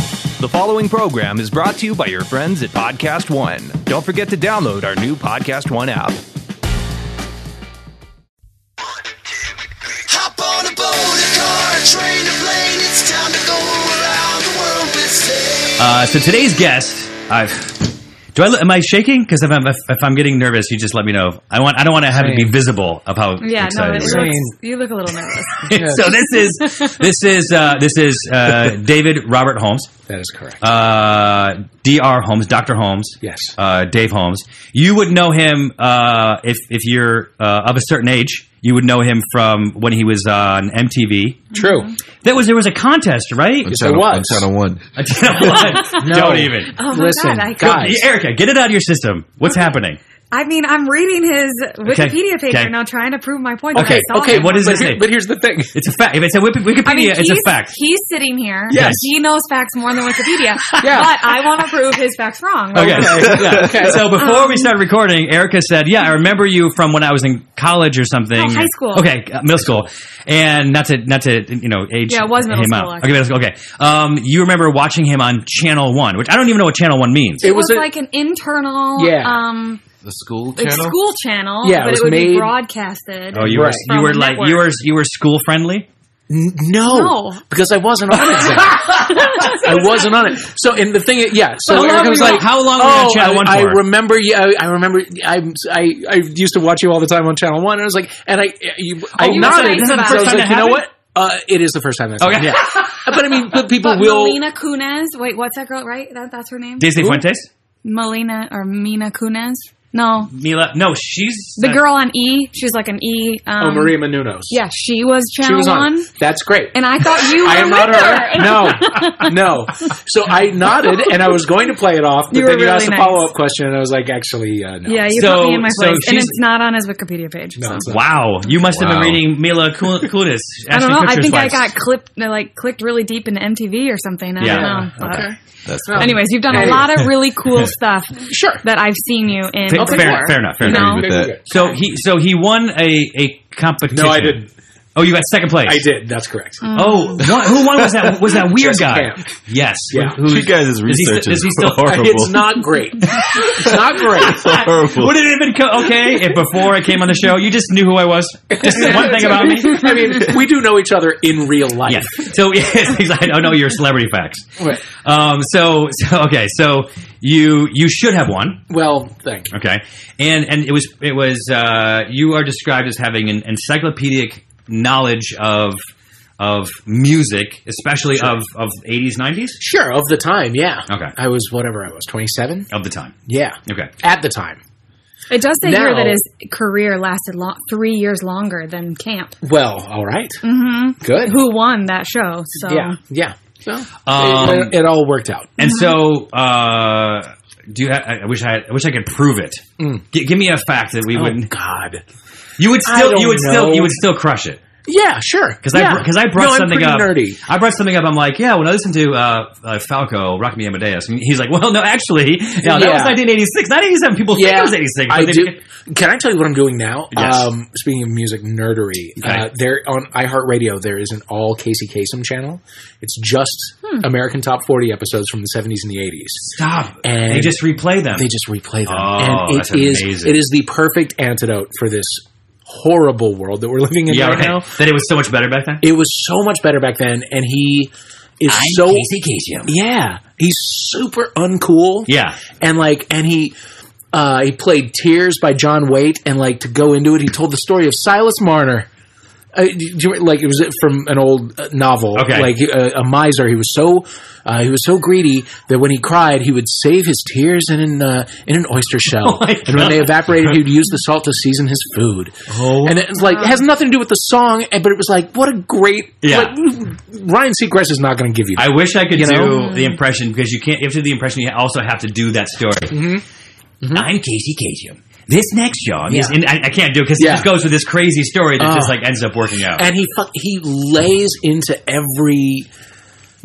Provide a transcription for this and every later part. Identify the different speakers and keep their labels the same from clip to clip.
Speaker 1: The following program is brought to you by your friends at Podcast One. Don't forget to download our new Podcast One app.
Speaker 2: Hop on a boat, a car, a train, a plane. It's time to go around the world with Zane.
Speaker 3: Uh, so today's guest, I've. Do I look, am I shaking? Because if I'm if, if I'm getting nervous, you just let me know. I want I don't want to have it be visible of how
Speaker 4: Yeah, no,
Speaker 3: excited
Speaker 4: it
Speaker 3: we are.
Speaker 4: looks,
Speaker 5: Zane.
Speaker 4: you look a little nervous.
Speaker 3: so this is this is uh, this is uh, David Robert Holmes,
Speaker 5: That is correct.
Speaker 3: uh, Dr. Holmes, Doctor Holmes,
Speaker 5: Yes.
Speaker 3: uh, Dave Holmes. You would know him uh, if if you're uh, of a certain age. You would know him from when he was on MTV.
Speaker 5: True.
Speaker 3: That was there was a contest, right?
Speaker 5: Yes, it was.
Speaker 6: One.
Speaker 5: No.
Speaker 3: Don't even.
Speaker 4: Oh my
Speaker 5: Listen,
Speaker 4: god, I
Speaker 5: guys.
Speaker 3: Erica, get it out of your system. What's happening?
Speaker 4: I mean, I'm reading his Wikipedia page
Speaker 3: okay.
Speaker 4: right now, trying to prove my point. that
Speaker 3: Okay,
Speaker 4: I saw
Speaker 3: okay,
Speaker 4: him.
Speaker 3: what is
Speaker 5: but
Speaker 3: his
Speaker 5: here-
Speaker 3: name?
Speaker 5: But here's the thing.
Speaker 3: It's a fact. If it's a Wiki- Wikipedia,
Speaker 4: I mean,
Speaker 3: it's a
Speaker 4: he's-
Speaker 3: fact.
Speaker 4: He's sitting here.
Speaker 3: Yes.
Speaker 4: He knows facts more than Wikipedia. But I want to prove his facts wrong.
Speaker 3: Okay.
Speaker 5: Yeah, okay.
Speaker 3: So before
Speaker 4: Um,
Speaker 3: we started recording, Erica said, "Yeah, I remember you from when I was in college or something,
Speaker 4: No, Oh, high school.
Speaker 3: Okay, uh, middle school, and not to not to you know age.
Speaker 4: Yeah, it was middle
Speaker 3: him
Speaker 4: school,
Speaker 3: out.
Speaker 4: actually.
Speaker 3: Okay, middle school. Okay, um, you remember watching him on Channel One, which I don't even know what Channel One means.
Speaker 4: It,
Speaker 5: It
Speaker 4: was,
Speaker 5: was a-
Speaker 4: like an internal,
Speaker 5: Yeah.
Speaker 4: um,
Speaker 6: The school
Speaker 4: like
Speaker 6: channel.
Speaker 4: school channel,
Speaker 5: Yeah, it
Speaker 4: but it,
Speaker 5: was
Speaker 4: would be
Speaker 5: made-
Speaker 4: broadcasted.
Speaker 3: oh, you
Speaker 5: Right.
Speaker 3: were you
Speaker 4: From
Speaker 3: were
Speaker 4: the
Speaker 3: like you
Speaker 4: network.
Speaker 3: were you were school friendly.
Speaker 5: N- no,
Speaker 4: No.
Speaker 5: because I wasn't on it. Zane. I wasn't on it. So, and the thing, is, yeah. So
Speaker 3: How long
Speaker 5: Erica
Speaker 3: were
Speaker 5: was
Speaker 3: you-
Speaker 5: like,
Speaker 3: how long were you on
Speaker 5: oh,
Speaker 3: Channel
Speaker 5: I,
Speaker 3: One
Speaker 5: I
Speaker 3: for?"
Speaker 5: remember you. I, I remember. I, I I used to watch you all the time on Channel One. And I was like, and I you, I
Speaker 4: you were
Speaker 5: nodded.
Speaker 4: nice
Speaker 5: and
Speaker 4: about
Speaker 5: so I
Speaker 4: it.
Speaker 5: was
Speaker 3: First time
Speaker 5: like,
Speaker 3: that
Speaker 5: you know
Speaker 3: happened?
Speaker 5: what? Uh, it is the first time that's
Speaker 3: Okay.
Speaker 5: happened, Yeah. But I mean, but people
Speaker 4: But
Speaker 5: will.
Speaker 4: Melina Kunes, wait, what's that girl? Right, that, that's her name.
Speaker 3: Daisy Fuentes,
Speaker 4: Melina or Mina Kunes? No,
Speaker 3: Mila. No, she's
Speaker 4: the girl on E. She's like an E.
Speaker 5: oh,
Speaker 4: Um,
Speaker 5: Maria Menounos.
Speaker 4: Yeah, she was Channel
Speaker 5: she was on.
Speaker 4: One,
Speaker 5: it. That's great.
Speaker 4: and I thought you.
Speaker 5: I
Speaker 4: were
Speaker 5: am not her.
Speaker 4: with
Speaker 5: No, no. So I nodded, and I was going to play it off, but
Speaker 4: You
Speaker 5: then
Speaker 4: were
Speaker 5: you asked
Speaker 4: really
Speaker 5: a follow up question, and I was like, actually, uh, no.
Speaker 4: Yeah, you
Speaker 3: So-
Speaker 4: put me in my
Speaker 3: so
Speaker 4: place, and
Speaker 3: she's-
Speaker 4: it's not on his Wikipedia page.
Speaker 5: No,
Speaker 4: so.
Speaker 5: it's not.
Speaker 3: Wow, you must have
Speaker 6: Wow.
Speaker 3: been reading Mila Kun- Kunis.
Speaker 4: I
Speaker 3: Ashton
Speaker 4: don't know. I
Speaker 3: Kutcher's
Speaker 4: think
Speaker 3: wife.
Speaker 4: I got clipped, uh, like clicked really deep into MTV or something. I
Speaker 3: Yeah.
Speaker 4: don't know.
Speaker 5: Okay. Oh.
Speaker 6: That's
Speaker 4: But Anyways, you've done a
Speaker 5: Hey.
Speaker 4: lot of really cool stuff
Speaker 5: Sure.
Speaker 4: that I've seen you in.
Speaker 3: Fair-
Speaker 4: before.
Speaker 3: fair- fair enough, fair
Speaker 4: You
Speaker 3: enough.
Speaker 4: know?
Speaker 6: With
Speaker 5: Maybe
Speaker 6: that-
Speaker 5: good.
Speaker 3: So he so he won a a competition.
Speaker 5: No, I didn't.
Speaker 3: Oh, you got second place.
Speaker 5: I did. That's correct.
Speaker 4: Um,
Speaker 3: Oh, one, who won was that? Was that weird
Speaker 5: Jessica
Speaker 3: guy?
Speaker 5: Hamp.
Speaker 3: Yes.
Speaker 5: Yeah.
Speaker 3: Who,
Speaker 6: You guys'
Speaker 3: does he
Speaker 6: research
Speaker 3: st- does
Speaker 6: is
Speaker 3: he still-
Speaker 6: horrible.
Speaker 5: It's not great. It's not great.
Speaker 6: horrible.
Speaker 3: Would it have been co- okay if before I came on the show you just knew who I was? Just one thing about me.
Speaker 5: I mean, we do know each other in real life.
Speaker 3: Yeah. So yes, Oh, he's like, I don't know your celebrity facts.
Speaker 5: Right.
Speaker 3: Um. So, so okay. So you you should have won.
Speaker 5: Well, thank you.
Speaker 3: Okay. And and it was it was uh, you are described as having an encyclopedic knowledge of of music, especially of of eighties nineties
Speaker 5: Sure, of the time, yeah.
Speaker 3: Okay.
Speaker 5: I was whatever I was, 27?
Speaker 3: of the time.
Speaker 5: Yeah.
Speaker 3: Okay.
Speaker 5: At the time.
Speaker 4: It does say here
Speaker 5: Now-
Speaker 4: that his career lasted lo- three years longer than camp.
Speaker 5: Well, all right.
Speaker 4: hmm
Speaker 5: Good.
Speaker 4: Who won that show? So
Speaker 5: Yeah, yeah. So,
Speaker 3: Um,
Speaker 5: it, it all worked out.
Speaker 3: And so, uh, do you? Ha- I I wish I, I wish I could prove it. G- give me a fact that we
Speaker 5: Mm. Oh,
Speaker 3: wouldn't.
Speaker 5: God.
Speaker 3: You would
Speaker 5: I
Speaker 3: still.
Speaker 5: don't
Speaker 3: You would still.
Speaker 5: know.
Speaker 3: You would still crush it.
Speaker 5: Yeah, sure.
Speaker 3: Because I because I brought
Speaker 5: no,
Speaker 3: something
Speaker 5: I'm
Speaker 3: up.
Speaker 5: pretty Nerdy.
Speaker 3: I brought something up. I'm like, yeah. When I listened to uh, uh, Falco, Rock Me Amadeus, and he's like, well, no, actually, no, that
Speaker 5: Yeah.
Speaker 3: was 1986, not 87. People think it was 86. but
Speaker 5: I
Speaker 3: they-
Speaker 5: do. Can I tell you what I'm doing now?
Speaker 3: Yes.
Speaker 5: Um, speaking of music nerdery,
Speaker 3: Okay.
Speaker 5: uh, there on iHeartRadio there is an all Casey Kasem channel. It's just American Top 40 episodes from the 70s and the 80s.
Speaker 3: Stop.
Speaker 5: And
Speaker 3: they just replay them.
Speaker 5: They just replay them,
Speaker 3: Oh,
Speaker 5: and
Speaker 3: that's
Speaker 5: it is
Speaker 3: amazing.
Speaker 5: it is the perfect antidote for this horrible world that we're living in
Speaker 3: yeah,
Speaker 5: right
Speaker 3: right.
Speaker 5: now.
Speaker 3: That it was so much better back then.
Speaker 5: It was so much better back then, and he is so
Speaker 3: Kasem.
Speaker 5: yeah, he's super uncool.
Speaker 3: Yeah.
Speaker 5: and like and he uh, he played Tears by John Waite, and like to go into it, he told the story of Silas Marner. Uh, do you, like it was from an old uh, novel.
Speaker 3: Okay.
Speaker 5: like uh, a miser. He was so uh, he was so greedy that when he cried, he would save his tears in an uh, in an oyster shell,
Speaker 3: Oh my
Speaker 5: and when they evaporated, he'd use the salt to season his food.
Speaker 3: Oh.
Speaker 5: and it's like it has nothing to do with the song, and- but it was like what a great.
Speaker 3: Yeah.
Speaker 5: like, Ryan Seacrest is not going to give you. That.
Speaker 3: I wish I could
Speaker 5: You know?
Speaker 3: do the impression because you can't. You have to do the impression. You also have to do that story.
Speaker 5: Mm-hmm.
Speaker 3: I'm Casey Kasem. This next song is,
Speaker 5: Yeah.
Speaker 3: and I, I can't do it because it
Speaker 5: Yeah.
Speaker 3: just goes with this crazy story that
Speaker 5: Oh.
Speaker 3: just like ends up working out.
Speaker 5: and he fuck, he lays into every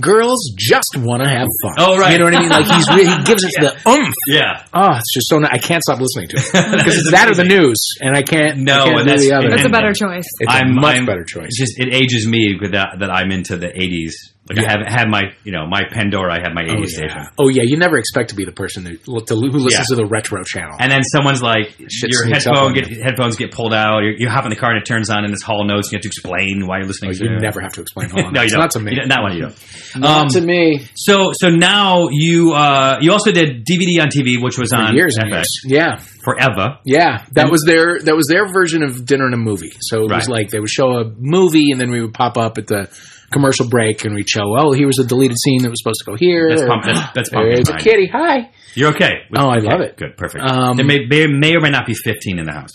Speaker 5: girls just want to have fun.
Speaker 3: Oh, right.
Speaker 5: you know what I mean? Like he's re- he gives it the oomph.
Speaker 3: yeah,
Speaker 5: Oh, it's just so. Ni- I can't stop listening to it because it's that or the news, and I can't.
Speaker 3: No,
Speaker 5: I can't
Speaker 3: and
Speaker 5: do
Speaker 3: that's-
Speaker 5: the other.
Speaker 4: that's a
Speaker 3: And-
Speaker 4: better choice.
Speaker 5: it's a much better choice.
Speaker 3: Just it ages me with that, that I'm into the '80s Like I have had my you know my Pandora, I have my 80s
Speaker 5: Oh
Speaker 3: station,
Speaker 5: yeah. oh yeah, you never expect to be the person who, to, who listens
Speaker 3: Yeah.
Speaker 5: to the retro channel.
Speaker 3: and then someone's like
Speaker 5: Shit
Speaker 3: your
Speaker 5: sneaks up
Speaker 3: headphone
Speaker 5: on
Speaker 3: get headphones get pulled out. You, you hop in the car and it turns on and it's Hall notes. And you have to explain why you're listening.
Speaker 5: Oh,
Speaker 3: to
Speaker 5: you
Speaker 3: it.
Speaker 5: never have to explain. Hold on.
Speaker 3: no, you
Speaker 5: It's
Speaker 3: don't.
Speaker 5: not to me.
Speaker 3: You don't- Not one you don't.
Speaker 5: Not
Speaker 3: Um,
Speaker 5: to me.
Speaker 3: So so now you uh, you also did DVD on TV, which was on
Speaker 5: For years and
Speaker 3: FX
Speaker 5: years. Yeah,
Speaker 3: forever.
Speaker 5: yeah. That
Speaker 3: And-
Speaker 5: was their that was their version of dinner and a movie. So it
Speaker 3: Right.
Speaker 5: was like they would show a movie, and then we would pop up at the commercial break, and we'd show, oh, here was a deleted scene that was supposed to go here.
Speaker 3: That's
Speaker 5: or,
Speaker 3: pump. That's, that's pump.
Speaker 5: There's a kitty. Hi.
Speaker 3: You're okay. with-
Speaker 5: Oh, I
Speaker 3: okay,
Speaker 5: love it.
Speaker 3: Good, perfect.
Speaker 5: Um,
Speaker 3: there may, may may or may not be 15 in the house.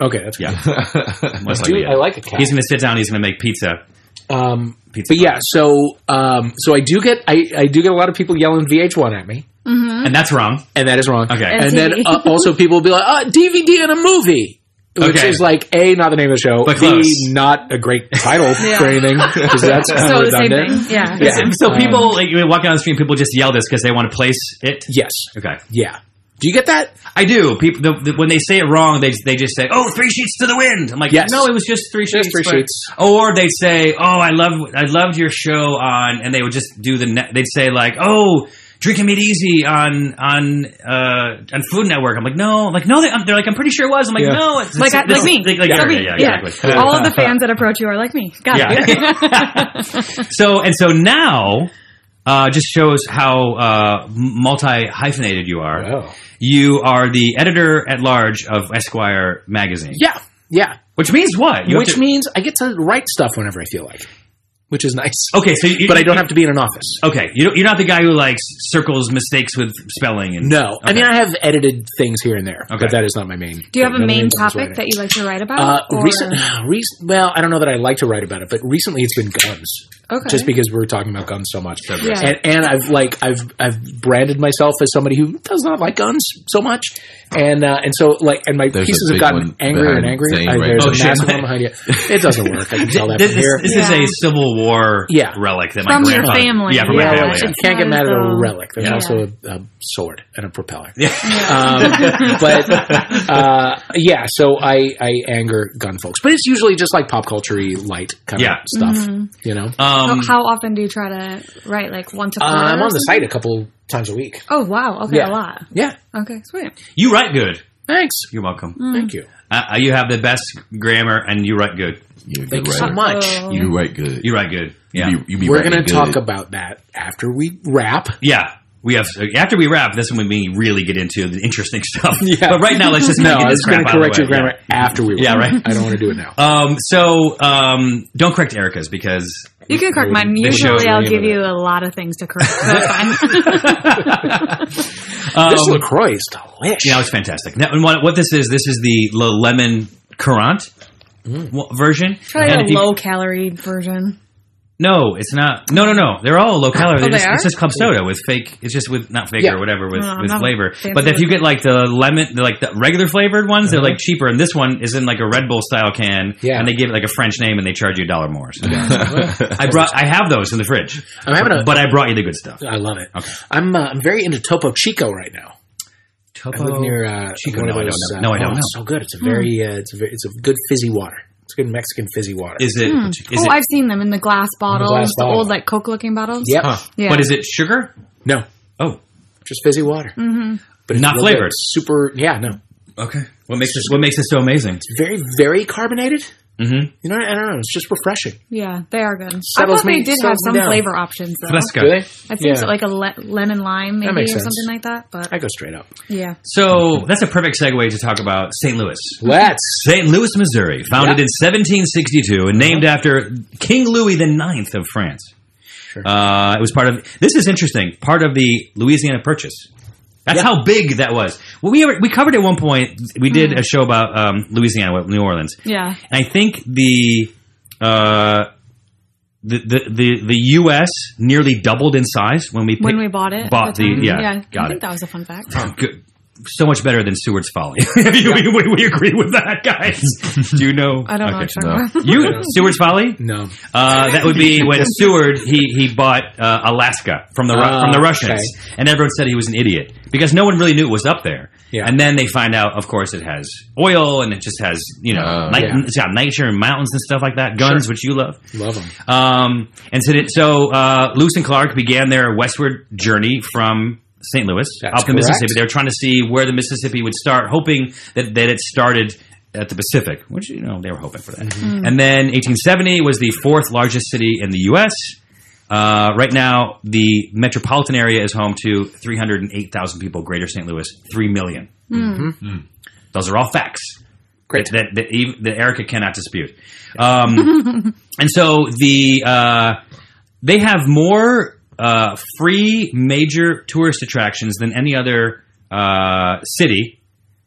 Speaker 5: Okay, that's
Speaker 3: Yeah, most
Speaker 5: Dude,
Speaker 3: likely, yeah.
Speaker 5: I like a cat.
Speaker 3: He's going to sit down. He's going to make pizza.
Speaker 5: Um,
Speaker 3: Pizza
Speaker 5: but yeah,
Speaker 3: Planet.
Speaker 5: so um, so I do get I, I do get a lot of people yelling VH1 at me,
Speaker 3: and that's wrong.
Speaker 5: and that is wrong.
Speaker 3: Okay.
Speaker 5: and,
Speaker 4: And
Speaker 5: then
Speaker 4: TV.
Speaker 5: uh, also people will be like, uh, DVD and a movie. Which
Speaker 3: Okay.
Speaker 5: is like a not the name of the show,
Speaker 3: But close.
Speaker 5: b not a great title
Speaker 4: Yeah.
Speaker 5: for anything because that's kind
Speaker 4: So
Speaker 5: of
Speaker 4: the same
Speaker 5: redundant.
Speaker 4: thing. Yeah.
Speaker 5: Yeah.
Speaker 3: So
Speaker 5: Um,
Speaker 3: people like you walk down the street, people just yell this because they want to place it.
Speaker 5: Yes,
Speaker 3: Okay,
Speaker 5: yeah. Do you get that?
Speaker 3: I do. People the, the, when they say it wrong, they they just say, "Oh, three sheets to the wind." I'm like,
Speaker 5: Yes.
Speaker 3: no, it was just three sheets.
Speaker 5: Just three
Speaker 3: but-"
Speaker 5: sheets.
Speaker 3: Or they say, "Oh, I love I loved your show on," and they would just do the net. They'd say like, "Oh." Drinking It Easy on on uh, on Food Network. I'm like, no, I'm like no. They, I'm, they're like, I'm pretty sure it was. I'm like,
Speaker 5: Yeah.
Speaker 3: no, it's,
Speaker 4: Like,
Speaker 3: it's-
Speaker 4: I- like me.
Speaker 3: Like, like,
Speaker 4: Like
Speaker 3: yeah,
Speaker 4: me.
Speaker 3: yeah,
Speaker 4: Yeah.
Speaker 3: yeah, exactly.
Speaker 4: All of the fans that approach you are like me. Got it.
Speaker 3: so and so now uh, just shows how uh, multi hyphenated you are.
Speaker 5: Wow.
Speaker 3: You are the editor at large of Esquire magazine.
Speaker 5: Yeah, yeah.
Speaker 3: which means what? You have
Speaker 5: which
Speaker 3: to-
Speaker 5: means I get to write stuff whenever I feel like, which is nice.
Speaker 3: okay, so you,
Speaker 5: but I don't have to be in an office.
Speaker 3: Okay, you don't- you're not the guy who like circles mistakes with spelling and
Speaker 5: No, I
Speaker 3: Okay.
Speaker 5: mean I have edited things here and there,
Speaker 3: Okay.
Speaker 5: but that is not my main.
Speaker 4: Do you have
Speaker 5: thing.
Speaker 4: a
Speaker 5: My
Speaker 4: main
Speaker 5: thing is writing.
Speaker 4: topic that you like to write
Speaker 5: Uh,
Speaker 4: about? or-
Speaker 5: recent, recent, well, I don't know that I like to write about it, but recently it's been guns,
Speaker 4: Okay.
Speaker 5: just because we're talking about guns so much.
Speaker 4: Yeah.
Speaker 5: And, and I've like I've I've branded myself as somebody who does not like guns so much, and uh, and so like and my
Speaker 6: There's a
Speaker 5: pieces have
Speaker 6: big
Speaker 5: gotten
Speaker 6: one
Speaker 5: angrier and
Speaker 6: behind
Speaker 5: angrier.
Speaker 6: Zane
Speaker 5: I-
Speaker 6: right
Speaker 5: there's
Speaker 3: now.
Speaker 5: a
Speaker 3: Oh, shit.
Speaker 5: massive one behind you. It doesn't work. I can tell that
Speaker 3: This,
Speaker 5: from
Speaker 3: this,
Speaker 5: here.
Speaker 3: this is
Speaker 4: Yeah.
Speaker 3: a Civil War
Speaker 5: Yeah.
Speaker 3: relic that my
Speaker 4: From your
Speaker 3: grandfather-
Speaker 4: family.
Speaker 3: Yeah, from
Speaker 4: Yeah,
Speaker 3: my family.
Speaker 4: that's
Speaker 3: yeah.
Speaker 5: you can't get mad at a
Speaker 4: Yeah.
Speaker 5: relic. There's
Speaker 4: Yeah.
Speaker 5: also a, a sword and a propeller.
Speaker 3: Yeah.
Speaker 5: Um, but uh, yeah, so I, I anger gun folks, but it's usually just like pop culture light kind
Speaker 3: Yeah.
Speaker 5: of stuff, you know.
Speaker 4: How-
Speaker 3: Um,
Speaker 4: how often do you try to write? Like once a
Speaker 5: Uh,
Speaker 4: quarter?
Speaker 5: I'm
Speaker 4: or
Speaker 5: on the
Speaker 4: something?
Speaker 5: site a couple times a week.
Speaker 4: Oh wow. Okay,
Speaker 5: Yeah.
Speaker 4: a lot.
Speaker 5: Yeah,
Speaker 4: Okay, sweet.
Speaker 3: you write good.
Speaker 5: thanks,
Speaker 3: You're welcome.
Speaker 5: thank you,
Speaker 3: Uh, you have the best grammar, and you write good.
Speaker 6: You're a good
Speaker 5: thank you so
Speaker 6: writer.
Speaker 5: much.
Speaker 4: Oh.
Speaker 6: You write good.
Speaker 3: You write good. Yeah.
Speaker 6: You be, you be
Speaker 5: We're
Speaker 6: writing
Speaker 5: gonna
Speaker 6: good.
Speaker 5: talk about that after we wrap.
Speaker 3: Yeah. We have after we wrap, that's when we really get into the interesting stuff.
Speaker 5: Yeah.
Speaker 3: But right now, let's just
Speaker 5: No,
Speaker 3: make
Speaker 5: I
Speaker 3: this
Speaker 5: was going
Speaker 3: crap out
Speaker 5: to
Speaker 3: of the
Speaker 5: correct your
Speaker 3: way.
Speaker 5: grammar after we wrap.
Speaker 3: Yeah, right.
Speaker 5: I don't want to do it now.
Speaker 3: Yeah. Um. So, um, don't correct Erica's because
Speaker 4: You can correct mine.
Speaker 3: They show
Speaker 4: Usually,
Speaker 3: the
Speaker 4: I'll
Speaker 3: name
Speaker 4: give
Speaker 3: of it.
Speaker 4: you a lot of things to correct. So it's fine.
Speaker 3: um,
Speaker 5: this Lacroix is delicious.
Speaker 3: yeah, it's fantastic. Now, and what, what this is, this is the Le lemon currant
Speaker 5: Mm.
Speaker 3: w- version.
Speaker 4: Try
Speaker 3: And
Speaker 4: a
Speaker 3: if you-
Speaker 4: low calorie version.
Speaker 3: No, it's not. No, no, no. They're all low calorie.
Speaker 4: Oh, they
Speaker 3: just,
Speaker 4: are?
Speaker 3: It's just club soda with fake. It's just with not fake
Speaker 5: Yeah.
Speaker 3: or whatever with,
Speaker 4: No, I'm
Speaker 3: with
Speaker 4: not
Speaker 3: flavor.
Speaker 4: fancy
Speaker 3: But if
Speaker 4: with-
Speaker 3: you get like the lemon, the, like the regular flavored ones, they're like cheaper. And this one is in like a Red Bull style can.
Speaker 5: Uh-huh. Yeah.
Speaker 3: And they give it like a French name and they charge you a dollar more. So I brought. I have those in the fridge.
Speaker 5: I'm having a.
Speaker 3: But I brought you the good stuff.
Speaker 5: I love it. I'm uh, I'm very into Topo Chico right now. I live near uh,
Speaker 3: Chico.
Speaker 5: one
Speaker 3: No,
Speaker 5: of
Speaker 3: I
Speaker 5: those.
Speaker 3: don't know. No, I
Speaker 5: uh, oh,
Speaker 3: don't know. Hmm.
Speaker 5: It's so good. It's a very, uh, it's a very, it's a good fizzy water. It's good Mexican fizzy water.
Speaker 3: Is it? Is
Speaker 4: oh,
Speaker 3: it?
Speaker 4: I've seen them in the glass bottles, the,
Speaker 5: glass bottle.
Speaker 4: old like Coke looking bottles.
Speaker 5: yep.
Speaker 4: Yeah.
Speaker 3: But is it sugar?
Speaker 5: No,
Speaker 3: Oh,
Speaker 5: just fizzy water. Mm-hmm. But it's
Speaker 3: Not
Speaker 5: real good.
Speaker 3: flavored.
Speaker 5: It's Super. Yeah. No.
Speaker 3: okay. What makes this? What makes this so amazing?
Speaker 5: It's very very carbonated.
Speaker 3: Mhm.
Speaker 5: You know, I don't know. It's just refreshing.
Speaker 4: Yeah, they are good. I
Speaker 5: Settles
Speaker 4: thought they
Speaker 5: me-
Speaker 4: did have
Speaker 5: settles me
Speaker 4: some
Speaker 5: down.
Speaker 4: flavor options though.
Speaker 3: Fresca.
Speaker 4: I think so, like a le- lemon lime maybe
Speaker 5: makes
Speaker 4: or
Speaker 5: sense.
Speaker 4: something like that. But
Speaker 5: I go straight up.
Speaker 4: yeah,
Speaker 3: So that's a perfect segue to talk about St. Louis.
Speaker 5: Let's.
Speaker 3: St. Louis, Missouri, founded
Speaker 5: Yeah.
Speaker 3: in 1762 and named
Speaker 4: Uh-huh.
Speaker 3: after King Louis IX of France. Uh, it was part of this is interesting. Part of the Louisiana Purchase. That's how big that was. Well, we ever, we covered at one point. We did
Speaker 4: Mm-hmm.
Speaker 3: a show about um, Louisiana, well, New Orleans,
Speaker 4: yeah,
Speaker 3: and I think the. Uh, the, the, the, the U.S. nearly doubled in size when we
Speaker 4: when
Speaker 3: picked-
Speaker 4: we bought it,
Speaker 3: bought
Speaker 4: at
Speaker 3: the
Speaker 4: time.
Speaker 3: yeah,
Speaker 4: yeah, I
Speaker 3: got
Speaker 4: think
Speaker 3: it
Speaker 4: that was a fun fact.
Speaker 3: good. so much better than Seward's Folly. You- we, we agree with that, guys. Do you know?
Speaker 4: I don't know
Speaker 3: Okay.
Speaker 4: what you're talking
Speaker 3: You Seward's Folly?
Speaker 5: No.
Speaker 3: Uh, that would be when Seward he he bought uh, Alaska from the Ru-
Speaker 5: Oh,
Speaker 3: from the Russians, and everyone said he was an idiot because no one really knew it was up there.
Speaker 5: Yeah.
Speaker 3: And then they find out, of course, it has oil and it just has you know
Speaker 6: Oh.
Speaker 3: nit-
Speaker 5: Yeah.
Speaker 3: it's got nature and mountains and stuff like that, guns which you love.
Speaker 5: Love them.
Speaker 3: Um, and so, it, so uh, Lewis and Clark began their westward journey from St. Louis
Speaker 5: That's
Speaker 3: up the
Speaker 5: correct.
Speaker 3: Mississippi. They were trying to see where the Mississippi would start, hoping that, that it started at the Pacific, which, you know, they were hoping for that.
Speaker 5: Mm-hmm.
Speaker 3: And then 1870 was the fourth largest city in the U.S. Uh, right now, the metropolitan area is home to 308,000 people, greater St. Louis, 3 million. Mm. Those are all facts
Speaker 5: Mm-hmm. Great.
Speaker 3: that that, ev that Erica cannot dispute. Um, and so the uh, they have more uh, free major tourist attractions than any other uh, city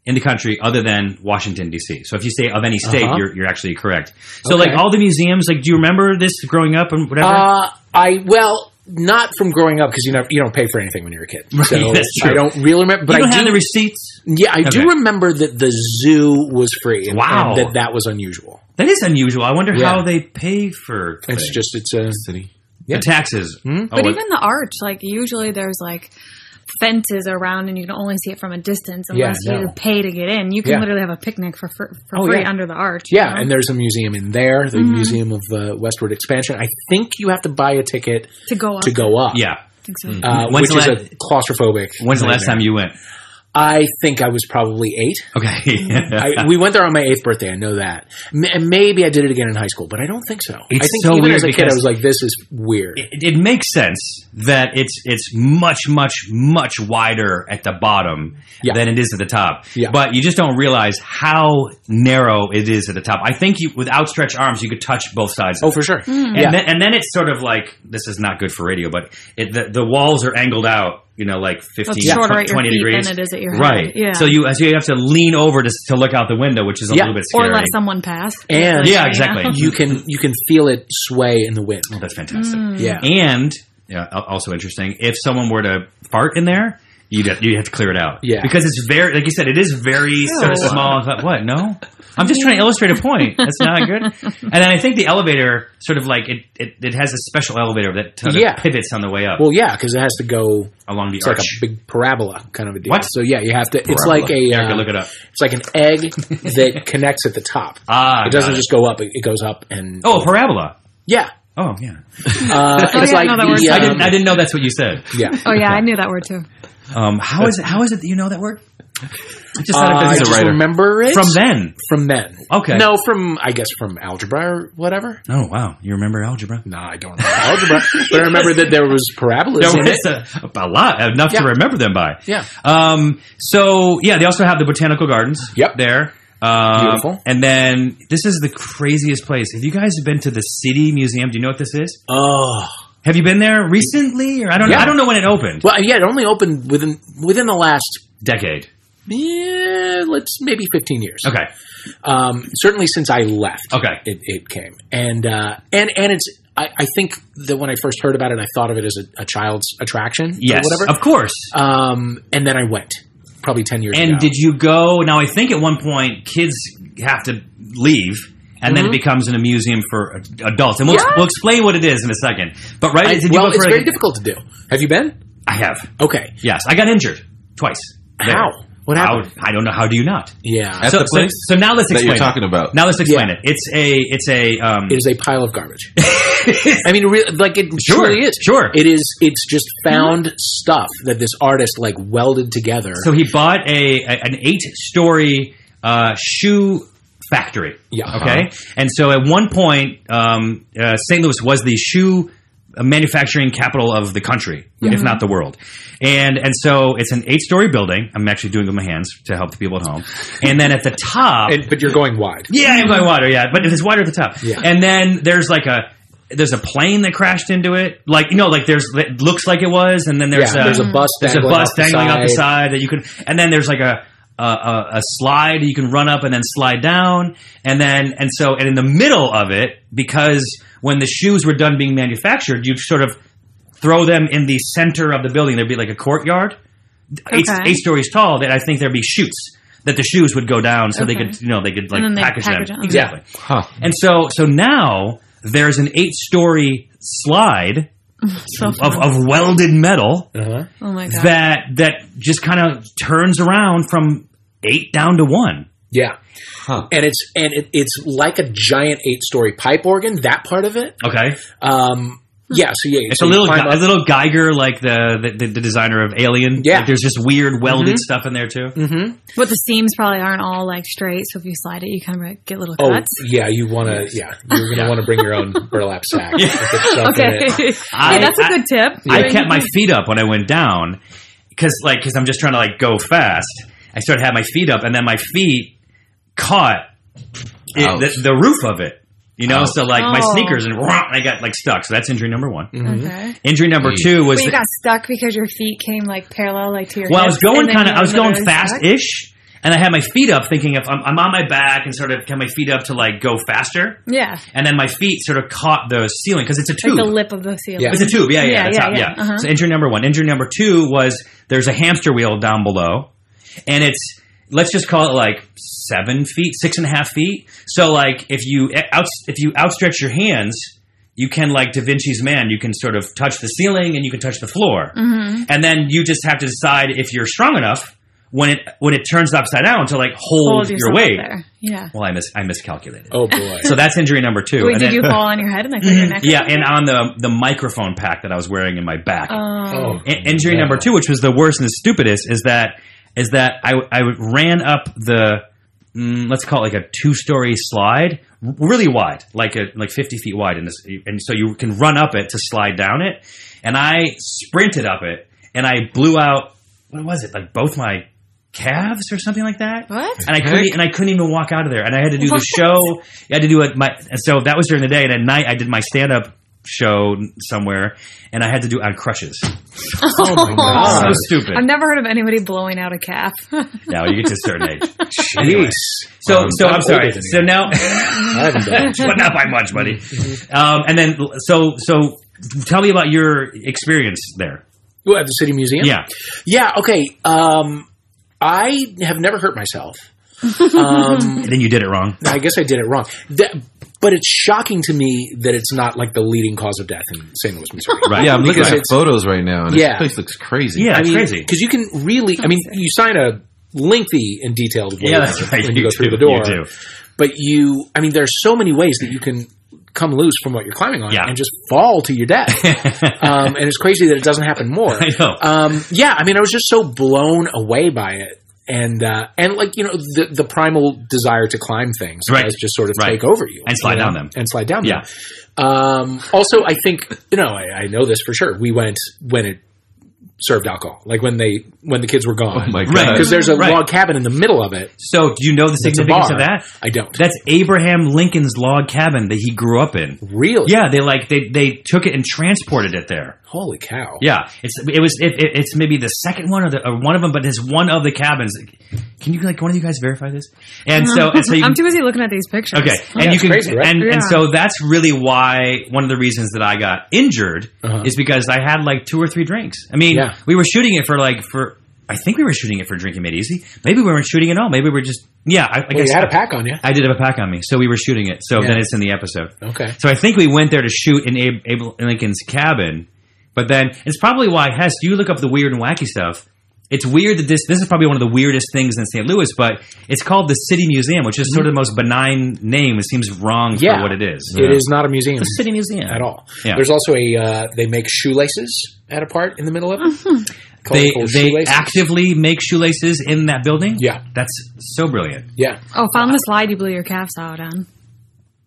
Speaker 3: in the country other than Washington D.C. So if you say of any state,
Speaker 5: Uh-huh.
Speaker 3: you're you're actually correct. So
Speaker 5: Okay.
Speaker 3: like all the museums, like do you remember this growing up and whatever?
Speaker 5: Uh, I well, not from growing up because you never you don't pay for anything when you're a kid. So
Speaker 3: that's true.
Speaker 5: I don't really remember. But
Speaker 3: you don't
Speaker 5: I
Speaker 3: have
Speaker 5: do,
Speaker 3: the receipts.
Speaker 5: yeah, I do
Speaker 3: Okay.
Speaker 5: remember that the zoo was free. And,
Speaker 3: Wow.
Speaker 5: and that that was unusual.
Speaker 3: That is unusual. I wonder
Speaker 5: Yeah.
Speaker 3: how they pay for
Speaker 5: It's
Speaker 3: things.
Speaker 5: just it's a
Speaker 6: City.
Speaker 5: yeah. Hmm?
Speaker 3: the taxes. Oh,
Speaker 4: But
Speaker 3: it-
Speaker 4: even the arch, like usually there's like fences around, and you can only see it from a distance
Speaker 5: Yeah,
Speaker 4: unless
Speaker 5: no.
Speaker 4: you pay to get in. You can
Speaker 5: Yeah.
Speaker 4: literally have a picnic for for, for
Speaker 5: Oh,
Speaker 4: free
Speaker 5: yeah.
Speaker 4: under the arch. you
Speaker 5: yeah,
Speaker 4: know,
Speaker 5: and there's a museum in there,
Speaker 3: Mm-hmm.
Speaker 5: the Museum of uh, Westward Expansion. I think you have to buy a ticket
Speaker 4: to go up.
Speaker 5: to go up.
Speaker 3: yeah.
Speaker 4: I think so.
Speaker 5: Uh,
Speaker 3: When's
Speaker 5: which
Speaker 3: the
Speaker 5: is
Speaker 3: la-
Speaker 5: a claustrophobic.
Speaker 3: When's the last
Speaker 5: nightmare.
Speaker 3: time you went?
Speaker 5: I think I was probably eight.
Speaker 3: Okay.
Speaker 5: I, we went there on my eighth birthday. I know that. M- and maybe I did it again in high school, but I don't think so. I
Speaker 3: It's
Speaker 5: think
Speaker 3: so
Speaker 5: even
Speaker 3: weird
Speaker 5: as a kid, I
Speaker 3: because-
Speaker 5: was like, "This is weird."
Speaker 3: it, it makes sense that it's it's much much much wider at the bottom
Speaker 5: Yeah.
Speaker 3: than it is at the top.
Speaker 5: Yeah.
Speaker 3: But you just don't realize how narrow it is at the top. I think you with outstretched arms you could touch both sides.
Speaker 5: oh,
Speaker 3: of it.
Speaker 5: for sure.
Speaker 3: and
Speaker 5: yeah.
Speaker 3: then, and then it's sort of like this is not good for radio, but it, the the walls are angled out, you know, like 15
Speaker 4: it's shorter at your
Speaker 3: 20
Speaker 4: feet
Speaker 3: degrees.
Speaker 4: than it is at your head.
Speaker 3: right.
Speaker 4: Yeah.
Speaker 3: So you so you have to lean over to to look out the window, which is a
Speaker 5: Yeah.
Speaker 3: little bit
Speaker 4: or
Speaker 3: scary.
Speaker 4: let someone pass.
Speaker 5: And-
Speaker 3: Yeah, exactly.
Speaker 5: you can you can feel it sway in the wind.
Speaker 3: Oh, that's fantastic.
Speaker 4: Mm.
Speaker 5: Yeah.
Speaker 3: And yeah, al- also interesting, if someone were to fart in there, you'd have, you'd have to clear it out.
Speaker 5: Yeah.
Speaker 3: Because it's very, like you said, it is very sort of
Speaker 4: Ew.
Speaker 3: small. What? No? I'm just trying to illustrate a point. That's not good. And then I think the elevator sort of like, it, it, it has a special elevator that sort of
Speaker 5: Yeah.
Speaker 3: pivots on the way up
Speaker 5: Well, yeah, because it has to go.
Speaker 3: along the
Speaker 5: It's
Speaker 3: arch.
Speaker 5: like a big parabola kind of a deal.
Speaker 3: What?
Speaker 5: So yeah, you have to. It's
Speaker 6: Parabola.
Speaker 5: like a.
Speaker 3: Erica,
Speaker 5: uh,
Speaker 3: look it up.
Speaker 5: It's like an egg that connects at the top.
Speaker 3: Ah,
Speaker 5: it doesn't
Speaker 3: got it.
Speaker 5: just go up; it, it goes up and
Speaker 3: Oh, a parabola.
Speaker 5: yeah.
Speaker 3: Oh, yeah.
Speaker 5: Uh,
Speaker 4: Oh,
Speaker 5: it's
Speaker 4: yeah,
Speaker 5: like
Speaker 4: no, that
Speaker 5: the,
Speaker 4: works.
Speaker 5: um,
Speaker 3: I, didn't, I didn't know that's what you said.
Speaker 5: yeah.
Speaker 4: Oh yeah, I knew that word too.
Speaker 3: Um, how is it, how is it that you know that word? I just
Speaker 5: Uh,
Speaker 3: thought
Speaker 5: I
Speaker 3: it
Speaker 5: just
Speaker 3: was a writer.
Speaker 5: remember it
Speaker 3: From then.
Speaker 5: From then.
Speaker 3: Okay.
Speaker 5: No, from I guess from algebra or whatever.
Speaker 3: Oh, wow. You remember algebra?
Speaker 5: No, I don't remember algebra, but I remember that there was parabolas
Speaker 3: There
Speaker 5: in it.
Speaker 3: was a, a lot, enough
Speaker 5: Yeah.
Speaker 3: to remember them by.
Speaker 5: Yeah.
Speaker 3: Um, so yeah, they also have the botanical gardens.
Speaker 5: Yep.
Speaker 3: There. Um,
Speaker 5: Beautiful.
Speaker 3: And then this is the craziest place. Have you guys been to the City Museum? Do you know what this is?
Speaker 5: Oh,
Speaker 3: Have you been there recently? Or I don't. know.
Speaker 5: Yeah.
Speaker 3: I don't know when it opened.
Speaker 5: well, yeah. It only opened within within the last
Speaker 3: Decade.
Speaker 5: yeah, let's maybe fifteen years.
Speaker 3: Okay.
Speaker 5: Um, certainly since I left.
Speaker 3: Okay.
Speaker 5: It, it came and uh, and and it's. I, I think that when I first heard about it, I thought of it as a, a child's attraction.
Speaker 3: Yes.
Speaker 5: Or whatever.
Speaker 3: Of course.
Speaker 5: Um, and then I went probably ten years.
Speaker 3: and
Speaker 5: ago.
Speaker 3: did you go? Now I think at one point kids have to leave. And then it becomes in a museum for adults, and we'll,
Speaker 5: Mm-hmm. Yeah.
Speaker 3: we'll explain what it is in a second. But right,
Speaker 5: I,
Speaker 3: did you
Speaker 5: well,
Speaker 3: go for
Speaker 5: it's
Speaker 3: a-
Speaker 5: very difficult to do. Have you been?
Speaker 3: I have.
Speaker 5: Okay.
Speaker 3: Yes, I got injured twice. There.
Speaker 5: How? What
Speaker 3: How-
Speaker 5: happened?
Speaker 3: I don't know. How do you not?
Speaker 5: Yeah.
Speaker 6: At
Speaker 3: so,
Speaker 6: the place
Speaker 3: so, so now let's
Speaker 6: that
Speaker 3: explain.
Speaker 6: you're talking about.
Speaker 3: Now let's explain
Speaker 5: Yeah.
Speaker 3: it. It's a it's a um,
Speaker 5: it is a pile of garbage. I mean, re- like it
Speaker 3: Sure,
Speaker 5: truly is.
Speaker 3: sure.
Speaker 5: it is. It's just found stuff that this artist like welded together.
Speaker 3: so he bought a, a- an eight story uh, shoe factory.
Speaker 5: Yeah.
Speaker 3: Okay.
Speaker 6: Uh-huh.
Speaker 3: And so at one point, um, uh, St. Louis was the shoe manufacturing capital of the country, if not the world. And and so it's an eight story building. I'm actually doing it with my hands to help the people at home. And then at the top,
Speaker 5: And- but you're going wide.
Speaker 3: Yeah, I'm going water. Yeah, but it's water at the top.
Speaker 5: Mm-hmm. Yeah.
Speaker 3: And then there's like a there's a plane that crashed into it. Like you know, like there's it looks like it was, and then there's
Speaker 5: yeah,
Speaker 3: a
Speaker 5: there's a bus.
Speaker 3: there's a
Speaker 5: dangling
Speaker 3: bus
Speaker 5: off
Speaker 3: dangling off the side that you could, and then there's like a. A, a, a slide you can run up and then slide down and then and so and in the middle of it because when the shoes were done being manufactured you'd sort of throw them in the center of the building there'd be like a courtyard eight,
Speaker 4: Okay.
Speaker 3: eight stories tall that I think there'd be chutes that the shoes would go down so they
Speaker 4: Okay.
Speaker 3: could you know they could like
Speaker 4: then they
Speaker 3: package,
Speaker 4: package
Speaker 3: them
Speaker 4: them.
Speaker 3: exactly.
Speaker 5: Huh.
Speaker 3: And so so now there's an eight story slide
Speaker 4: So
Speaker 3: of,
Speaker 4: fun.
Speaker 3: of welded metal
Speaker 5: Uh-huh.
Speaker 4: oh my god.
Speaker 3: that that just kind of turns around from eight down to one.
Speaker 5: Yeah.
Speaker 3: Huh.
Speaker 5: And it's and it, it's like a giant eight story pipe organ. That part of it.
Speaker 3: Okay,
Speaker 5: Um,
Speaker 3: Hmm.
Speaker 5: yeah. So yeah,
Speaker 3: it's
Speaker 5: so
Speaker 3: a
Speaker 5: you
Speaker 3: little
Speaker 5: climb
Speaker 3: Ge- a
Speaker 5: up-
Speaker 3: little Geiger like the the, the designer of Alien.
Speaker 5: Yeah. Mm-hmm.
Speaker 3: Like, there's just weird welded stuff in there too.
Speaker 4: But the seams probably aren't all like straight, so if you slide it, you kind of get little
Speaker 5: Oh
Speaker 4: cuts.
Speaker 5: yeah, you want to yeah, you're gonna
Speaker 3: Yeah.
Speaker 5: want to bring your own burlap sack. You can shove in
Speaker 4: Okay,
Speaker 5: it.
Speaker 4: hey,
Speaker 3: I-
Speaker 4: that's
Speaker 3: I-
Speaker 4: a good tip.
Speaker 3: I kept my feet up when I went down because like because I'm just trying to like go fast. I started to have my feet up, and then my feet caught it,
Speaker 6: Ouch.
Speaker 3: the, the roof of it. You know, so like my
Speaker 4: Oh.
Speaker 3: sneakers and whomp, I got like stuck. So that's injury number one.
Speaker 4: Okay.
Speaker 3: Injury number
Speaker 6: Jeez.
Speaker 3: two was
Speaker 4: But you
Speaker 3: that-
Speaker 4: got stuck because your feet came like parallel, like to your.
Speaker 3: well, I was
Speaker 4: hips, and
Speaker 3: going
Speaker 4: then
Speaker 3: kind of
Speaker 4: you
Speaker 3: I was
Speaker 4: were
Speaker 3: going
Speaker 4: literally
Speaker 3: fast
Speaker 4: stuck?
Speaker 3: ish, and I had my feet up, thinking if I'm, I'm on my back and sort of had my feet up to like go faster,
Speaker 4: Yeah,
Speaker 3: and then my feet sort of caught the ceiling because it's a
Speaker 4: like
Speaker 3: tube.
Speaker 4: the lip of the ceiling.
Speaker 5: Yeah.
Speaker 3: It's a tube, yeah, yeah,
Speaker 4: Yeah,
Speaker 3: that's
Speaker 4: yeah,
Speaker 3: how, yeah.
Speaker 4: yeah, uh-huh.
Speaker 3: So injury number one. Injury number two was there's a hamster wheel down below, and it's let's just call it like seven feet, six and a half feet. So like if you out if you outstretch your hands, you can like Da Vinci's man, you can sort of touch the ceiling and you can touch the floor,
Speaker 4: Mm-hmm.
Speaker 3: and then you just have to decide if you're strong enough when it when it turns upside down to like hold,
Speaker 4: Hold
Speaker 3: your
Speaker 4: yourself
Speaker 3: weight.
Speaker 4: up there. Yeah.
Speaker 3: Well, I mis I miscalculated.
Speaker 5: Oh boy.
Speaker 3: So that's injury number two.
Speaker 4: Wait,
Speaker 3: And
Speaker 4: did
Speaker 3: then- Mm-hmm.
Speaker 4: you fall on your head and like put your neck?
Speaker 3: yeah,
Speaker 4: up?
Speaker 3: and on the the microphone pack that I was wearing in my back.
Speaker 4: Oh.
Speaker 5: oh.
Speaker 3: In- injury
Speaker 5: no.
Speaker 3: number two, which was the worst and the stupidest, is that is that I I ran up the mm, let's call it like a two story slide, r- really wide, like a like fifty feet wide, and this, and so you can run up it to slide down it, and I sprinted up it, and I blew out what was it like both my calves or something like that
Speaker 4: What?
Speaker 3: and I couldn't, e, and I couldn't even walk out of there. And I had to do the show. I had to do it. My and so that was during the day, and at night I did my stand up show somewhere, and I had to do it on crutches. Oh
Speaker 5: Ah.
Speaker 3: So stupid.
Speaker 4: I've never heard of anybody blowing out a calf.
Speaker 3: now you get to a certain age.
Speaker 5: Jeez.
Speaker 3: So, so
Speaker 5: I'm
Speaker 3: I'm sorry.
Speaker 5: older than
Speaker 3: So
Speaker 5: you.
Speaker 3: now,
Speaker 5: I haven't done it.
Speaker 3: but not by much, buddy.
Speaker 5: Mm-hmm.
Speaker 3: Um, and then, so, so, tell me about your experience there.
Speaker 5: Well, at the city museum.
Speaker 3: Yeah.
Speaker 5: Yeah. Okay. Um, I have never hurt myself. Um,
Speaker 3: And then you did it wrong.
Speaker 5: I guess I did it wrong. That, but it's shocking to me that it's not like the leading cause of death in St. Louis, Missouri.
Speaker 3: Right.
Speaker 6: Yeah, I'm looking
Speaker 5: Because
Speaker 6: at
Speaker 5: it's-
Speaker 6: photos right now, and
Speaker 5: Yeah.
Speaker 6: this place looks crazy.
Speaker 3: Yeah.
Speaker 5: I
Speaker 3: It's
Speaker 5: mean,
Speaker 3: crazy.
Speaker 5: because you can really. I mean, you sign a lengthy and detailed waiver
Speaker 3: Yeah, that's right.
Speaker 5: when
Speaker 3: You
Speaker 5: you, go
Speaker 3: do.
Speaker 5: through the door.
Speaker 3: You do.
Speaker 5: But you, I mean, there's so many ways that you can come loose from what you're climbing on
Speaker 3: Yeah.
Speaker 5: and just fall to your death. um, and it's crazy that it doesn't happen more.
Speaker 3: I know.
Speaker 5: Um, yeah, I mean, I was just so blown away by it. And uh, and like you know the the primal desire to climb things
Speaker 3: Right.
Speaker 5: does just sort of
Speaker 3: Right.
Speaker 5: take over you
Speaker 3: And slide
Speaker 5: you know,
Speaker 3: down them.
Speaker 5: and slide down
Speaker 3: Yeah.
Speaker 5: them. Um, also, I think you know I, I know this for sure. We went when it served alcohol, like when they when the kids were gone.
Speaker 6: Oh my god.
Speaker 3: Right.
Speaker 5: because there's a
Speaker 3: Right.
Speaker 5: log cabin in the middle of it.
Speaker 3: So, do you know the
Speaker 5: It's a
Speaker 3: significance
Speaker 5: bar.
Speaker 3: of that?
Speaker 5: I don't
Speaker 3: That's Abraham Lincoln's log cabin that he grew up in.
Speaker 5: really.
Speaker 3: Yeah, they like they they took it and transported it there.
Speaker 5: Holy cow.
Speaker 3: Yeah, it's it was it, it, it's maybe the second one or the or one of them, but it's one of the cabins. Can you like one of you guys verify this? And so and so you
Speaker 4: I'm too busy looking at these pictures.
Speaker 3: okay, and
Speaker 5: Yeah,
Speaker 3: you
Speaker 5: it's
Speaker 3: can
Speaker 5: crazy, right?
Speaker 3: and
Speaker 4: Yeah.
Speaker 3: and so that's really why one of the reasons that I got injured
Speaker 5: Uh-huh.
Speaker 3: is because I had like two or three drinks. I mean,
Speaker 5: Yeah.
Speaker 3: we were shooting it for like for. I think we were shooting it for drinking made easy. Maybe we weren't shooting at all. Maybe we were just yeah. I, I
Speaker 5: Well,
Speaker 3: guess
Speaker 5: you had a pack on you.
Speaker 3: I did have a pack on me, so we were shooting it. So then it's in the episode.
Speaker 5: Okay.
Speaker 3: So I think we went there to shoot in Abe, Abe Lincoln's cabin, but then it's probably why Hess. You look up the weird and wacky stuff. It's weird that this this is probably one of the weirdest things in St. Louis, but it's called the City Museum, which is sort of the most benign name. It seems wrong for
Speaker 5: Yeah.
Speaker 3: what it is.
Speaker 5: It is not a museum
Speaker 3: City Museum
Speaker 5: at all.
Speaker 3: Yeah.
Speaker 5: There's also a uh, they make shoelaces at a part in the middle of it.
Speaker 3: They
Speaker 5: Colorful
Speaker 3: they
Speaker 5: shoelaces.
Speaker 3: actively make shoelaces in that building.
Speaker 5: Yeah.
Speaker 3: that's so brilliant.
Speaker 5: Yeah.
Speaker 4: Oh, found the slide you blew your calves out um. on.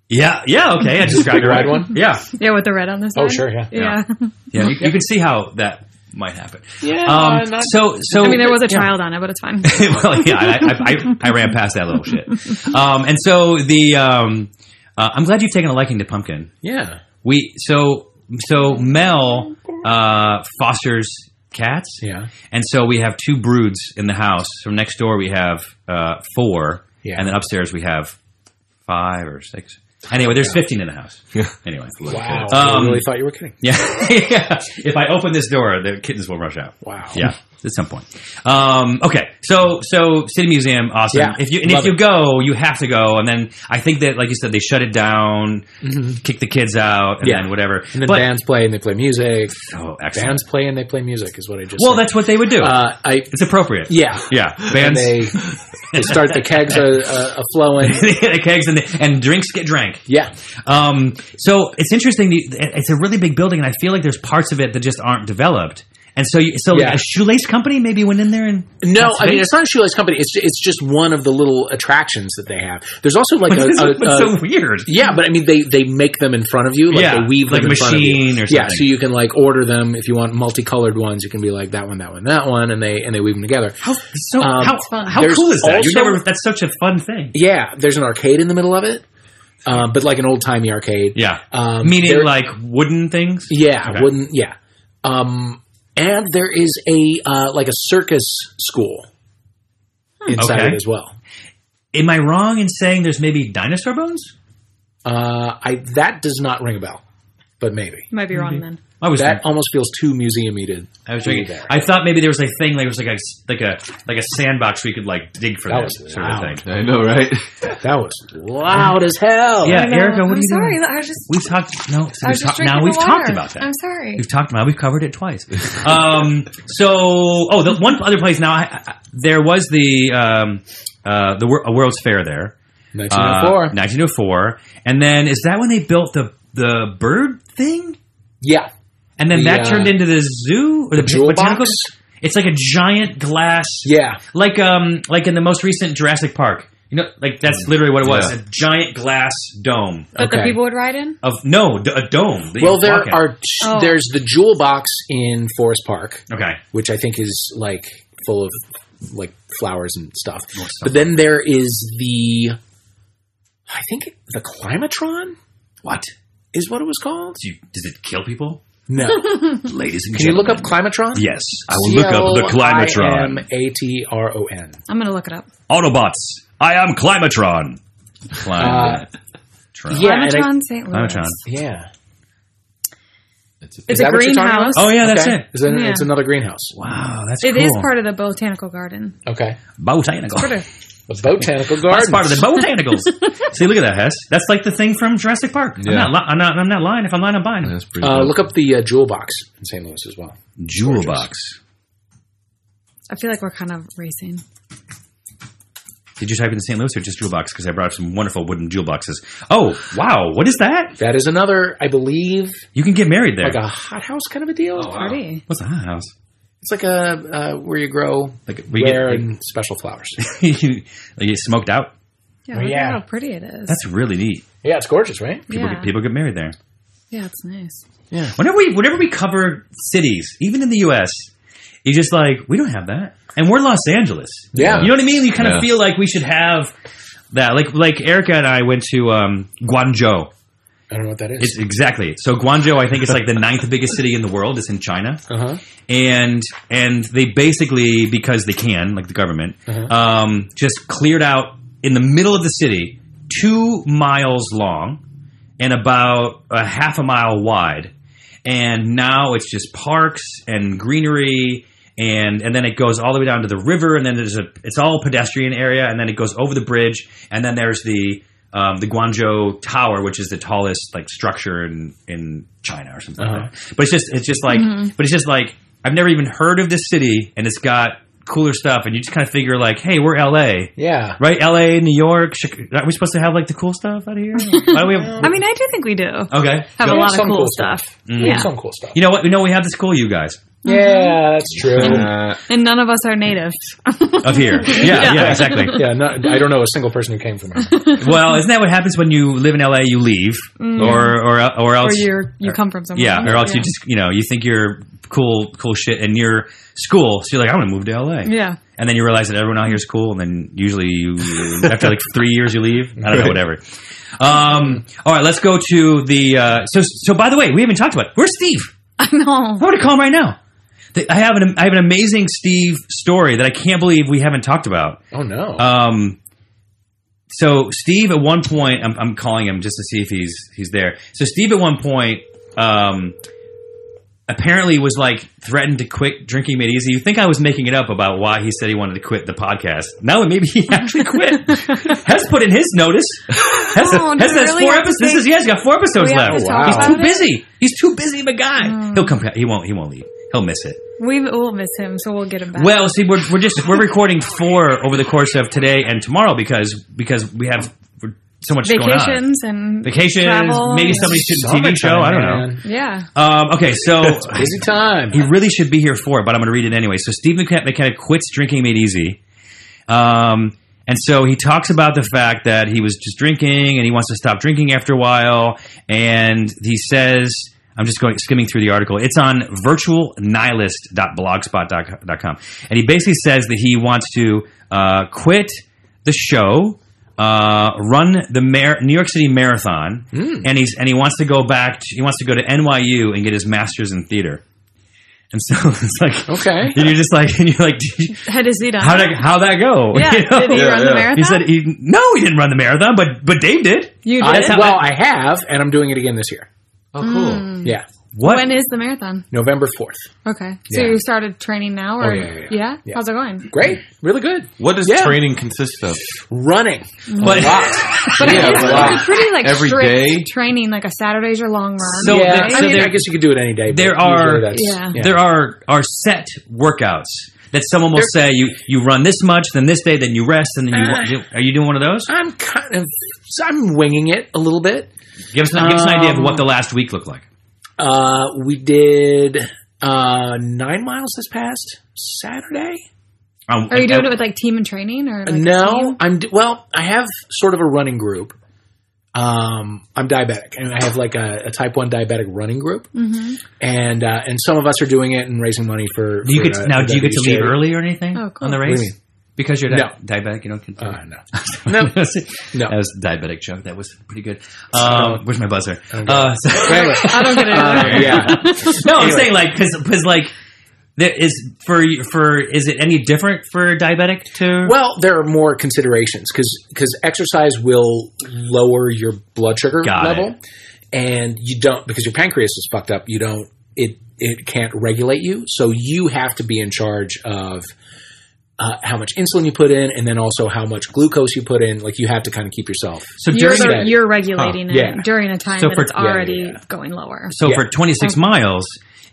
Speaker 3: Yeah, yeah, okay. I just got it
Speaker 5: Ride
Speaker 3: right.
Speaker 5: one?
Speaker 3: Yeah,
Speaker 4: Yeah, with the red on the side.
Speaker 5: Oh, sure, yeah.
Speaker 4: Yeah.
Speaker 3: yeah. You, you can see how that might happen.
Speaker 5: Yeah.
Speaker 3: Um, so, so
Speaker 4: I mean, there was a
Speaker 3: Yeah.
Speaker 4: child on it, but it's fine.
Speaker 3: well, yeah, I, I, I, I ran past that little shit. Um, and so the um, uh, I'm glad you've taken a liking to pumpkin.
Speaker 5: yeah.
Speaker 3: We so so Mel uh, fosters cats,
Speaker 5: Yeah.
Speaker 3: and so we have two broods in the house. From next door, we have uh, four,
Speaker 5: Yeah.
Speaker 3: and then upstairs we have five or six. Anyway, there's 15 in the house. Anyway.
Speaker 5: Wow. I
Speaker 3: Um,
Speaker 5: really thought you were kidding.
Speaker 3: Yeah. yeah. If I open this door, the kittens will rush out.
Speaker 5: Wow.
Speaker 3: Yeah. At some point. Um, okay. So, so City Museum, awesome.
Speaker 5: Yeah.
Speaker 3: If you, and if
Speaker 5: Love
Speaker 3: you
Speaker 5: it.
Speaker 3: go, you have to go. And then I think that, like you said, they shut it down, kick the kids out, and
Speaker 5: Mm-hmm. Yeah.
Speaker 3: then whatever.
Speaker 5: And then
Speaker 3: but,
Speaker 5: bands play and they play music.
Speaker 3: oh, excellent.
Speaker 5: Bands play and they play music is what I just
Speaker 3: well,
Speaker 5: said.
Speaker 3: that's what they would do.
Speaker 5: uh, I
Speaker 3: it's appropriate.
Speaker 5: yeah
Speaker 3: Yeah.
Speaker 5: And
Speaker 3: Bands.
Speaker 5: they, they start the kegs a, a, a flowing.
Speaker 3: the kegs and, the, and drinks get drank.
Speaker 5: Yeah,
Speaker 3: Um, so it's interesting. the- It's a really big building, and I feel like there's parts of it that just aren't developed. And so, you, so like
Speaker 5: Yeah.
Speaker 3: a shoelace company maybe went in there and
Speaker 5: no,
Speaker 3: That's
Speaker 5: I mean
Speaker 3: big.
Speaker 5: it's not a shoelace company. It's it's just one of the little attractions that they have. There's also like a,
Speaker 3: It's
Speaker 5: a, a-
Speaker 3: so weird.
Speaker 5: yeah, but I mean they they make them in front of you. Like
Speaker 3: Yeah,
Speaker 5: they weave
Speaker 3: like
Speaker 5: them
Speaker 3: a
Speaker 5: in front of you.
Speaker 3: machine or
Speaker 5: Yeah,
Speaker 3: something.
Speaker 5: so you can like order them if you want multicolored ones. You can be like that one, that one, that one, and they and they weave them together.
Speaker 3: How so?
Speaker 5: Um,
Speaker 3: how
Speaker 4: fun.
Speaker 3: how
Speaker 5: there's
Speaker 3: cool is that? You
Speaker 5: also-
Speaker 3: never. That's such a fun thing.
Speaker 5: Yeah, there's an arcade in the middle of it, um, but like an old timey arcade.
Speaker 3: Yeah.
Speaker 5: Um,
Speaker 3: Meaning
Speaker 5: there-
Speaker 3: like wooden things.
Speaker 5: Yeah,
Speaker 3: Okay.
Speaker 5: wouldn't yeah. Um, and there is a uh, like a circus school inside
Speaker 3: Okay.
Speaker 5: it as well.
Speaker 3: Am I wrong in saying there's maybe dinosaur bones?
Speaker 5: Uh, I that does not ring a bell, but maybe
Speaker 4: might be wrong then.
Speaker 3: I was
Speaker 5: that almost feels too museumy to.
Speaker 3: I was
Speaker 5: be
Speaker 3: thinking.
Speaker 5: there.
Speaker 3: I thought maybe there was a thing like it was like a like a like a sandbox where you could like dig for
Speaker 5: That
Speaker 3: this
Speaker 5: was
Speaker 3: sort of
Speaker 5: loud.
Speaker 3: thing.
Speaker 6: I know, right?
Speaker 5: That was loud as hell.
Speaker 3: Yeah,
Speaker 4: I know.
Speaker 3: Erica, what
Speaker 4: I'm
Speaker 3: are you
Speaker 4: sorry.
Speaker 3: doing?
Speaker 4: I was just.
Speaker 3: We've talked. No, so
Speaker 4: I
Speaker 3: we've
Speaker 4: was just
Speaker 3: talked, now
Speaker 4: drinking
Speaker 3: we've
Speaker 4: the
Speaker 3: talked
Speaker 4: water.
Speaker 3: about that.
Speaker 4: I'm sorry.
Speaker 3: We've talked about. it. We've covered it twice. Um, so, oh, the one other place. Now, I, I, there was the um, uh, the Wor- a World's Fair there, uh,
Speaker 5: 1904.
Speaker 3: 1904, and then is that when they built the the bird thing?
Speaker 5: yeah,
Speaker 3: And then
Speaker 5: The,
Speaker 3: that
Speaker 5: uh,
Speaker 3: turned into the zoo or the,
Speaker 5: jewel
Speaker 3: botanical-
Speaker 5: box?
Speaker 3: It's like a giant glass,
Speaker 5: yeah,
Speaker 3: like um, like in the most recent Jurassic Park. You know, like that's
Speaker 5: Mm.
Speaker 3: literally what it was—a
Speaker 6: Yeah.
Speaker 3: giant glass dome
Speaker 4: That the
Speaker 5: okay.
Speaker 4: people would ride in.
Speaker 3: of no, d- a dome. that you
Speaker 5: Well, there
Speaker 3: walk in.
Speaker 5: are t-
Speaker 4: Oh.
Speaker 5: there's the jewel box in Forest Park,
Speaker 3: okay.
Speaker 5: which I think is like full of like flowers and stuff. But then there is the, I think the climatron
Speaker 3: What?
Speaker 5: is what it was called.
Speaker 3: Do you, does it kill people?
Speaker 5: No,
Speaker 3: Ladies and
Speaker 5: can you look up climatron?
Speaker 3: Yes, I will look up the Climatron.
Speaker 5: A T R O N.
Speaker 4: I'm gonna look it up.
Speaker 3: Autobots, I am Climatron.
Speaker 5: Climatron.
Speaker 3: yeah.
Speaker 5: Yeah, and I-
Speaker 4: Climatron St. Louis.
Speaker 3: Climatron.
Speaker 5: Yeah.
Speaker 6: It's a
Speaker 4: It's
Speaker 5: Is
Speaker 4: a
Speaker 5: that what you're talking about?
Speaker 4: greenhouse.
Speaker 3: Oh yeah, that's
Speaker 5: Okay.
Speaker 3: it.
Speaker 5: Is that-
Speaker 4: Yeah.
Speaker 5: It's another greenhouse.
Speaker 3: Wow, that's
Speaker 4: It
Speaker 3: cool.
Speaker 4: is part of the botanical garden.
Speaker 5: Okay.
Speaker 3: botanical.
Speaker 4: Sort of.
Speaker 5: The botanical garden.
Speaker 3: That's part of the botanicals. See, look at that, Hess. That's like the thing from Jurassic Park.
Speaker 6: Yeah.
Speaker 3: I'm, not li- I'm not. I'm not lying. If I'm lying, I'm buying.
Speaker 6: That's pretty
Speaker 5: Uh,
Speaker 6: dope.
Speaker 5: look up the uh, jewel box in St. Louis as well.
Speaker 3: Jewel box.
Speaker 4: I feel like we're kind of racing.
Speaker 3: Did you type in St. Louis or just jewel box? Because I brought up some wonderful wooden jewel boxes. Oh wow, what is that?
Speaker 5: That is another, I believe,
Speaker 3: You can get married there.
Speaker 5: like a hothouse kind of a deal.
Speaker 4: Oh,
Speaker 3: Oh,
Speaker 4: Party.
Speaker 3: What's a hot house?
Speaker 5: It's like a uh, where you grow
Speaker 3: Like we
Speaker 5: rare
Speaker 3: get
Speaker 5: and special flowers.
Speaker 3: you get smoked out.
Speaker 4: Yeah,
Speaker 5: Well,
Speaker 4: look
Speaker 5: yeah.
Speaker 4: at how pretty it is.
Speaker 3: That's really neat.
Speaker 5: yeah, it's gorgeous, right?
Speaker 3: People,
Speaker 4: yeah.
Speaker 3: get, people get married there.
Speaker 4: yeah, it's nice.
Speaker 3: Whenever we whenever we cover cities, even in the U.S., you just like we don't have that, and we're Los Angeles.
Speaker 5: Yeah.
Speaker 3: you know what I mean. You kind
Speaker 6: Yeah.
Speaker 3: of feel like we should have that. Like like Erica and I went to um, Guangzhou.
Speaker 5: I don't know what that is.
Speaker 3: It's exactly so. Guangzhou, I think, is like the ninth biggest city in the world. It's in China,
Speaker 5: uh-huh.
Speaker 3: and and they basically because they can, like the government, um, just cleared out in the middle of the city, two miles long and about a half a mile wide. And now it's just parks and greenery. And, and then it goes all the way down to the river, and then there's a it's all pedestrian area, and then it goes over the bridge, and then there's the um, the Guangzhou Tower, which is the tallest like structure in in China or something like that. But it's just it's just like but it's just like I've never even heard of this city, and it's got cooler stuff, and you just kind of figure like, hey, we're L.A.
Speaker 5: Yeah.
Speaker 3: Right, L.A., New York. Chic- Are we supposed to have like the cool stuff out of here? Why do we have?
Speaker 4: I mean, I do think we do have
Speaker 3: Okay,
Speaker 4: a
Speaker 5: Yeah,
Speaker 4: lot of
Speaker 5: some
Speaker 4: cool
Speaker 5: cool
Speaker 4: stuff. Mm.
Speaker 5: stuff.
Speaker 4: Yeah, Mm-hmm.
Speaker 5: Some cool stuff.
Speaker 3: You know what? You know we have to school you guys
Speaker 5: Yeah, that's true.
Speaker 6: Uh,
Speaker 4: and none of us are native.
Speaker 3: up here. Yeah, yeah, exactly.
Speaker 5: yeah, no, I don't know a single person who came from here.
Speaker 3: Well, isn't that what happens when you live in L.A. You leave, or or or
Speaker 4: or
Speaker 3: else
Speaker 4: you you come from somewhere.
Speaker 3: Uh, Yeah, or else you just you know you think you're cool, cool shit, and you're school. So you're like, I want to move to LA.
Speaker 4: yeah.
Speaker 3: And then you realize that everyone out here is cool, and then usually you, after like three years you leave. I don't know, whatever. Um, all right, let's go to the. Uh, so so by the way, we haven't talked about it. where's Steve.
Speaker 4: I know.
Speaker 3: I want to call him right now. The- I have an I have an Uh, amazing Steve story that I can't believe we haven't talked about.
Speaker 5: Oh no.
Speaker 3: Um, so Steve at one point, I'm, I'm calling him just to see if he's he's there. So Steve at one point, um, apparently was like threatened to quit drinking made easy. You think I was making it up about why he said he wanted to quit the podcast? No, maybe he actually quit. Has put in his notice. Has,
Speaker 4: Oh, do
Speaker 3: has
Speaker 4: we
Speaker 3: has
Speaker 4: really
Speaker 3: four
Speaker 4: have to
Speaker 3: episodes. This
Speaker 4: say-
Speaker 3: is he has got four episodes
Speaker 4: We have
Speaker 3: left.
Speaker 4: to
Speaker 5: talk
Speaker 3: He's
Speaker 5: about
Speaker 3: too
Speaker 4: it? Hmm.
Speaker 3: busy. He's too busy of a guy. He'll come. He won't. He won't leave. He'll miss it.
Speaker 4: We will miss him, so we'll get him back.
Speaker 3: Well, see, we're, we're just we're recording four over the course of today and tomorrow because because we have we're- so much going on.
Speaker 4: vacations and
Speaker 3: Vacations,
Speaker 4: travel
Speaker 3: maybe
Speaker 4: and-
Speaker 3: somebody's shooting a TV show. I don't know.
Speaker 4: Yeah,
Speaker 3: Um, okay, so
Speaker 5: Busy time.
Speaker 3: he really should be here for it, but I'm going to read it anyway. So Steve McKenna, McKenna quits drinking made easy, um, and so he talks about the fact that he was just drinking and he wants to stop drinking after a while, and he says. I'm just going skimming through the article. It's on virtualnihilist.blogspot.com, and he basically says that he wants to uh, quit the show, uh, run the mar- New York City Marathon, and he's and he wants to go back. To, he wants to go to NYU and get his master's in theater. And so it's like
Speaker 5: Okay.
Speaker 3: and you're just like, and you're like,
Speaker 4: had his seat on.
Speaker 3: how that how that go?
Speaker 4: Uh-huh. yeah,
Speaker 3: You know?
Speaker 4: did he run the marathon?
Speaker 3: He said he no, he didn't run the marathon, but but Dave did.
Speaker 4: you
Speaker 5: I-
Speaker 4: did.
Speaker 5: well, I have, and I'm doing it again this year.
Speaker 6: Oh, cool.
Speaker 4: Mm.
Speaker 5: Yeah,
Speaker 3: What?
Speaker 4: when is the marathon?
Speaker 5: November fourth.
Speaker 4: Okay, so
Speaker 5: Yeah.
Speaker 4: you started training now, or
Speaker 5: Oh, yeah, yeah, yeah. Yeah.
Speaker 4: how's it going?
Speaker 5: Great, really good.
Speaker 6: What does
Speaker 5: Yeah.
Speaker 6: training consist of?
Speaker 5: Running
Speaker 3: But-
Speaker 4: But
Speaker 5: Yeah,
Speaker 4: it's,
Speaker 5: wow.
Speaker 4: it's a pretty like
Speaker 6: Every
Speaker 4: strict
Speaker 6: day?
Speaker 4: training, like a Saturday's your long run.
Speaker 3: So
Speaker 5: yeah,
Speaker 3: there-
Speaker 5: I
Speaker 3: so
Speaker 5: mean,
Speaker 3: there-
Speaker 5: I guess you could do it any day. but
Speaker 3: there
Speaker 5: usually
Speaker 3: are-
Speaker 5: that's-
Speaker 4: Yeah.
Speaker 3: there are are set workouts that someone will say you you run this much, then this day, then you rest, and then you,
Speaker 4: Uh-huh.
Speaker 5: Uh.
Speaker 3: you are you doing one of those?
Speaker 5: I'm kind of I'm winging it a little bit.
Speaker 3: Give us an, give us an idea of
Speaker 5: Um,
Speaker 3: what the last week looked like.
Speaker 5: Uh, we did uh, nine miles this past Saturday.
Speaker 3: Um,
Speaker 4: Are you
Speaker 3: and-
Speaker 4: doing
Speaker 3: and-
Speaker 4: it with like team and training or like, a
Speaker 5: no,
Speaker 4: team?
Speaker 5: I'm d- well. I have sort of a running group. Um, I'm diabetic, and I have like a, a type one diabetic running group,
Speaker 4: Mm-hmm.
Speaker 5: and uh, and some of us are doing it and raising money for.
Speaker 3: Do you
Speaker 5: for,
Speaker 3: get
Speaker 5: uh,
Speaker 3: now? Do you get to
Speaker 5: diabetes
Speaker 3: leave
Speaker 5: charity.
Speaker 3: early or anything
Speaker 4: Oh, cool.
Speaker 3: on the
Speaker 5: What do
Speaker 3: race?
Speaker 5: you mean?
Speaker 3: Because you're di-
Speaker 5: No.
Speaker 3: diabetic, you don't get. To
Speaker 5: Uh, no. No. No. Oh.
Speaker 3: That was a diabetic joke. That was pretty good. Um, where's my buzzer? Uh, so-
Speaker 5: Anyway,
Speaker 4: I don't get it.
Speaker 5: uh, yeah.
Speaker 3: no, I'm
Speaker 5: Anyway.
Speaker 3: saying like because like there is for for is it any different for a diabetic to?
Speaker 5: Well, there are more considerations because exercise will lower your blood sugar
Speaker 3: Got
Speaker 5: level,
Speaker 3: it.
Speaker 5: and you don't because your pancreas is fucked up. You don't it it can't regulate you, so you have to be in charge of. Uh, how much insulin you put in, and then also how much glucose you put in. Like you have to kind of keep yourself.
Speaker 3: so
Speaker 4: You're,
Speaker 3: during
Speaker 4: the,
Speaker 5: that-
Speaker 4: you're regulating
Speaker 5: Huh, yeah.
Speaker 4: it during a time
Speaker 3: So
Speaker 4: that
Speaker 3: for-
Speaker 4: it's
Speaker 3: yeah,
Speaker 5: yeah,
Speaker 4: already
Speaker 5: yeah.
Speaker 4: going lower.
Speaker 3: so for 26
Speaker 4: Oh.
Speaker 3: miles,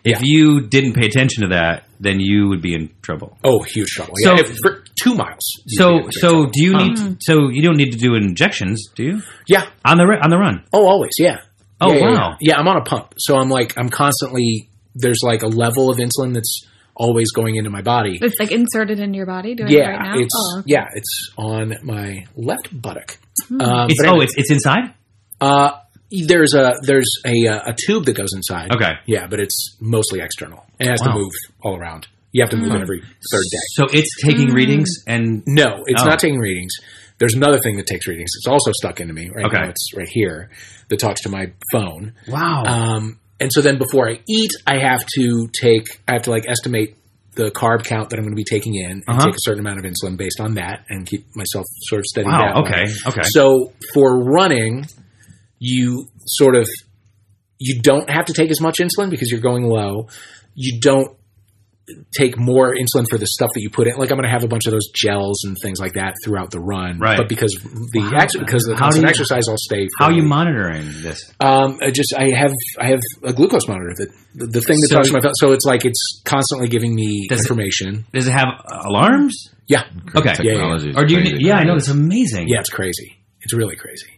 Speaker 3: if
Speaker 5: Yeah.
Speaker 3: you didn't pay attention to that, then you would be in trouble.
Speaker 5: Oh, huge trouble!
Speaker 3: So-
Speaker 5: yeah, if- for two miles. you'd be in
Speaker 3: So
Speaker 5: big
Speaker 3: so
Speaker 5: trouble.
Speaker 3: do you need
Speaker 4: Hmm.
Speaker 3: so you don't need to do injections, do you?
Speaker 5: yeah.
Speaker 3: On the ri- on the run.
Speaker 5: Oh, always, yeah.
Speaker 3: Oh,
Speaker 5: Yeah, yeah,
Speaker 3: wow.
Speaker 5: Yeah. Yeah, I'm on a pump, so I'm like I'm constantly there's like a level of insulin that's always going into my body.
Speaker 4: It's like inserted into your body doing it
Speaker 5: yeah,
Speaker 4: right now.
Speaker 5: it's
Speaker 4: oh, okay. Hmm.
Speaker 5: yeah, it's on my left buttock. Um,
Speaker 3: It's
Speaker 5: but
Speaker 3: oh,
Speaker 5: anyway,
Speaker 3: it's it's inside.
Speaker 5: uh, there's a there's a uh, a tube that goes inside.
Speaker 3: Okay.
Speaker 5: Yeah, but it's mostly external. It has
Speaker 3: Wow.
Speaker 5: to move all around. You have to
Speaker 4: Hmm.
Speaker 5: move it every third day.
Speaker 3: So it's taking readings and
Speaker 5: No, it's
Speaker 3: Oh.
Speaker 5: not taking readings. There's another thing that takes readings. It's also stuck into me right
Speaker 3: Okay.
Speaker 5: now. It's right here that talks to my phone.
Speaker 3: wow.
Speaker 5: Um, and so then before I eat, I have to take, I have to like estimate the carb count that I'm going to be taking in and
Speaker 3: Uh-huh.
Speaker 5: take a certain amount of insulin based on that and keep myself sort of steady. that
Speaker 3: wow.
Speaker 5: way.
Speaker 3: Okay. Okay.
Speaker 5: So for running, you sort of, you don't have to take as much insulin because you're going low. You don't take more insulin for the stuff that you put in. Like I'm going to have a bunch of those gels and things like that throughout the run.
Speaker 3: Right.
Speaker 5: But because the,
Speaker 3: Wow.
Speaker 5: ex- because of the
Speaker 3: How do
Speaker 5: constant
Speaker 3: you-
Speaker 5: exercise, I'll stay.
Speaker 3: How are you
Speaker 5: fairly-
Speaker 3: monitoring this?
Speaker 5: um, I just I have I have a glucose monitor that the, the thing that
Speaker 3: So-
Speaker 5: talks to my phone. So it's like it's constantly giving me
Speaker 3: Does it-
Speaker 5: information.
Speaker 3: Does it have alarms?
Speaker 5: Yeah,
Speaker 3: Okay.
Speaker 5: yeah.
Speaker 6: Technology is
Speaker 3: Or do you?
Speaker 6: crazy.
Speaker 3: Need, yeah, I know. It's amazing.
Speaker 5: yeah, it's crazy. It's really crazy,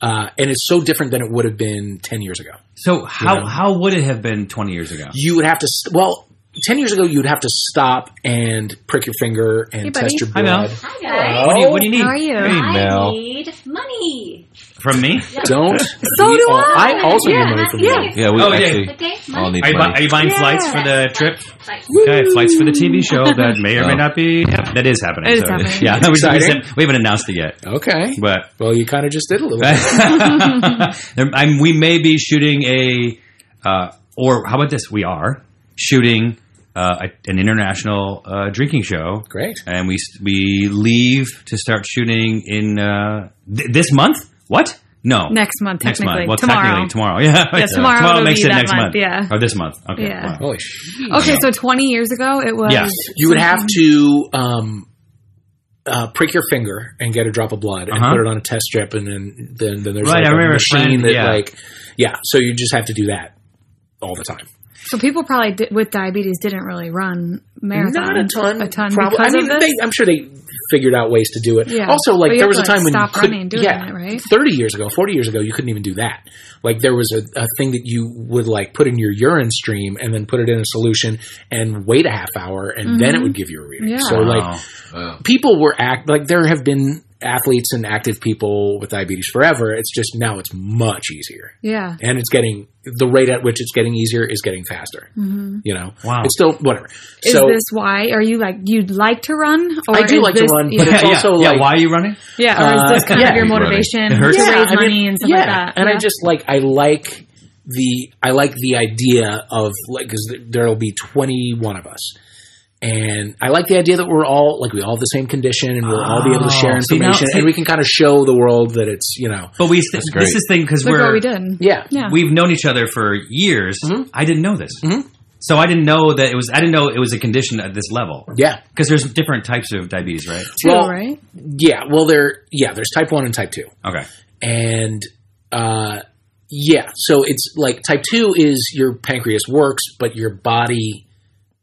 Speaker 5: uh, and it's so different than it would have been ten years ago.
Speaker 3: So how
Speaker 5: Yeah.
Speaker 3: how would it have been twenty years ago?
Speaker 5: You would have to st- well. Ten years ago, you'd have to stop and prick your finger and
Speaker 4: Hey, buddy.
Speaker 5: test your
Speaker 3: Hi,
Speaker 5: blood.
Speaker 3: Mel.
Speaker 7: Hi guys.
Speaker 3: What do you, what do you need
Speaker 4: How are you?
Speaker 3: What do need
Speaker 7: I
Speaker 6: Mel.
Speaker 7: need money.
Speaker 3: from me?
Speaker 5: Don't.
Speaker 4: So
Speaker 5: we
Speaker 4: do
Speaker 5: all-
Speaker 4: I.
Speaker 5: I also
Speaker 4: Yeah,
Speaker 5: need money from
Speaker 7: yeah.
Speaker 5: you.
Speaker 6: Yeah, we
Speaker 3: Oh, yeah.
Speaker 6: actually
Speaker 7: Okay,
Speaker 6: all
Speaker 7: money.
Speaker 6: need
Speaker 3: Are you, bu-
Speaker 6: money.
Speaker 3: are you buying
Speaker 4: Yeah.
Speaker 3: flights for the
Speaker 7: Flights,
Speaker 3: trip?
Speaker 7: flights, flights.
Speaker 3: Okay, flights for the TV show that may or may
Speaker 6: Oh.
Speaker 3: not be. yeah, that is happening.
Speaker 4: It is
Speaker 3: so-
Speaker 4: happening.
Speaker 3: Yeah, we, just- we
Speaker 5: Exciting.
Speaker 3: said- we haven't announced it yet,
Speaker 5: Okay.
Speaker 3: but
Speaker 5: Well, you kind of just did a little. bit.
Speaker 3: There- I'm, we may be shooting a, uh, or how about this? We are shooting uh, a- an international uh, drinking show.
Speaker 5: Great.
Speaker 3: And we s- we leave to start shooting in uh, th- this month. What? No,
Speaker 4: Next month,
Speaker 3: Next month.
Speaker 4: technically.
Speaker 3: Well,
Speaker 4: Tomorrow.
Speaker 3: technically tomorrow. Yeah.
Speaker 4: Yeah, tomorrow it'll
Speaker 3: makes
Speaker 4: be
Speaker 3: it
Speaker 4: that
Speaker 3: next month.
Speaker 4: month, yeah.
Speaker 3: Or this month. Okay.
Speaker 4: Yeah.
Speaker 3: wow.
Speaker 5: Holy shit.
Speaker 4: Okay, so 20 years ago, it was.
Speaker 3: Yeah.
Speaker 5: You would have to um, uh, prick your finger and get a drop of blood and
Speaker 3: Uh-huh.
Speaker 5: put it on a test strip, and then then, then there's
Speaker 3: Right,
Speaker 5: like
Speaker 3: I
Speaker 5: a
Speaker 3: remember a
Speaker 5: machine
Speaker 3: friend-
Speaker 5: that
Speaker 3: yeah.
Speaker 5: like yeah. So you just have to do that all the time.
Speaker 4: So people probably di- with diabetes didn't really run marathons.
Speaker 5: Not a ton.
Speaker 4: A ton.
Speaker 5: probably.
Speaker 4: Because
Speaker 5: I mean,
Speaker 4: of
Speaker 5: they,
Speaker 4: this?
Speaker 5: I'm sure they figured out ways to do it.
Speaker 4: Yeah.
Speaker 5: Also, like
Speaker 4: But you
Speaker 5: there
Speaker 4: have
Speaker 5: was
Speaker 4: to,
Speaker 5: a
Speaker 4: like,
Speaker 5: time when
Speaker 4: stop
Speaker 5: you couldn't,
Speaker 4: running and doing
Speaker 5: yeah,
Speaker 4: it, right?
Speaker 5: Thirty years ago, forty years ago, you couldn't even do that. Like there was a, a thing that you would like put in your urine stream and then put it in a solution and wait a half hour and then it would give you a reading.
Speaker 4: Mm-hmm. Yeah.
Speaker 5: So
Speaker 3: Wow.
Speaker 5: like
Speaker 6: Wow.
Speaker 5: people were act like there have been athletes and active people with diabetes forever. It's just now it's much easier
Speaker 4: yeah.
Speaker 5: and it's getting the rate at which it's getting easier is getting faster. You know,
Speaker 3: Wow.
Speaker 5: it's still whatever.
Speaker 4: Mm-hmm. Is
Speaker 5: so
Speaker 4: this why? Are you like you'd like to run? Or
Speaker 5: I do
Speaker 4: is
Speaker 5: like to
Speaker 4: this-
Speaker 5: run,
Speaker 4: Yeah.
Speaker 5: but it's
Speaker 3: yeah,
Speaker 5: also
Speaker 3: yeah.
Speaker 5: like
Speaker 3: Why are you running?
Speaker 4: Yeah, or is this
Speaker 5: Uh,
Speaker 4: kind
Speaker 5: yeah.
Speaker 4: of your
Speaker 6: Running.
Speaker 4: motivation
Speaker 3: It hurts.
Speaker 4: to
Speaker 5: Yeah,
Speaker 4: raise
Speaker 5: I mean,
Speaker 4: money and stuff
Speaker 5: yeah.
Speaker 4: like that?
Speaker 5: And
Speaker 4: Yeah.
Speaker 5: I just like I like the I like the idea of like because there'll be twenty one of us. And I like the idea that we're all like we all have the same condition, and we'll all be able to share
Speaker 3: Oh, see, now-
Speaker 5: information,
Speaker 3: see-
Speaker 5: and we can kind of show the world that it's you know
Speaker 3: But we st-
Speaker 6: great.
Speaker 3: this is thing because
Speaker 4: look
Speaker 3: we're
Speaker 4: what we did.
Speaker 5: yeah
Speaker 4: Yeah.
Speaker 3: we've known each other for years. I didn't know this.
Speaker 5: Mhm.
Speaker 3: So I didn't know that it was. I didn't know it was a condition at this level
Speaker 5: yeah
Speaker 3: because there's different types of diabetes, right?
Speaker 4: Too,
Speaker 5: well,
Speaker 4: right?
Speaker 5: yeah well there yeah there's type one and type two
Speaker 3: Okay.
Speaker 5: and uh, yeah, so it's like type two is your pancreas works, but your body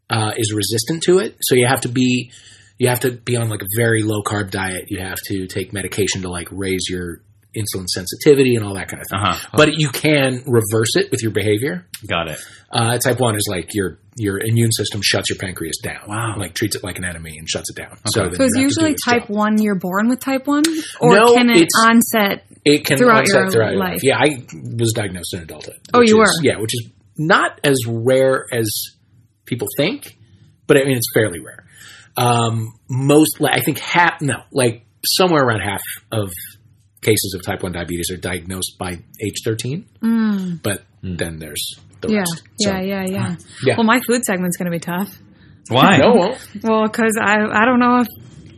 Speaker 5: uh, is resistant to it. So you have to be you have to be on like a very low carb diet. You have to take medication to like raise your insulin sensitivity and all that kind of thing.
Speaker 3: Uh huh.
Speaker 5: But you can reverse it with your behavior.
Speaker 3: Got it.
Speaker 5: Uh, type one is like your your immune system shuts your pancreas down.
Speaker 3: Wow.
Speaker 5: Like treats it like an enemy and shuts it down. So, then
Speaker 4: So it's
Speaker 5: you have to do
Speaker 4: usually
Speaker 5: its
Speaker 4: type
Speaker 5: job.
Speaker 4: one. You're born with type one, or
Speaker 5: No,
Speaker 4: can it
Speaker 5: it's-
Speaker 4: onset?
Speaker 5: It can
Speaker 4: Throughout
Speaker 5: onset
Speaker 4: your
Speaker 5: throughout
Speaker 4: life.
Speaker 5: Yeah, I was diagnosed in adulthood.
Speaker 4: Oh,
Speaker 5: which
Speaker 4: you
Speaker 5: is-
Speaker 4: were?
Speaker 5: Yeah, which is not as rare as people think, but I mean it's fairly rare. Um, most, like, I think half, no, like somewhere around half of cases of type one diabetes are diagnosed by age thirteen. But then there's the
Speaker 4: Yeah,
Speaker 5: rest. So,
Speaker 4: Mm, yeah, yeah, yeah,
Speaker 5: Yeah.
Speaker 4: Well, my food segment's going to be tough.
Speaker 3: Why?
Speaker 5: No, well,
Speaker 4: Well, because I I don't know if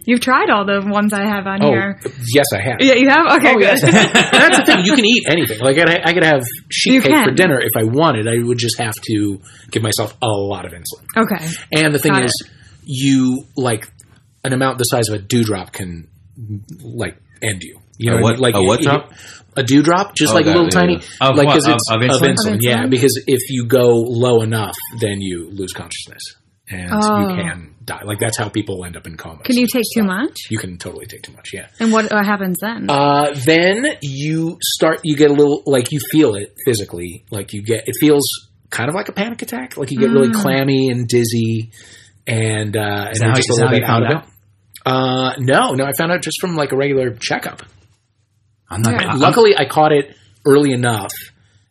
Speaker 4: you've tried all the ones I have on
Speaker 5: oh,
Speaker 4: here.
Speaker 5: yes, I have.
Speaker 4: Yeah, you have. Okay,
Speaker 5: Oh,
Speaker 4: good.
Speaker 5: yes. that's the thing. You can eat anything. Like I, I could have sheet
Speaker 4: You
Speaker 5: cake for
Speaker 4: can.
Speaker 5: dinner if I wanted. I would just have to give myself a lot of insulin.
Speaker 4: okay,
Speaker 5: And the thing
Speaker 4: Got
Speaker 5: is, you like an amount the size of a dewdrop can like end you. You
Speaker 6: A
Speaker 5: know,
Speaker 6: what-
Speaker 5: like
Speaker 6: a what
Speaker 5: you-
Speaker 6: drop?
Speaker 5: A dewdrop, just
Speaker 6: Oh,
Speaker 5: like a
Speaker 6: that,
Speaker 5: little
Speaker 6: yeah,
Speaker 5: tiny,
Speaker 3: yeah. Of
Speaker 5: like
Speaker 3: what? Of-
Speaker 5: it's
Speaker 3: of insulin?
Speaker 4: Of insulin?
Speaker 5: yeah. Because if you go low enough, then you lose consciousness and
Speaker 4: Oh.
Speaker 5: you can die. Like that's how people end up in comas.
Speaker 4: can you take too much?
Speaker 5: You can totally take too much. Yeah.
Speaker 4: And what what happens then?
Speaker 5: Uh, then you start, you get a little, like you feel it physically. Like you get, it feels kind of like a panic attack. Like you get really
Speaker 4: Mm.
Speaker 5: clammy and dizzy and, uh,
Speaker 3: Is that
Speaker 5: and
Speaker 3: how-
Speaker 5: you're just a
Speaker 3: is that
Speaker 5: little
Speaker 3: how you
Speaker 5: bit
Speaker 3: found
Speaker 5: out of
Speaker 3: out?
Speaker 5: it. Uh, no, no, I found out just from like a regular checkup.
Speaker 3: I'm not.
Speaker 4: Yeah.
Speaker 3: I- I'm-
Speaker 5: Luckily I caught it early enough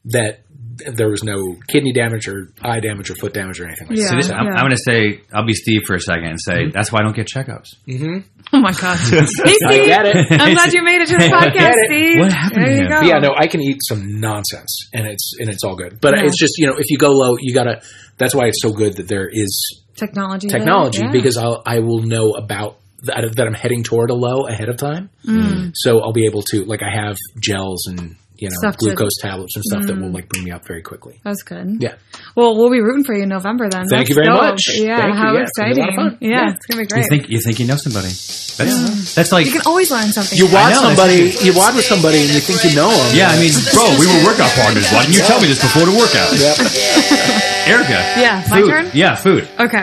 Speaker 5: that th- there was no kidney damage or eye damage or foot damage or anything like
Speaker 4: Yeah.
Speaker 5: that.
Speaker 3: so this- I'm,
Speaker 4: Yeah. Mm-hmm.
Speaker 3: I'm going to say I'll be Steve for a second and say that's why I don't get checkups.
Speaker 4: oh my god! hey Steve,
Speaker 5: Mm-hmm. I get it.
Speaker 4: I'm glad you made it to the podcast,
Speaker 5: it.
Speaker 4: Steve.
Speaker 3: What happened
Speaker 4: There
Speaker 3: to
Speaker 4: you
Speaker 3: him?
Speaker 4: go.
Speaker 5: Yeah, no, I can eat some nonsense, and it's and it's all good. But
Speaker 4: Yeah.
Speaker 5: it's just you know, if you go low, you gotta. That's why it's so good that there is
Speaker 4: technology. there,
Speaker 5: technology
Speaker 4: yeah.
Speaker 5: because I'll I will know about that, that I'm heading toward a low ahead of time.
Speaker 4: Mm.
Speaker 5: So I'll be able to like I have gels and you know
Speaker 4: Stuff to-
Speaker 5: glucose tablets and stuff that will
Speaker 4: Mm.
Speaker 5: like bring me up very quickly.
Speaker 4: That's good.
Speaker 5: Yeah.
Speaker 4: Well, we'll be rooting for you in November then.
Speaker 5: Thank
Speaker 4: That's
Speaker 5: you very
Speaker 4: dope.
Speaker 5: much.
Speaker 4: Yeah,
Speaker 5: Thank you.
Speaker 4: how
Speaker 5: Yeah, it's gonna be a lot of
Speaker 4: exciting.
Speaker 5: fun.
Speaker 4: Yeah,
Speaker 5: Yeah.
Speaker 4: it's going to be
Speaker 3: You
Speaker 4: great.
Speaker 3: think you think you know somebody? That's, that's like
Speaker 4: you can always learn something.
Speaker 5: You
Speaker 4: new.
Speaker 5: watch
Speaker 3: know,
Speaker 5: somebody, you watch with somebody, and you think you know them.
Speaker 3: yeah. I mean, bro, we were workout partners. Why didn't you tell me this before the workout? Erica.
Speaker 4: Yeah, my
Speaker 3: Food.
Speaker 4: turn?
Speaker 3: Yeah, food.
Speaker 4: Okay.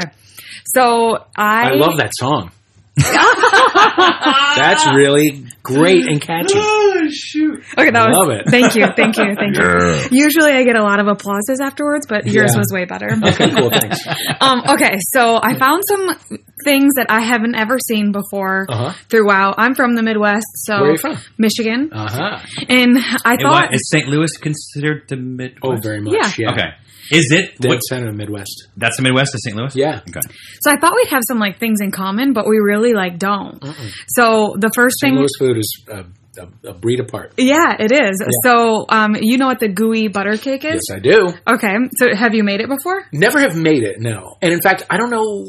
Speaker 4: So I,
Speaker 5: I love that song. That's really great and catchy.
Speaker 4: Okay, that was
Speaker 5: Love it.
Speaker 4: Thank you, thank you, thank you. Usually I get a lot of applauses afterwards, but yours
Speaker 5: Yeah.
Speaker 4: was way better.
Speaker 5: Okay, cool. Thanks.
Speaker 4: um, okay, so I found some things that I haven't ever seen before
Speaker 5: Uh-huh.
Speaker 4: throughout. I'm from the Midwest, so
Speaker 5: Where are you from?
Speaker 4: Michigan,
Speaker 5: Uh huh.
Speaker 4: and I
Speaker 3: And why,
Speaker 4: thought,
Speaker 3: is St. Louis considered the mid?
Speaker 5: Oh, very much.
Speaker 4: Yeah.
Speaker 5: Yeah.
Speaker 3: Okay. Is it
Speaker 5: Dead
Speaker 3: what?
Speaker 5: center of Midwest.
Speaker 3: That's the Midwest of St. Louis.
Speaker 5: Yeah.
Speaker 3: Okay.
Speaker 4: so I thought we'd have some like things in common, but we really like don't. So the first
Speaker 5: St.
Speaker 4: thing,
Speaker 5: Louis food is a a, a breed apart.
Speaker 4: Yeah, it is. So, um, you know what the gooey butter cake
Speaker 5: Yes,
Speaker 4: is?
Speaker 5: I do.
Speaker 4: Okay. So, have you made it before?
Speaker 5: Never have made it, no. And in fact, I don't know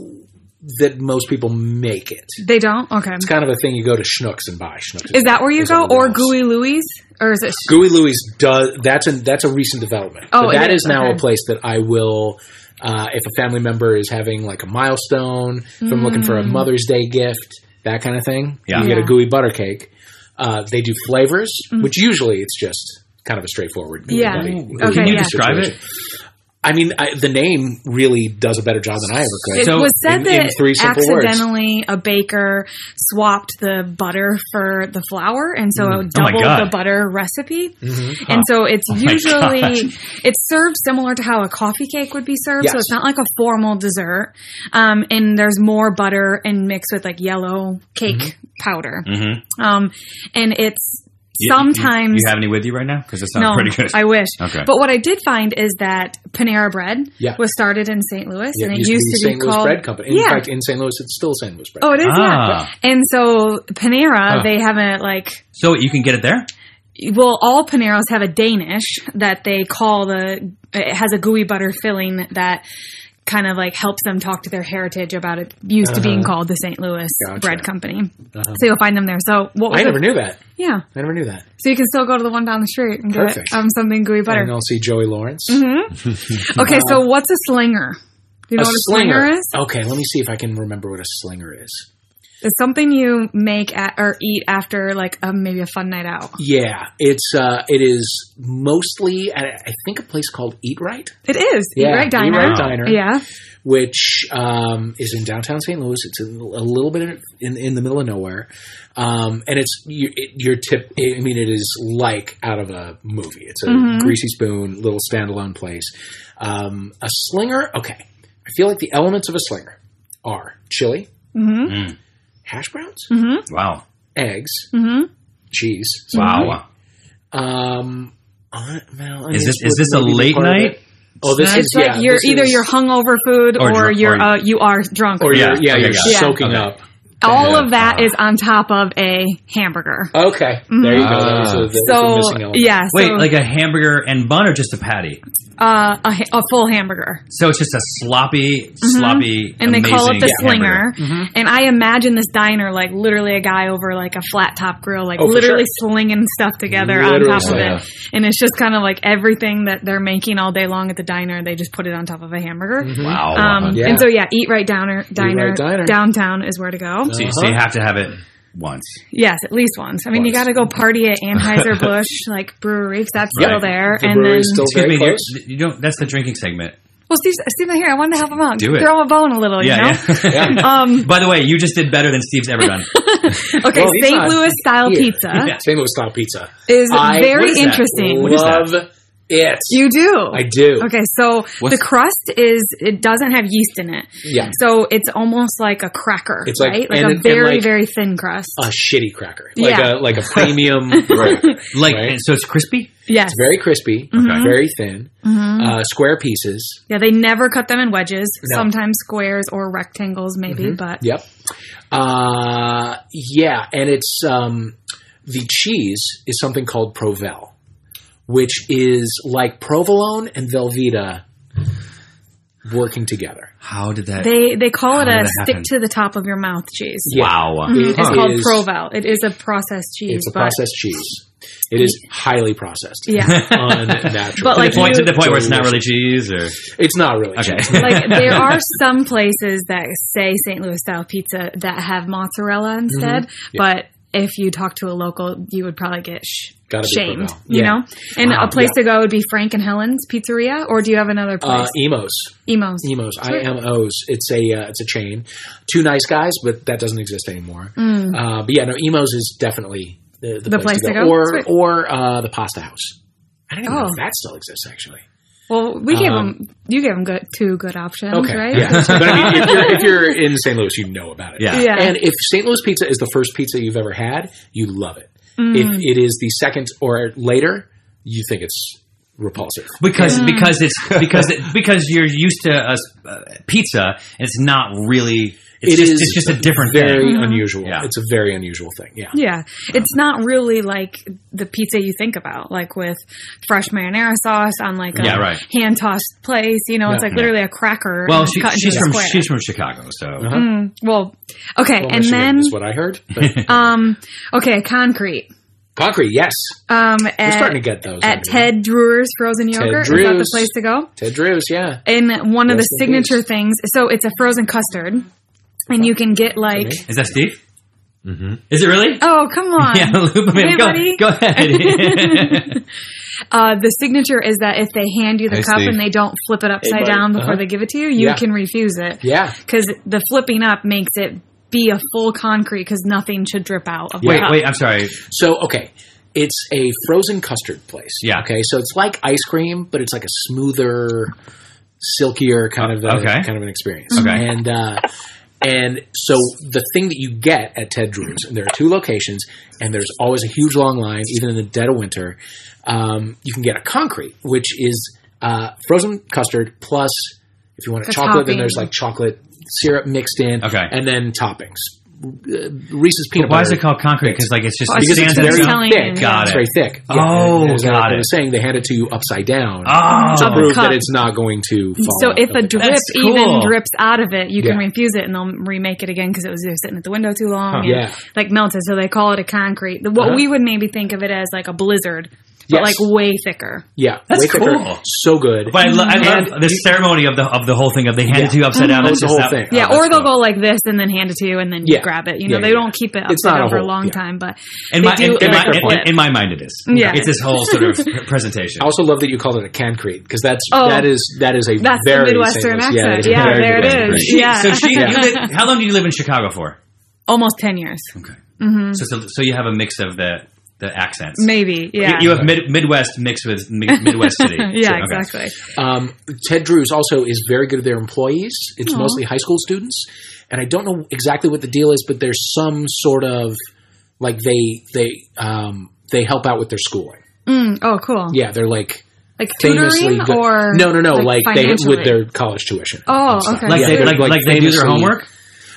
Speaker 5: that most people make it.
Speaker 4: They don't. Okay.
Speaker 5: It's kind of a thing you go to Schnucks and buy Schnucks.
Speaker 4: Is that where you
Speaker 5: There's
Speaker 4: go,
Speaker 5: a
Speaker 4: or
Speaker 5: roast.
Speaker 4: Gooey Louie's, or is it? sh-
Speaker 5: Gooey Louie's does that's a that's a recent development.
Speaker 4: Oh,
Speaker 5: But
Speaker 4: it
Speaker 5: that
Speaker 4: is,
Speaker 5: is, now
Speaker 4: okay.
Speaker 5: a place that I will. Uh, if a family member is having like a milestone, if I'm looking for a Mother's Day gift, that kind of thing,
Speaker 3: Yeah.
Speaker 5: you get a
Speaker 4: Mm. Yeah. Mm.
Speaker 5: gooey butter cake. Uh, they do flavors, which usually it's just kind of a straightforward. gooey
Speaker 4: Yeah.
Speaker 5: buddy-
Speaker 4: Ooh.
Speaker 5: gooey
Speaker 4: Okay,
Speaker 3: Can you
Speaker 4: yeah.
Speaker 3: describe it?
Speaker 5: I mean, I, the name really does a better job than I ever could.
Speaker 4: It
Speaker 3: So,
Speaker 4: was said
Speaker 5: in-
Speaker 4: that
Speaker 5: in three simple words.
Speaker 4: accidentally a baker swapped the butter for the flour, and so it
Speaker 3: Oh my
Speaker 4: doubled
Speaker 3: God.
Speaker 4: the butter recipe.
Speaker 5: Mm-hmm.
Speaker 4: And so it's
Speaker 3: my
Speaker 4: usually it's served similar to how a coffee cake would be served. So
Speaker 5: Yes.
Speaker 4: it's not like a formal dessert, um, and there's more butter and mixed with like yellow cake powder,
Speaker 3: Mhm.
Speaker 4: um, and it's
Speaker 3: You- you-
Speaker 4: sometimes
Speaker 3: you, have any with you right now because it sounds pretty good.
Speaker 4: I wish.
Speaker 3: Okay.
Speaker 4: But what I did find is that Panera Bread
Speaker 5: Yeah.
Speaker 4: was started in St. Louis,
Speaker 5: Yeah,
Speaker 4: and it used to be,
Speaker 5: St. Louis
Speaker 4: called
Speaker 5: Bread Company. In
Speaker 4: yeah.
Speaker 5: fact, in St. Louis, it's still St. Louis Bread.
Speaker 4: oh, it is.
Speaker 3: Ah.
Speaker 4: Yeah. And so Panera,
Speaker 5: Huh.
Speaker 4: they haven't like.
Speaker 3: so you can get it there.
Speaker 4: Well, all Paneras have a Danish that they call the. It has a gooey butter filling that kind of like helps them talk to their heritage about it used to being called the St. Louis
Speaker 5: Uh-huh. Gotcha. Uh-huh.
Speaker 4: Bread Company. So you'll find them there. So what? Was
Speaker 5: I never
Speaker 4: it?
Speaker 5: knew that.
Speaker 4: Yeah.
Speaker 5: I never knew that.
Speaker 4: So you can still go to the one down the street and get
Speaker 5: Perfect.
Speaker 4: um, something gooey butter. Mm-hmm.
Speaker 5: And I'll see Joey Lawrence.
Speaker 4: Okay, so what's a slinger? Do you know what a slinger, is?
Speaker 5: Okay, let me see if I can remember what a slinger is.
Speaker 4: It's something you make at, or eat after like a, maybe a fun night out.
Speaker 5: Yeah, it's uh, it is mostly at I think a place called Eat Right,
Speaker 4: It is.
Speaker 5: Yeah,
Speaker 4: Eat right
Speaker 5: Eat
Speaker 4: diner.
Speaker 5: Right Diner.
Speaker 4: Yeah.
Speaker 5: which um, is in downtown St. Louis. It's in, a little bit in, in in the middle of nowhere, um, and it's you, it, your tip. I mean, it is like out of a movie. It's a
Speaker 4: Mm-hmm.
Speaker 5: greasy spoon, little standalone place. Um, a slinger. Okay, I feel like the elements of a slinger are chili,
Speaker 4: Mm-hmm.
Speaker 3: Mm.
Speaker 5: hash browns,
Speaker 3: Wow.
Speaker 5: eggs,
Speaker 4: Mm-hmm.
Speaker 5: cheese.
Speaker 3: Wow.
Speaker 5: Um, I- well, I
Speaker 3: Mm-hmm. Is
Speaker 5: mean,
Speaker 3: this-
Speaker 5: it's-
Speaker 3: is this a
Speaker 5: maybe
Speaker 3: late
Speaker 5: part of
Speaker 3: night
Speaker 5: it. Oh, this
Speaker 3: snack?
Speaker 5: is
Speaker 4: It's like
Speaker 5: yeah,
Speaker 4: you're
Speaker 5: this
Speaker 4: either
Speaker 5: is-
Speaker 4: you're hungover food
Speaker 3: Or
Speaker 4: or,
Speaker 3: drunk-
Speaker 4: you're
Speaker 3: or-
Speaker 4: uh, you are drunk.
Speaker 5: or you're,
Speaker 3: Yeah,
Speaker 5: yeah, you're
Speaker 3: okay,
Speaker 4: yeah.
Speaker 5: soaking
Speaker 3: Okay.
Speaker 5: up.
Speaker 4: All
Speaker 3: Yeah.
Speaker 4: of that
Speaker 3: Uh.
Speaker 4: is on top of a
Speaker 5: Oh,
Speaker 4: hamburger.
Speaker 5: Okay, there you go.
Speaker 6: Ah.
Speaker 3: Uh,
Speaker 5: There's a- there's a
Speaker 4: so
Speaker 5: missing element.
Speaker 4: yeah, so,
Speaker 3: Wait, like a hamburger and bun or just a patty?
Speaker 4: uh, a, ha- a full hamburger.
Speaker 3: So it's just a sloppy, sloppy,
Speaker 4: Mm-hmm. and they call it
Speaker 3: amazing
Speaker 4: the
Speaker 3: hamburger.
Speaker 4: slinger.
Speaker 5: Mm-hmm.
Speaker 4: And I imagine this diner like literally a guy over like a flat top grill, like
Speaker 5: Oh, for
Speaker 4: literally
Speaker 5: sure.
Speaker 4: slinging stuff together
Speaker 5: Literally,
Speaker 4: on top of
Speaker 6: yeah.
Speaker 4: it. And it's just kind of like everything that they're making all day long at the diner, they just put it on top of a hamburger.
Speaker 3: Wow.
Speaker 4: Um,
Speaker 5: Mm-hmm. Yeah.
Speaker 4: And so yeah, eat right diner, diner,
Speaker 5: Diner.
Speaker 4: downtown is where to go.
Speaker 3: so, you, so
Speaker 5: Uh-huh.
Speaker 3: you have to have it once.
Speaker 4: Yes, at least once. I mean, you
Speaker 3: Once.
Speaker 4: got to go party at Anheuser Busch like brewery 'cause that's
Speaker 3: Right.
Speaker 4: still there.
Speaker 5: The
Speaker 4: and then,
Speaker 5: brewery's still-
Speaker 3: Excuse
Speaker 5: very
Speaker 3: me. you're-
Speaker 5: close.
Speaker 3: You don't. That's the drinking segment.
Speaker 4: well, Steve's, Steve's not here. I wanted to help him out.
Speaker 3: Do it.
Speaker 4: Throw him a bone a little. Oh, you
Speaker 3: Yeah.
Speaker 4: know?
Speaker 3: yeah.
Speaker 4: Um,
Speaker 3: By the way, you just did better than Steve's ever done.
Speaker 4: okay,
Speaker 5: Well, he's
Speaker 4: St.
Speaker 5: not
Speaker 4: Louis style
Speaker 5: here.
Speaker 4: pizza.
Speaker 3: Yeah.
Speaker 5: St. Louis style pizza.
Speaker 4: is
Speaker 5: I-
Speaker 4: very
Speaker 5: what is that?
Speaker 4: interesting.
Speaker 3: What is that?
Speaker 5: Love it.
Speaker 4: You do.
Speaker 5: I do.
Speaker 4: Okay, so
Speaker 6: What's-
Speaker 4: the crust is it doesn't have yeast in it.
Speaker 5: Yeah.
Speaker 4: So it's almost like a cracker,
Speaker 5: It's like-
Speaker 4: right? Like
Speaker 5: and
Speaker 4: a
Speaker 5: it- and
Speaker 4: very
Speaker 5: like-
Speaker 4: very thin crust.
Speaker 5: A shitty cracker, like a
Speaker 4: Yeah.
Speaker 5: like a premium.
Speaker 6: Right.
Speaker 3: Like
Speaker 5: Right.
Speaker 3: and so, it's crispy.
Speaker 4: yes.
Speaker 5: It's very crispy,
Speaker 4: Mm-hmm.
Speaker 3: Mhm.
Speaker 5: very thin, uh, square pieces.
Speaker 4: yeah, they never cut them in wedges.
Speaker 5: No. Mm-hmm.
Speaker 4: Sometimes squares or rectangles, maybe. But
Speaker 5: Yep. Uh, yeah, and it's um, the cheese is something called Provel, which is like provolone and Velveeta working together.
Speaker 3: How did that?
Speaker 4: they they call it
Speaker 3: How
Speaker 4: a
Speaker 3: did that
Speaker 4: stick
Speaker 3: happen?
Speaker 4: to the top of your mouth cheese.
Speaker 5: Yeah.
Speaker 3: Wow.
Speaker 4: Mhm,
Speaker 5: It
Speaker 4: It's called
Speaker 5: is-
Speaker 4: Provel. It is a processed cheese.
Speaker 5: It's a
Speaker 4: but,
Speaker 5: processed cheese. It is highly processed.
Speaker 4: Yeah.
Speaker 5: Unnatural.
Speaker 4: But, like,
Speaker 3: the point
Speaker 4: you-
Speaker 3: to the point where it's not really cheese or
Speaker 5: It's not really.
Speaker 3: okay.
Speaker 5: cheese.
Speaker 4: like there are some places that say St. Louis style pizza that have mozzarella instead,
Speaker 5: Mm-hmm.
Speaker 4: but if you talk to a local, you would probably get sh-
Speaker 5: Gotta be
Speaker 4: shamed,
Speaker 5: Provel.
Speaker 4: you
Speaker 5: Yeah.
Speaker 4: know. And
Speaker 5: Wow.
Speaker 4: a place to go would be Frank and Helen's Pizzeria, or do you have another
Speaker 5: Uh,
Speaker 4: place?
Speaker 5: Emos.
Speaker 4: Emo's.
Speaker 5: Emos. I M O's. It's a uh, it's a chain. Two nice guys, but that doesn't exist anymore.
Speaker 4: Mm.
Speaker 5: Uh, but yeah, no. Emos is definitely the, the, place, to go, or
Speaker 4: Sweet.
Speaker 5: or uh, the Pasta House. I don't even know
Speaker 4: Oh.
Speaker 5: if that still exists actually.
Speaker 4: Well, we gave
Speaker 5: Um,
Speaker 4: them. You gave them good, two good options,
Speaker 5: Okay,
Speaker 4: right?
Speaker 5: yeah. but I mean, if you're, if you're in St. Louis, you know about it.
Speaker 3: Yeah.
Speaker 4: Yeah.
Speaker 5: And if St. Louis pizza is the first pizza you've ever had, you love it.
Speaker 4: Mm.
Speaker 5: If it is the second or later, you think it's repulsive.
Speaker 3: because because it's because it, because you're used to a s- uh, pizza and it's not really it's, It's
Speaker 5: It
Speaker 3: just
Speaker 5: is
Speaker 3: it's just a different
Speaker 5: very
Speaker 4: Mm-hmm.
Speaker 3: thing.
Speaker 5: unusual.
Speaker 3: Yeah.
Speaker 5: It's a very unusual thing. Yeah.
Speaker 4: Yeah, it's not really like the pizza you think about, like with fresh marinara sauce on like a
Speaker 3: Yeah, right.
Speaker 4: hand tossed place. You know, it's
Speaker 5: Yeah.
Speaker 4: like literally a cracker.
Speaker 3: Well,
Speaker 4: and
Speaker 3: she,
Speaker 4: cut into
Speaker 3: she's
Speaker 4: a
Speaker 3: from
Speaker 4: square.
Speaker 3: she's from Chicago, so
Speaker 5: Uh-huh.
Speaker 4: Mm, well, okay,
Speaker 5: Well,
Speaker 4: and
Speaker 5: Michigan
Speaker 4: then
Speaker 5: is what I heard. But-
Speaker 4: um, okay, concrete.
Speaker 5: concrete, yes.
Speaker 4: Um,
Speaker 5: We're
Speaker 4: at,
Speaker 5: starting to get those
Speaker 4: at
Speaker 5: I mean.
Speaker 4: Ted Brewer's frozen yogurt is that the
Speaker 5: Drew's.
Speaker 4: place to go?
Speaker 5: Ted Drews, yeah.
Speaker 4: And one of the
Speaker 5: Yes, it
Speaker 4: signature
Speaker 5: is.
Speaker 4: things, so it's a frozen custard, and you can get like.
Speaker 5: Okay.
Speaker 3: is that Steve? Mm-hmm. Is it really?
Speaker 4: Oh come on!
Speaker 3: Yeah, loop him in.
Speaker 4: Hey,
Speaker 3: go,
Speaker 4: buddy.
Speaker 3: go ahead.
Speaker 4: Uh, the signature is that if they hand you the
Speaker 6: Hey,
Speaker 4: cup
Speaker 6: Steve.
Speaker 4: and they don't flip it upside
Speaker 5: buddy.
Speaker 4: down before
Speaker 5: Uh-huh.
Speaker 4: they give it to you, you
Speaker 5: Yeah.
Speaker 4: can refuse it.
Speaker 5: Yeah.
Speaker 4: Because the flipping up makes it be a full concrete because nothing should drip out of the
Speaker 3: wait,
Speaker 4: cup.
Speaker 3: wait. I'm sorry.
Speaker 5: So, okay. It's a frozen custard place.
Speaker 3: Yeah.
Speaker 5: Okay. So it's like ice cream, but it's like a smoother, silkier kind of a,
Speaker 3: Okay.
Speaker 5: kind of an experience.
Speaker 3: Okay.
Speaker 5: And uh, and so the thing that you get at Ted Drews, and there are two locations, and there's always a huge long line, even in the dead of winter. Um, you can get a concrete, which is uh, frozen custard plus if you want a
Speaker 4: The
Speaker 5: chocolate,
Speaker 4: topping.
Speaker 5: then there's like chocolate syrup mixed in,
Speaker 3: Okay.
Speaker 5: and then toppings. Uh, Reese's peanut
Speaker 3: Why is
Speaker 5: butter
Speaker 3: it called concrete? Because like it's just
Speaker 4: Well,
Speaker 3: it
Speaker 5: because
Speaker 4: Because
Speaker 5: it's
Speaker 3: stands
Speaker 5: very
Speaker 4: it's
Speaker 3: itself.
Speaker 4: telling you.
Speaker 5: thick.
Speaker 3: Got
Speaker 5: it's
Speaker 3: it.
Speaker 5: very thick.
Speaker 3: Oh,
Speaker 5: and as I
Speaker 3: got
Speaker 5: was
Speaker 3: it.
Speaker 5: saying they hand it to you upside down to
Speaker 4: Of the
Speaker 3: Oh,
Speaker 5: prove
Speaker 4: cup.
Speaker 5: that it's not going to fall.
Speaker 4: So
Speaker 5: out
Speaker 4: if
Speaker 5: of
Speaker 4: a
Speaker 5: the-
Speaker 4: drip
Speaker 3: That's cool.
Speaker 4: even drips out of it, you can
Speaker 5: Yeah.
Speaker 4: refuse it and they'll remake it again because it was either sitting at the window too long and
Speaker 5: Yeah.
Speaker 4: like melted. So they call it a concrete. The- What
Speaker 5: Uh-huh.
Speaker 4: we would maybe think of it as like a blizzard, but
Speaker 5: Yes.
Speaker 4: like way thicker.
Speaker 5: yeah,
Speaker 3: That's
Speaker 5: way thicker.
Speaker 3: cool.
Speaker 5: So good.
Speaker 3: but I, lo- I love
Speaker 5: And
Speaker 3: the ceremony of the of the whole thing of they hand it to you upside down.
Speaker 5: Oh,
Speaker 3: It's
Speaker 5: the
Speaker 3: just
Speaker 5: whole
Speaker 3: that-
Speaker 5: thing.
Speaker 4: Yeah,
Speaker 5: Oh, that's
Speaker 4: or they'll
Speaker 5: cool.
Speaker 4: go like this and then hand it to you and then you
Speaker 5: Yeah.
Speaker 4: grab it. You know,
Speaker 5: Yeah,
Speaker 4: they
Speaker 5: yeah,
Speaker 4: don't keep it
Speaker 5: It's not
Speaker 4: upside
Speaker 5: a
Speaker 4: down for a
Speaker 5: whole-
Speaker 4: long
Speaker 5: yeah.
Speaker 4: time, but
Speaker 3: In
Speaker 4: they
Speaker 3: my, in,
Speaker 4: do
Speaker 3: in,
Speaker 4: a
Speaker 3: my
Speaker 4: flip.
Speaker 3: in, in my mind, it is.
Speaker 4: Yeah.
Speaker 3: It's this whole sort of presentation.
Speaker 5: I also love that you called it a concrete because that's
Speaker 4: Oh.
Speaker 5: that is that is a
Speaker 4: That's the
Speaker 5: very St.
Speaker 4: Midwestern
Speaker 5: Louis-
Speaker 4: accent.
Speaker 5: that is a
Speaker 4: Yeah,
Speaker 5: very
Speaker 4: there it
Speaker 5: Midwestern accent.
Speaker 4: is. Yeah.
Speaker 3: So she,
Speaker 5: Yeah.
Speaker 3: you li- how long did you live in Chicago for?
Speaker 4: Almost 10 years. Mm-hmm.
Speaker 3: Okay. So, so so you have a mix of the the accents.
Speaker 4: Maybe.
Speaker 3: You-
Speaker 4: Yeah.
Speaker 3: You, have mid, Midwest mixed with mi- Midwest city.
Speaker 4: yeah,
Speaker 3: Okay.
Speaker 4: exactly.
Speaker 5: Um, Ted Drews also is very good at their employees. It's
Speaker 4: Aw.
Speaker 5: mostly high school students, and I don't know exactly what the deal is, but there's some sort of like they they um, they help out with their schooling.
Speaker 4: Mm, oh, cool.
Speaker 5: Yeah, they're like
Speaker 4: Like
Speaker 5: famously
Speaker 4: tutoring
Speaker 5: good-
Speaker 4: or
Speaker 5: no no no like,
Speaker 4: like,
Speaker 5: they
Speaker 4: financially?
Speaker 5: with their college tuition.
Speaker 4: Oh,
Speaker 5: and stuff.
Speaker 4: okay.
Speaker 3: Like
Speaker 5: Yeah,
Speaker 3: they
Speaker 5: they're,
Speaker 3: like,
Speaker 5: like,
Speaker 3: like they do their
Speaker 5: famously-
Speaker 3: homework.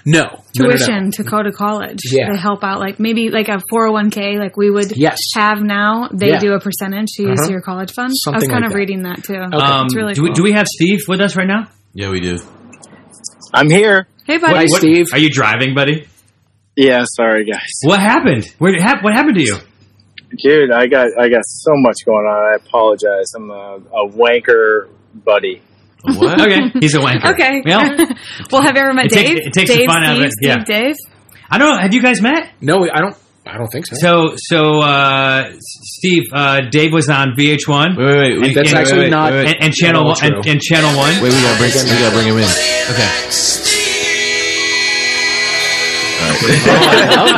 Speaker 5: No no, no, no.
Speaker 4: tuition to go to college.
Speaker 5: Yeah.
Speaker 4: They help out like maybe like a 401k like we would
Speaker 5: Yes.
Speaker 4: have now. They
Speaker 5: Yeah.
Speaker 4: do a percentage to use
Speaker 5: Uh-huh.
Speaker 4: to your college fund. I was
Speaker 5: Something
Speaker 4: kind
Speaker 5: like
Speaker 4: of
Speaker 5: that.
Speaker 4: reading that too.
Speaker 3: Um,
Speaker 4: It's really
Speaker 3: do, we,
Speaker 4: cool.
Speaker 3: do we have Steve with us right now?
Speaker 6: Yeah, we do.
Speaker 8: I'm here.
Speaker 4: Hey, buddy.
Speaker 5: Hi,
Speaker 3: What-
Speaker 5: Steve.
Speaker 3: Are you driving, buddy?
Speaker 8: Yeah, sorry guys.
Speaker 3: What happened? Where did- hap- what happened to you?
Speaker 8: Dude, I got I got so much going on. I apologize. I'm a, a wanker buddy.
Speaker 6: A What?
Speaker 3: Okay, he's a wanker.
Speaker 4: Okay.
Speaker 3: Well,
Speaker 4: well, have you ever met
Speaker 3: It takes-
Speaker 4: Dave?
Speaker 3: it takes the
Speaker 4: Dave,
Speaker 3: fun out of
Speaker 4: Steve,
Speaker 3: it, yeah.
Speaker 4: Steve, Dave.
Speaker 3: I don't know. Have you guys met?
Speaker 5: No, I don't. I don't think so.
Speaker 3: So so uh, S- Steve, uh, Dave was on VH1
Speaker 6: Wait, wait, wait.
Speaker 3: And-
Speaker 5: That's
Speaker 3: and-
Speaker 5: actually
Speaker 6: wait,
Speaker 5: not-
Speaker 6: Wait,
Speaker 3: and, and Channel One and, and Channel One.
Speaker 6: wait, we gotta bring we gotta bring him in.
Speaker 3: Okay.
Speaker 5: love that. I love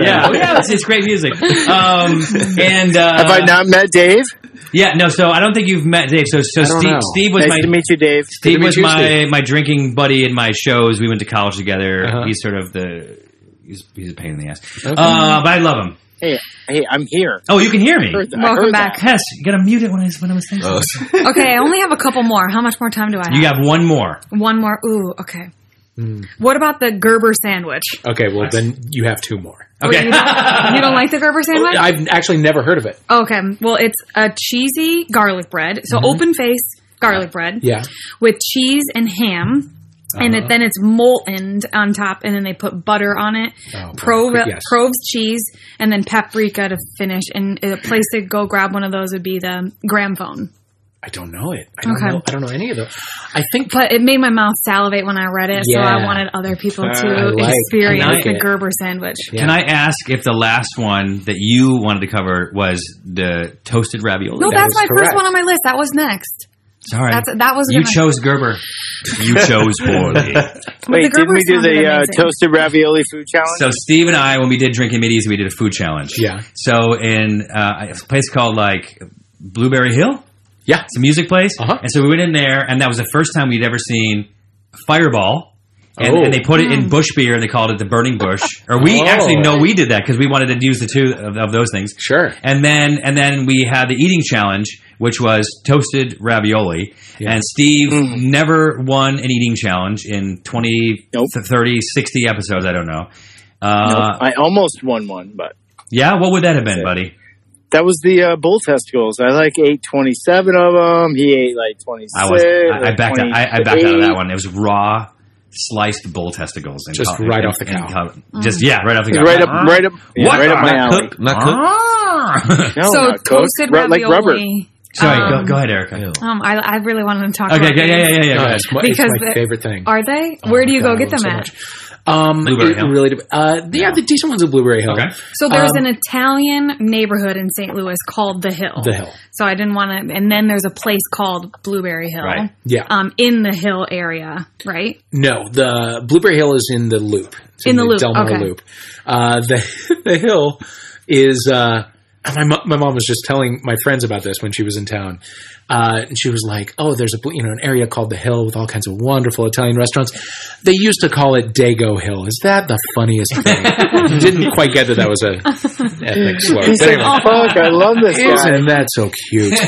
Speaker 3: Yeah, Oh, yeah, it's, it's great music. Um, and uh,
Speaker 8: Have I not met Dave?
Speaker 3: Yeah, no. So I don't think you've met Dave. So so
Speaker 5: don't
Speaker 3: Steve,
Speaker 5: know.
Speaker 3: Steve was
Speaker 8: Nice
Speaker 3: my
Speaker 8: to meet you, Dave.
Speaker 3: Steve
Speaker 5: meet
Speaker 3: was
Speaker 5: you,
Speaker 3: my
Speaker 5: Steve.
Speaker 3: my drinking buddy in my shows. We went to college together.
Speaker 5: Uh-huh.
Speaker 3: He's sort of the he's he's a pain in the ass, uh, but I love him.
Speaker 8: Hey, hey, I'm here.
Speaker 3: Oh, you can hear me.
Speaker 8: I heard that. I
Speaker 4: Welcome
Speaker 8: heard
Speaker 4: back.
Speaker 3: Hess, you gotta mute it when I when I'm saying.
Speaker 6: Oh,
Speaker 4: Okay, I only have a couple more. How much more time do I have?
Speaker 3: You have one more.
Speaker 4: One more. Ooh, okay.
Speaker 5: Hmm.
Speaker 4: What about the Gerber sandwich?
Speaker 5: Okay. Well, then you have two more.
Speaker 3: Okay.
Speaker 4: You don't, you don't like the
Speaker 5: Oh,
Speaker 4: Gerber sandwich?
Speaker 5: I've actually never heard of it.
Speaker 4: Okay. Well, it's a cheesy garlic bread. So open face garlic bread
Speaker 5: Mm-hmm. Yeah. Uh-huh.
Speaker 4: with cheese and ham. And it, then it's molten on top, and then they put butter on it,
Speaker 5: Oh,
Speaker 4: Prove,
Speaker 5: yes.
Speaker 4: Prove's cheese, and then paprika to finish. And a place to go grab one of those would be the Gramophone.
Speaker 5: I don't know it. I don't
Speaker 4: Okay.
Speaker 5: know. I don't know any of those. I think
Speaker 4: But it made my mouth salivate when I read it, so I
Speaker 5: Yeah.
Speaker 4: wanted other people
Speaker 5: I
Speaker 4: to
Speaker 5: like-
Speaker 4: experience
Speaker 3: I like
Speaker 4: the
Speaker 5: it.
Speaker 4: Gerber sandwich.
Speaker 5: Yeah.
Speaker 3: Can I ask if the last one that you wanted to cover was the toasted ravioli?
Speaker 4: No,
Speaker 5: That
Speaker 4: that's
Speaker 5: is
Speaker 4: my
Speaker 5: correct.
Speaker 4: first one on my list. That was next.
Speaker 3: Sorry,
Speaker 4: That's that was
Speaker 3: you
Speaker 4: gonna-
Speaker 3: chose Gerber. You chose poorly.
Speaker 8: Wait,
Speaker 4: the
Speaker 8: did
Speaker 4: Gerber
Speaker 8: we do
Speaker 4: sounded
Speaker 8: the uh,
Speaker 4: amazing.
Speaker 8: toasted ravioli food challenge?
Speaker 3: So Steve and I, when we did drinking middies, we did a food challenge.
Speaker 5: Yeah.
Speaker 3: So in uh, it's a place called like Blueberry Hill,
Speaker 5: yeah.
Speaker 3: it's a music place,
Speaker 5: Uh-huh.
Speaker 3: and so we went in there, and that was the first time we'd ever seen Fireball and,
Speaker 5: Oh.
Speaker 3: and they put it
Speaker 4: Mm.
Speaker 3: in bush beer and they called it the burning bush. Or we
Speaker 5: Oh.
Speaker 3: actually no, we did that because we wanted to use the two of, of those things.
Speaker 5: Sure.
Speaker 3: And then and then we had the eating challenge, which was toasted ravioli. And Steve never won an eating challenge in 20,
Speaker 8: Mm. Nope.
Speaker 3: 30, 60 episodes. I don't know.
Speaker 8: Nope.
Speaker 3: Uh,
Speaker 8: I almost won one, but
Speaker 3: Yeah, what would that have been,
Speaker 8: it.
Speaker 3: buddy?
Speaker 8: that was the uh, bull testicles. I like ate twenty seven of them. He ate like twenty six.
Speaker 3: I was I, I backed out. I, I backed out of that one. It was raw sliced bull testicles, and
Speaker 5: Just
Speaker 3: col-
Speaker 5: right
Speaker 3: and-
Speaker 5: off the
Speaker 3: and
Speaker 5: cow.
Speaker 3: col- Just yeah, right off the cow.
Speaker 8: Right up, right up, yeah,
Speaker 3: What?
Speaker 8: right up my
Speaker 3: not
Speaker 8: alley.
Speaker 3: cooked?
Speaker 6: Not cooked?
Speaker 3: Arrgh.
Speaker 8: No,
Speaker 4: so
Speaker 8: not cooked.
Speaker 4: uh, toasted
Speaker 8: Ru-
Speaker 4: ravioli.
Speaker 8: like rubber.
Speaker 3: Sorry, go,
Speaker 4: Um,
Speaker 3: go ahead, Erica.
Speaker 6: Ew.
Speaker 4: Um, I, I really wanted to talk.
Speaker 3: Okay,
Speaker 4: about
Speaker 3: yeah, yeah,
Speaker 4: these.
Speaker 3: yeah, yeah.
Speaker 5: No,
Speaker 3: Go ahead.
Speaker 5: it's my,
Speaker 4: Because
Speaker 5: it's my
Speaker 4: the-
Speaker 5: favorite thing.
Speaker 4: Are they?
Speaker 5: Oh
Speaker 4: Where
Speaker 5: my
Speaker 4: do you
Speaker 5: God,
Speaker 4: go get
Speaker 5: I
Speaker 4: them
Speaker 5: love
Speaker 4: at?
Speaker 5: it so much. Um,
Speaker 3: Blueberry
Speaker 5: it
Speaker 3: Hill.
Speaker 5: really dep- uh, yeah, the decent ones at Blueberry Hill.
Speaker 3: Okay.
Speaker 4: So there's
Speaker 5: Um,
Speaker 4: an Italian neighborhood in St. Louis called the Hill.
Speaker 5: The Hill.
Speaker 4: So I didn't want to. And then there's a place called Blueberry Hill.
Speaker 3: Right.
Speaker 5: Yeah.
Speaker 4: Um, in the Hill area, right?
Speaker 5: No, the Blueberry Hill is in the loop. It's
Speaker 4: In the loop,
Speaker 5: Del Mar
Speaker 4: okay.
Speaker 5: loop. Uh, the the hill is. Uh, and my mo- my mom was just telling my friends about this when she was in town, uh, and she was like, "Oh, there's a bl- you know an area called the Hill with all kinds of wonderful Italian restaurants. They used to call it Dago Hill. Is that the funniest thing? Didn't quite get that that was a ethnic slur.
Speaker 8: He's
Speaker 5: But
Speaker 8: like,
Speaker 5: anyway,
Speaker 8: fuck, I love this guy.
Speaker 5: "Oh, isn't that so cute?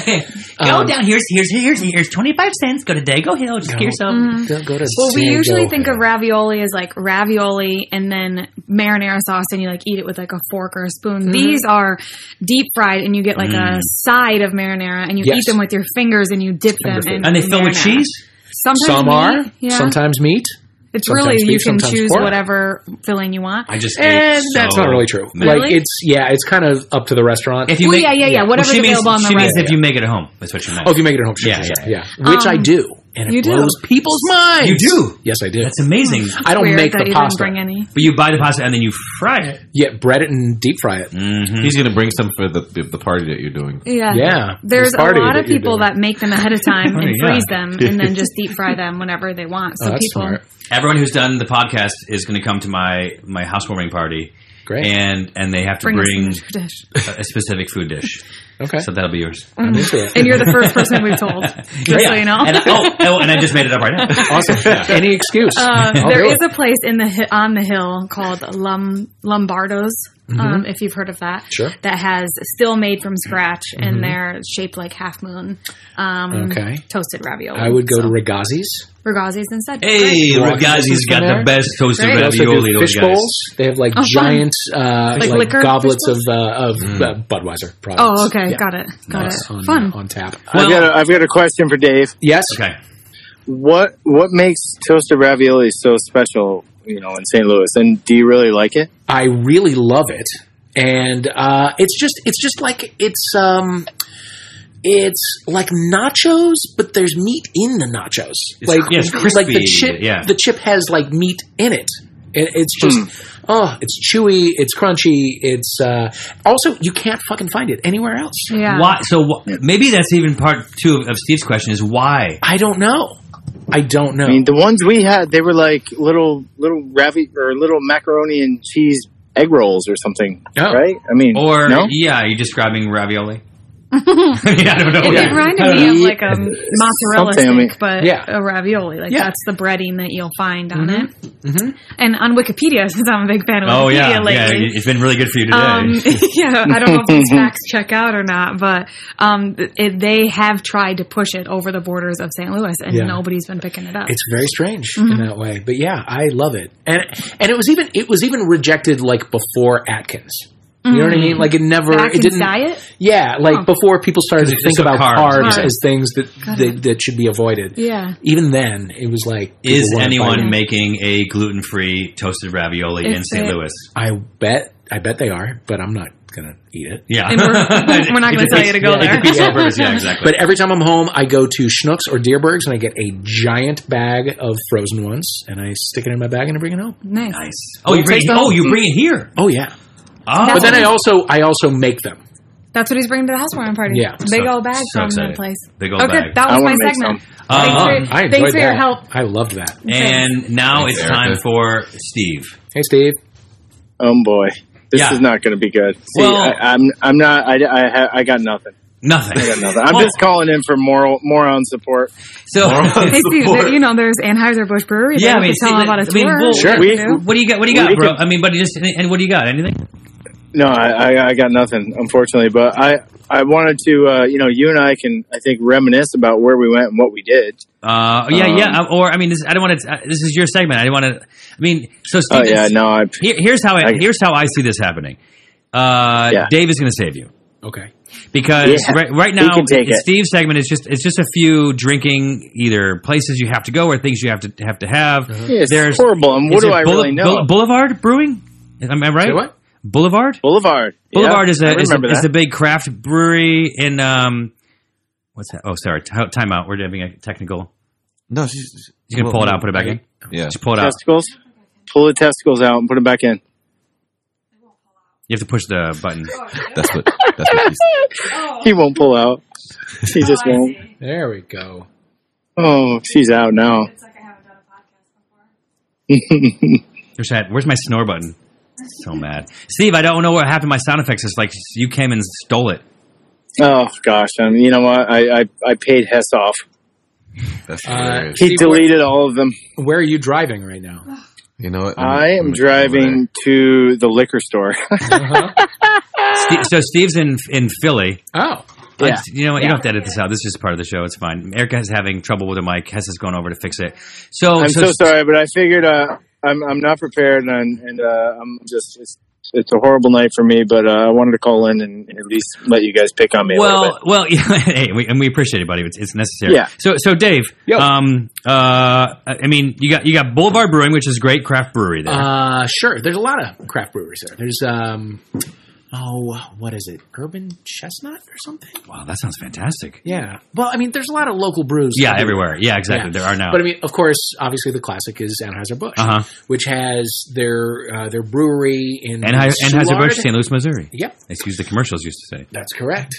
Speaker 3: go
Speaker 5: Um,
Speaker 3: down. Here's here's here's here's twenty five cents. Go to Dago Hill. Just get yourself.
Speaker 5: Don't go to
Speaker 4: Well, we
Speaker 5: Dago
Speaker 4: usually think
Speaker 5: Hill.
Speaker 4: of ravioli as like ravioli and then marinara sauce, and you like eat it with like a fork or a spoon.
Speaker 3: Mm-hmm.
Speaker 4: These are deep fried, and you get like a side of marinara, and you
Speaker 5: Mm. Yes.
Speaker 4: eat them with your fingers, and you dip them.
Speaker 5: Finger
Speaker 4: in
Speaker 3: And they fill with
Speaker 4: marinara.
Speaker 3: cheese.
Speaker 4: Sometimes
Speaker 5: some
Speaker 4: meat,
Speaker 5: are
Speaker 4: yeah.
Speaker 5: sometimes meat.
Speaker 4: it's
Speaker 5: sometimes
Speaker 4: really
Speaker 5: beef,
Speaker 4: you can
Speaker 5: sometimes
Speaker 4: choose
Speaker 5: pork.
Speaker 4: whatever filling you want.
Speaker 3: I just
Speaker 5: And
Speaker 3: ate
Speaker 5: that's
Speaker 3: so
Speaker 5: not really true.
Speaker 3: many.
Speaker 5: Like it's yeah, it's kind of up to the restaurant.
Speaker 3: If you
Speaker 4: Well,
Speaker 3: make,
Speaker 4: yeah, yeah, yeah,
Speaker 5: yeah. Well,
Speaker 4: Whatever's
Speaker 3: she means,
Speaker 4: available on the
Speaker 3: she means
Speaker 4: restaurant.
Speaker 3: if you make it at home. That's what you meant.
Speaker 5: oh, if you make it at home, sure,
Speaker 3: Yeah,
Speaker 5: sure,
Speaker 3: yeah,
Speaker 5: sure, which I
Speaker 4: Um,
Speaker 5: do, and
Speaker 4: you
Speaker 5: it
Speaker 4: do.
Speaker 5: blows people's minds.
Speaker 3: You do?
Speaker 5: yes, I do.
Speaker 3: that's amazing.
Speaker 5: I don't
Speaker 4: Weird
Speaker 5: make
Speaker 4: that
Speaker 5: the
Speaker 4: you
Speaker 5: pasta.
Speaker 4: Didn't bring any.
Speaker 3: But you buy the pasta and then you fry it.
Speaker 5: Yeah, bread it and deep fry it.
Speaker 6: He's going to bring some for the, the, the party that you're doing.
Speaker 4: Yeah.
Speaker 5: Yeah,
Speaker 4: There's
Speaker 5: this
Speaker 4: a
Speaker 5: party
Speaker 4: lot of
Speaker 5: you're
Speaker 4: people
Speaker 5: doing.
Speaker 4: that make them ahead of time and
Speaker 3: yeah.
Speaker 4: freeze them and then just deep fry them whenever they want. So
Speaker 5: Oh, that's
Speaker 4: people
Speaker 5: smart.
Speaker 3: Everyone who's done the podcast is going to come to my my housewarming party,
Speaker 5: Great.
Speaker 3: and and they have to
Speaker 4: bring, us
Speaker 3: bring
Speaker 4: some dish.
Speaker 3: a, a specific food dish.
Speaker 5: Okay,
Speaker 3: So that'll be yours.
Speaker 4: Mm.
Speaker 5: I'm into it.
Speaker 4: And you're the first person we've told, just so you know.
Speaker 3: And I, oh, oh, and I just made it up right now.
Speaker 5: awesome. Any excuse?
Speaker 4: Uh,
Speaker 5: I'll
Speaker 4: there
Speaker 5: do
Speaker 4: is
Speaker 5: it.
Speaker 4: a place in the hi- on the hill called Lum, Lombardo's, um, if you've heard of that.
Speaker 5: Mm-hmm. Sure. Mm-hmm.
Speaker 4: That has still made from scratch, and they're shaped like half moon. Um,
Speaker 5: Okay.
Speaker 4: Toasted ravioli.
Speaker 5: I would go to
Speaker 4: So,
Speaker 5: Ragazzi's.
Speaker 4: Ragazzi's instead.
Speaker 3: Hey,
Speaker 4: Great.
Speaker 3: Ragazzi's got the best toasted
Speaker 4: Great.
Speaker 5: They also
Speaker 3: ravioli.
Speaker 5: do
Speaker 3: Those
Speaker 5: fish
Speaker 3: guys.
Speaker 5: bowls. They have like
Speaker 4: Oh, fun.
Speaker 5: giant uh,
Speaker 4: Like
Speaker 5: like,
Speaker 4: liquor
Speaker 5: goblets
Speaker 4: fish
Speaker 5: of uh, of
Speaker 3: Mm.
Speaker 5: uh, Budweiser products.
Speaker 4: Oh, okay,
Speaker 5: Yeah.
Speaker 4: got it, got
Speaker 5: Nice.
Speaker 4: it.
Speaker 5: On,
Speaker 4: Fun.
Speaker 5: on tap.
Speaker 8: I've got, a, I've got a question for Dave.
Speaker 5: Yes.
Speaker 3: Okay.
Speaker 8: What what makes toasted ravioli so special? You know, in St. Louis, and do you really like it?
Speaker 5: I really love it, and uh, it's just it's just like it's um, it's like nachos, but there's meat in the nachos.
Speaker 3: It's-
Speaker 5: like
Speaker 3: yeah, it's
Speaker 5: like
Speaker 3: crispy,
Speaker 5: the chip,
Speaker 3: yeah. Hmm.
Speaker 5: the chip has like meat in it. It, it's just oh, it's chewy, it's crunchy, it's uh, also you can't fucking find it anywhere else.
Speaker 8: Hmm.
Speaker 4: Yeah.
Speaker 3: Why? So wh- maybe that's even part two of, of Steve's question: is why?
Speaker 5: I don't know. I don't know.
Speaker 8: I mean, the ones we had, they were like little little ravi or little macaroni and cheese egg rolls or something,
Speaker 5: Oh.
Speaker 8: right? I mean,
Speaker 3: Or
Speaker 8: no?
Speaker 3: yeah, are you describing ravioli? yeah, I don't know.
Speaker 4: It
Speaker 3: Yeah.
Speaker 4: reminded me of like a mozzarella
Speaker 8: Something, I mean-
Speaker 4: stick, but
Speaker 5: Yeah.
Speaker 4: a ravioli. Like
Speaker 5: Yeah.
Speaker 4: that's the breading that you'll find on it. And on Wikipedia, since I'm a big fan of
Speaker 3: Mm-hmm. Oh
Speaker 4: Wikipedia
Speaker 3: yeah, yeah.
Speaker 4: lately.
Speaker 3: It's been really good for you today.
Speaker 4: Um, yeah, I don't know if these facts check out or not, but um, it, they have tried to push it over the borders of St. Louis, and
Speaker 5: Yeah.
Speaker 4: nobody's been picking it up.
Speaker 5: It's very strange in that way, but yeah, I love it. And and it was even it was even rejected like before Atkins. You know what I mean? Like it never
Speaker 4: The
Speaker 5: it
Speaker 4: Atkins
Speaker 5: didn't
Speaker 4: diet?
Speaker 5: Yeah, like
Speaker 4: Huh.
Speaker 5: before people started to
Speaker 3: it's
Speaker 5: think
Speaker 3: just
Speaker 5: about
Speaker 3: carbs.
Speaker 5: carbs,
Speaker 4: Carbs.
Speaker 5: as things that, that that should be avoided.
Speaker 4: Yeah.
Speaker 5: Even then, it was like people
Speaker 3: is
Speaker 5: weren't
Speaker 3: anyone
Speaker 5: fighting.
Speaker 3: making a gluten-free toasted ravioli in
Speaker 4: It's
Speaker 3: St.
Speaker 4: it.
Speaker 3: Louis?
Speaker 5: I bet I bet they are, but I'm not gonna eat it.
Speaker 3: Yeah,
Speaker 4: And we're, we're not going to tell you to go there.
Speaker 3: Yeah, purpose, yeah, exactly.
Speaker 5: But every time I'm home, I go to Schnucks or Deerberg's and I get a giant bag of frozen ones and I stick it in my bag and I bring it home.
Speaker 4: nice.
Speaker 3: nice. Oh, you bring it,
Speaker 5: taste the
Speaker 3: oh,
Speaker 5: whole-
Speaker 3: you bring it here.
Speaker 5: Oh yeah.
Speaker 3: Oh,
Speaker 4: That's
Speaker 5: But then I also I also make them.
Speaker 4: That's what he's bringing to the housewarming party.
Speaker 5: Yeah.
Speaker 4: Big
Speaker 3: So-
Speaker 4: old bag
Speaker 3: so
Speaker 4: from
Speaker 3: excited.
Speaker 4: that place.
Speaker 3: Big old
Speaker 4: okay,
Speaker 3: bag.
Speaker 4: that
Speaker 8: I
Speaker 4: was my
Speaker 8: wanna make
Speaker 4: segment.
Speaker 8: some.
Speaker 3: Uh-huh.
Speaker 4: Thanks for,
Speaker 5: Oh, I enjoyed
Speaker 4: thanks for your
Speaker 5: that.
Speaker 4: help.
Speaker 5: I loved that.
Speaker 3: and now
Speaker 6: Thanks,
Speaker 3: it's
Speaker 6: Erica.
Speaker 3: time for Steve.
Speaker 5: Hey, Steve.
Speaker 8: Oh boy, this
Speaker 3: Yeah.
Speaker 8: is not going to be good. See,
Speaker 3: Well-
Speaker 8: I, I'm I'm not. I I, ha- I got nothing.
Speaker 3: Nothing.
Speaker 8: I got nothing. I'm
Speaker 3: Oh,
Speaker 8: just calling in for moral moron support.
Speaker 3: so.
Speaker 4: Hey, Steve, there- you know, there's Anheuser Busch Brewery.
Speaker 3: Yeah,
Speaker 4: Yeah,
Speaker 3: I mean,
Speaker 4: we could tell
Speaker 3: see,
Speaker 4: them about a
Speaker 3: I mean,
Speaker 4: tour.
Speaker 3: we'll-
Speaker 8: Sure. We-
Speaker 4: You know?
Speaker 3: What do you got? What do you got,
Speaker 8: We
Speaker 3: bro?
Speaker 8: could-
Speaker 3: I mean, buddy, just and, and what do you got? Anything?
Speaker 8: No, I, I, I got nothing, unfortunately. But I, I wanted to, uh, you know, you and I can, I think, reminisce about where we went and what we did.
Speaker 3: Uh, yeah,
Speaker 8: Um,
Speaker 3: yeah. Or I mean, this, I don't want to. Uh, this is your segment. I don't want to. I mean, so Steve,
Speaker 8: Oh yeah, no, I,
Speaker 3: here, here's how I,
Speaker 8: I-
Speaker 3: here's how I see this happening. Uh,
Speaker 8: Yeah.
Speaker 3: Dave is going to save you.
Speaker 5: Okay.
Speaker 3: because
Speaker 8: Yeah.
Speaker 3: right, right
Speaker 8: He
Speaker 3: now
Speaker 8: can take
Speaker 3: it's
Speaker 8: it.
Speaker 3: Steve's segment is just it's just a few drinking either places you have to go or things you have to have to have.
Speaker 8: it's horrible. And Uh-huh. what
Speaker 3: is
Speaker 8: do
Speaker 3: it
Speaker 8: I
Speaker 3: Boule-
Speaker 8: really know?
Speaker 3: Boule- Boulevard Brewing? Am I right?
Speaker 5: Say what?
Speaker 3: Boulevard?
Speaker 8: Boulevard.
Speaker 3: Boulevard
Speaker 8: Yeah,
Speaker 3: is
Speaker 8: I
Speaker 3: a is a,
Speaker 8: remember
Speaker 3: is
Speaker 8: that.
Speaker 3: a big craft brewery in um what's that? Oh, sorry, T- time out. We're having a technical.
Speaker 6: No, she's
Speaker 3: You can pull it out, put it back in.
Speaker 6: Yeah,
Speaker 3: Just pull it out.
Speaker 8: testicles. Pull the testicles out and put them back in.
Speaker 3: You have to push the button.
Speaker 6: that's what. That's what she's.
Speaker 8: He won't pull out. He just
Speaker 7: Oh, I
Speaker 8: won't.
Speaker 7: see.
Speaker 5: There we go.
Speaker 8: Oh, she's out now.
Speaker 7: It's like I haven't done a podcast before.
Speaker 3: Where's that? Where's my snore button? So mad, Steve. I don't know what happened to my sound effects. It's like you came and stole it.
Speaker 8: oh gosh, I mean, you know what? I, I, I paid Hess off.
Speaker 6: That's
Speaker 5: Uh,
Speaker 6: hilarious.
Speaker 8: He
Speaker 5: See,
Speaker 8: deleted all of them.
Speaker 5: Where are you driving right now?
Speaker 6: You know what?
Speaker 8: I
Speaker 3: Oh
Speaker 8: am
Speaker 6: I'm-
Speaker 8: driving to the liquor store.
Speaker 5: Uh-huh.
Speaker 3: Ste- so Steve's in in Philly.
Speaker 5: Oh,
Speaker 3: I just- you know what? You don't have to edit this out. This is just part of the show. It's fine. Erica's having trouble with her mic. Hess is going over to fix it. So,
Speaker 8: I'm
Speaker 3: Oh, so,
Speaker 8: so sorry, but I figured uh, I'm I'm not prepared, and and uh, I'm just it's, it's a horrible night for me. But uh, I wanted to call in and at least let you guys pick on me. a little
Speaker 3: well,
Speaker 8: bit.
Speaker 3: well, hey, we, and we appreciate it, buddy. It's, it's necessary.
Speaker 8: Yeah.
Speaker 3: So, so Dave,
Speaker 5: Yo.
Speaker 3: um, uh, I mean, you got you got Boulevard Brewing, which is a great craft brewery there.
Speaker 5: uh, sure. There's a lot of craft breweries there. There's um, oh, what is it? Urban Chestnut or something?
Speaker 3: wow, that sounds fantastic.
Speaker 5: Yeah. Well, I mean, there's a lot of local brews.
Speaker 3: Yeah, everywhere. Yeah, exactly.
Speaker 5: Yeah.
Speaker 3: There are now.
Speaker 5: But I mean, of course, obviously the classic is Anheuser Busch,
Speaker 3: Uh-huh.
Speaker 5: which has their uh, their brewery in
Speaker 3: Anhe-
Speaker 5: Soulard.
Speaker 3: Anheuser-Busch, St. Louis, Missouri.
Speaker 5: Yep,
Speaker 3: Excuse the commercials used to say.
Speaker 5: that's correct.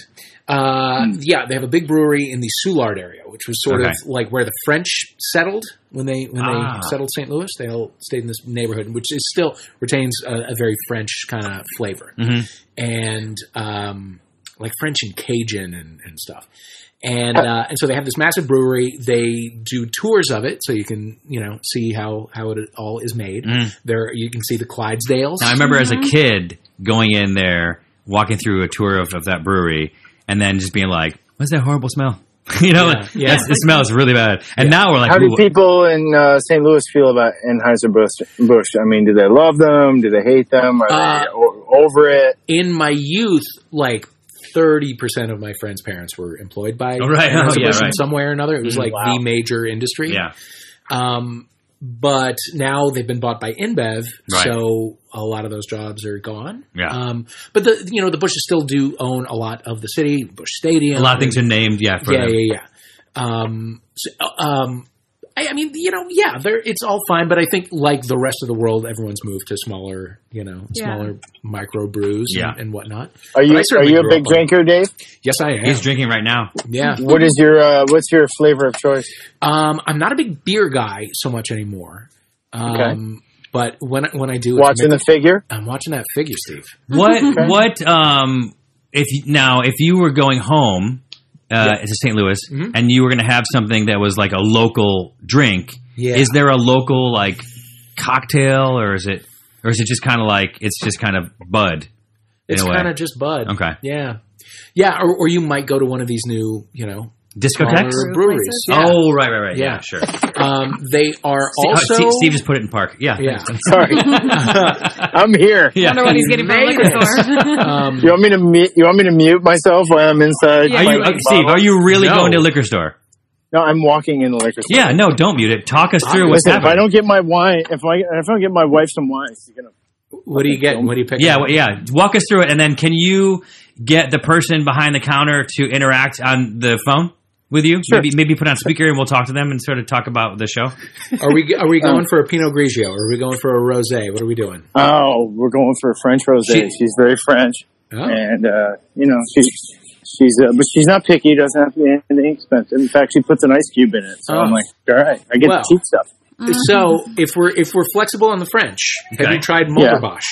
Speaker 5: Uh, Yeah, they have a big brewery in the Soulard area, which was sort
Speaker 3: Hmm. Okay.
Speaker 5: of like where the French settled when they when
Speaker 3: Ah.
Speaker 5: they settled St. Louis. They all stayed in this neighborhood, which is still retains a, a very French kind of flavor
Speaker 3: Mhm.
Speaker 5: and um, like French and Cajun and, and stuff.
Speaker 3: Oh.
Speaker 5: And uh, and so they have this massive brewery. They do tours of it, so you can you know see how how it all is made.
Speaker 3: Mm.
Speaker 5: There you can see the Clydesdales.
Speaker 3: Now, I remember as a kid going in there, walking through a tour of, of that brewery, and then just being like, "What's that horrible smell?" you know,
Speaker 5: Yeah,
Speaker 3: like,
Speaker 5: yeah.
Speaker 3: that's- it smells really bad. And now we're like,
Speaker 8: How do
Speaker 3: "Ooh,
Speaker 8: people in uh, St. Louis feel about Anheuser Busch? I mean, do they love them? Do they hate them? Are they
Speaker 5: Uh,
Speaker 8: o- over it?
Speaker 5: in my youth, like thirty percent of my friends' parents were employed by
Speaker 3: Oh, right.
Speaker 5: Anheuser-Busch
Speaker 3: Oh, yeah,
Speaker 5: in
Speaker 3: right. Mm,
Speaker 5: some way or another. It was like
Speaker 8: Wow.
Speaker 5: the major industry.
Speaker 3: yeah,
Speaker 5: Um, but now they've been bought by InBev,
Speaker 3: Right.
Speaker 5: so a lot of those jobs are gone.
Speaker 3: Yeah.
Speaker 5: Um, but the you know the Bushes still do own a lot of the city, Bush Stadium,
Speaker 3: a lot of things are named, yeah, for
Speaker 5: yeah,
Speaker 3: them.
Speaker 5: yeah, yeah. Um, so, uh, um, I, I mean, you know, yeah, they're, it's all fine, but I think like the rest of the world, everyone's moved to smaller, you know,
Speaker 4: Yeah.
Speaker 5: smaller micro brews
Speaker 3: Yeah.
Speaker 5: and, and whatnot.
Speaker 8: Are you
Speaker 5: I
Speaker 8: are
Speaker 5: certainly
Speaker 8: you a
Speaker 5: grew
Speaker 8: big
Speaker 5: up on it.
Speaker 8: drinker, Dave?
Speaker 5: Yes, I am.
Speaker 3: He's drinking right now.
Speaker 5: yeah.
Speaker 8: What is your uh, what's your flavor of choice?
Speaker 5: Um, I'm not a big beer guy so much anymore. Um, But when when I do, it's
Speaker 8: Watching the
Speaker 5: mixed-
Speaker 8: figure.
Speaker 5: I'm watching that figure, Steve.
Speaker 3: What? What? Um, if you- now, if you were going home uh, to St. Louis
Speaker 5: Mhm.
Speaker 3: and you were going to have something that was like a local drink,
Speaker 5: Yeah.
Speaker 3: is there a local like cocktail, or is it, or is it just kind of like it's just kind of Bud?
Speaker 5: it's
Speaker 3: in a way.
Speaker 5: kind of just Bud.
Speaker 3: Okay.
Speaker 5: Yeah. Yeah, or, or you might go to one of these new, you know,
Speaker 3: Discotheques?
Speaker 5: smaller
Speaker 4: Brew
Speaker 5: breweries.
Speaker 4: places?
Speaker 5: Yeah.
Speaker 3: Oh, right, right, right. Yeah, uh,
Speaker 5: Yeah.
Speaker 3: sure.
Speaker 5: Um, they are
Speaker 3: Steve-
Speaker 5: also
Speaker 3: Steve, Steve just put it in park. Yeah.
Speaker 5: yeah.
Speaker 8: Sorry, I'm here.
Speaker 3: Yeah.
Speaker 4: wonder what he's getting from a
Speaker 5: Made
Speaker 4: liquor
Speaker 5: it.
Speaker 4: store.
Speaker 5: Um,
Speaker 8: You want me to mute? You want me to mute myself while I'm inside?
Speaker 4: Yeah,
Speaker 3: Are you,
Speaker 8: my
Speaker 3: uh, Steve, are you really
Speaker 5: No.
Speaker 3: going to a liquor store?
Speaker 8: No, I'm walking in the liquor store.
Speaker 3: Yeah, no, don't mute it. Talk us through what's
Speaker 8: Listen, if I
Speaker 3: happening.
Speaker 8: don't get my wine, if I if I don't get my wife some wine, she's gonna.
Speaker 5: what do you get? What do you pick?
Speaker 3: Yeah, well, yeah. Walk us through it, and then can you get the person behind the counter to interact on the phone with you? Maybe, maybe put on speaker, and we'll talk to them and sort of talk about the show.
Speaker 5: Are we are we going for a Pinot Grigio? Or are we going for a rosé? What are we doing?
Speaker 8: Oh, we're going for a French rosé.
Speaker 3: She-
Speaker 8: she's very French,
Speaker 5: Oh,
Speaker 8: and uh, you know she's she's uh, but she's not picky. Doesn't have to be anything expensive. In fact, she puts an ice cube in it. So I'm
Speaker 5: Oh.
Speaker 8: like, all right, I get
Speaker 5: Well.
Speaker 8: the cheap stuff.
Speaker 5: So if we're if we're flexible on the French, have
Speaker 3: Okay.
Speaker 5: you tried
Speaker 8: Yeah.
Speaker 5: Bosch?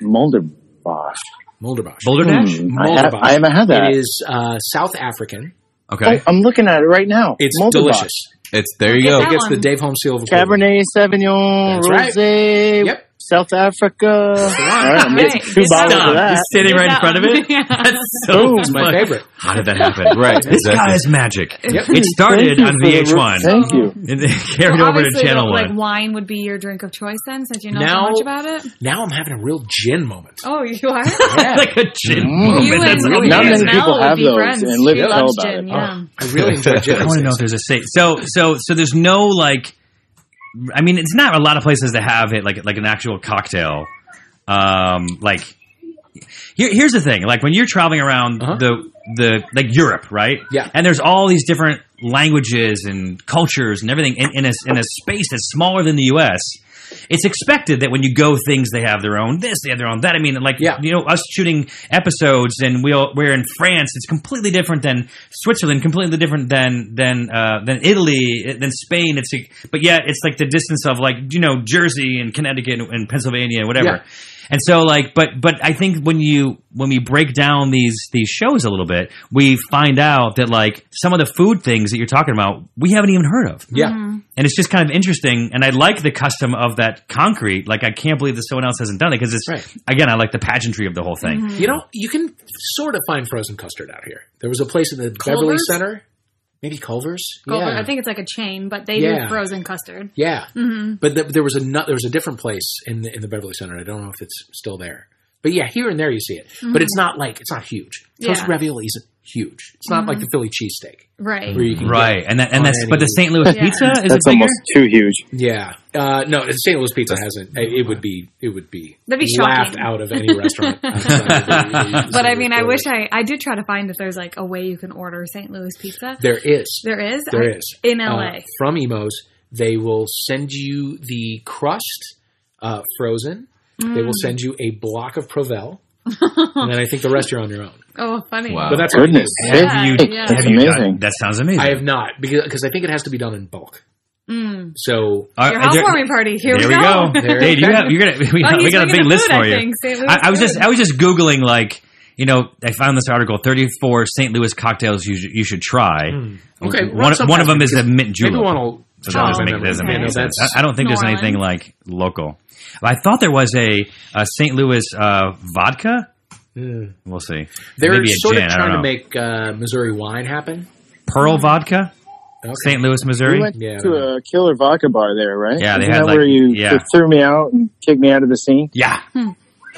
Speaker 8: Molder Bosch.
Speaker 5: Molderbosch.
Speaker 3: Boulder Dash?
Speaker 8: Hmm, I, ha- I haven't had that.
Speaker 5: It is uh, South African.
Speaker 8: Oh,
Speaker 3: Okay.
Speaker 8: I'm looking at it right now.
Speaker 5: It's
Speaker 8: Moldova.
Speaker 5: delicious.
Speaker 6: It's there you
Speaker 4: Look
Speaker 6: go.
Speaker 4: at
Speaker 5: It gets the
Speaker 4: one.
Speaker 5: Dave Holmes seal of approval.
Speaker 8: Cabernet Sauvignon,
Speaker 5: That's right.
Speaker 8: Rosé,
Speaker 5: Yep.
Speaker 8: South Africa. All right, I'm getting
Speaker 4: Right.
Speaker 8: two
Speaker 4: It's
Speaker 8: bottles
Speaker 4: not-
Speaker 3: Stop.
Speaker 8: of that.
Speaker 3: He's sitting right in front of it.
Speaker 4: Yeah.
Speaker 3: That's so
Speaker 8: Boom.
Speaker 5: It's my
Speaker 3: funny.
Speaker 5: favorite.
Speaker 3: How did that happen?
Speaker 6: Right,
Speaker 3: This guy
Speaker 6: exactly.
Speaker 3: is magic.
Speaker 5: Yep.
Speaker 3: It started
Speaker 8: Thank you
Speaker 3: on
Speaker 8: for the re-
Speaker 3: VH1
Speaker 8: Thank you.
Speaker 3: and then carried
Speaker 4: Well,
Speaker 3: over to
Speaker 4: obviously,
Speaker 3: Channel
Speaker 4: like
Speaker 3: 1.
Speaker 4: wine would be your drink of choice then, since you know
Speaker 5: Now-
Speaker 4: so much about it.
Speaker 5: Now I'm having a real gin moment.
Speaker 4: Oh, you are.
Speaker 3: like a gin
Speaker 8: Mm.
Speaker 3: moment.
Speaker 4: you
Speaker 3: That's
Speaker 4: and,
Speaker 3: really
Speaker 8: Not
Speaker 4: you
Speaker 8: many
Speaker 4: and
Speaker 3: amazing.
Speaker 8: people
Speaker 4: Mel would
Speaker 8: have
Speaker 4: be
Speaker 8: those
Speaker 4: friends.
Speaker 8: and live
Speaker 4: She
Speaker 8: to tell
Speaker 4: loves
Speaker 8: about
Speaker 4: gin,
Speaker 8: it.
Speaker 3: Oh.
Speaker 4: Yeah.
Speaker 5: Uh, I really enjoy gin.
Speaker 3: I want to know if there's a safe. So, so, so there's no like. I mean, it's not a lot of places that have it like like an actual cocktail. Um, like here, here's the thing: like when you're traveling around
Speaker 5: Uh-huh.
Speaker 3: the the like Europe, right?
Speaker 5: Yeah.
Speaker 3: And there's all these different languages and cultures and everything in, in a in a space that's smaller than the U.S. It's expected that when you go, things they have their own this, they have their own that. I mean, like
Speaker 5: Yeah.
Speaker 3: you know, us shooting episodes and we'll, we're in France. It's completely different than Switzerland, completely different than than uh, than Italy, eh, than Spain. It's but yet it's like the distance of like you know Jersey and Connecticut and, and Pennsylvania and whatever.
Speaker 5: Yeah.
Speaker 3: And so like, but but I think when you when we break down these these shows a little bit, we find out that like some of the food things that you're talking about, we haven't even heard of
Speaker 5: Yeah.
Speaker 4: Mm-hmm.
Speaker 3: and it's just kind of interesting. And I like the custom of that concrete. Like I can't believe that someone else hasn't done it because it's
Speaker 5: Right.
Speaker 3: again I like the pageantry of the whole thing.
Speaker 4: Mm-hmm.
Speaker 5: You know, you can sort of find frozen custard out here. There was a place in the Beverly
Speaker 4: Culver's?
Speaker 5: Center, maybe Culver's.
Speaker 4: Goldberg-
Speaker 5: yeah.
Speaker 4: I think it's like a chain, but they
Speaker 5: Yeah.
Speaker 4: do frozen custard.
Speaker 5: Yeah,
Speaker 4: Mm-hmm.
Speaker 5: but th- there was a nu- there was a different place in the in the Beverly Center. I don't know if it's still there, but yeah, here and there you see it. But it's not like it's not huge. Toasted
Speaker 4: Mm-hmm. Yeah. Mm-hmm.
Speaker 5: ravioli isn't huge. It's not like the Philly cheesesteak
Speaker 4: Right.
Speaker 5: where you can
Speaker 3: Right, and that, and
Speaker 5: On
Speaker 3: that's but the
Speaker 5: any-
Speaker 3: St. Louis
Speaker 4: Yeah.
Speaker 3: pizza is
Speaker 8: That's
Speaker 3: it bigger?
Speaker 8: almost too huge.
Speaker 5: Get, yeah, uh, no, St. Louis pizza hasn't. It, it would be it would be,
Speaker 4: That'd be
Speaker 5: laughed
Speaker 4: shocking.
Speaker 5: out of any restaurant. outside of the-
Speaker 4: But I mean, I wish I I did try to find if there's like a way you can order St. Louis pizza.
Speaker 5: there is
Speaker 4: There is.
Speaker 5: There
Speaker 4: I-
Speaker 5: is.
Speaker 4: in
Speaker 5: uh,
Speaker 3: Oh.
Speaker 4: LA.
Speaker 5: from Emos. They will send you the crust uh, frozen. They will send you a block of Provel, and then I think the rest you're on your own.
Speaker 4: oh, funny.
Speaker 6: Wow.
Speaker 5: But that's what it
Speaker 8: Goodness.
Speaker 5: is.
Speaker 4: Yeah,
Speaker 3: you-
Speaker 4: yeah.
Speaker 8: That's
Speaker 3: Have you done-
Speaker 8: amazing.
Speaker 3: that sounds amazing.
Speaker 5: I have not because because I think it has to be done in bulk.
Speaker 4: Mm.
Speaker 5: So
Speaker 3: Are-
Speaker 4: Your
Speaker 3: are there-
Speaker 4: housewarming party. Here
Speaker 3: There,
Speaker 4: we go.
Speaker 5: There-
Speaker 3: Dave, you have, you're gonna we,
Speaker 4: Oh,
Speaker 3: we
Speaker 4: he's
Speaker 3: got a
Speaker 4: making
Speaker 3: big
Speaker 4: the
Speaker 3: list
Speaker 4: food,
Speaker 3: for
Speaker 4: I
Speaker 3: you.
Speaker 4: think. St. Louis
Speaker 3: I, I was just
Speaker 4: food.
Speaker 3: I was just googling like you know I found this article 34 St. Louis cocktails you should, you should try.
Speaker 5: Hmm. Okay, run
Speaker 3: one,
Speaker 5: some
Speaker 3: one of
Speaker 5: past
Speaker 3: them
Speaker 5: me,
Speaker 3: is a mint julep.
Speaker 5: maybe one will.
Speaker 3: So that doesn't
Speaker 4: Oh,
Speaker 3: make,
Speaker 4: okay.
Speaker 3: that doesn't make
Speaker 4: Yeah,
Speaker 3: any
Speaker 5: no,
Speaker 3: sense.
Speaker 5: that's-
Speaker 3: I I don't think
Speaker 4: New
Speaker 3: there's
Speaker 4: Orleans.
Speaker 3: anything like local. I thought there was a, a St. Louis uh, vodka.
Speaker 5: Mm.
Speaker 3: We'll see.
Speaker 5: They're
Speaker 3: Maybe a
Speaker 5: sort
Speaker 3: gin, I
Speaker 5: of
Speaker 3: don't
Speaker 5: trying
Speaker 3: know.
Speaker 5: to make uh, Missouri wine happen.
Speaker 3: Pearl vodka,
Speaker 5: Okay.
Speaker 3: St. Louis,
Speaker 8: We
Speaker 3: Missouri.
Speaker 8: went
Speaker 5: Yeah,
Speaker 8: to
Speaker 5: right.
Speaker 8: a killer vodka bar there, right?
Speaker 3: Yeah, they
Speaker 8: Isn't
Speaker 3: had,
Speaker 8: that
Speaker 3: like-
Speaker 8: where you
Speaker 3: yeah.
Speaker 8: they threw me out and kicked me out of the scene.
Speaker 3: yeah.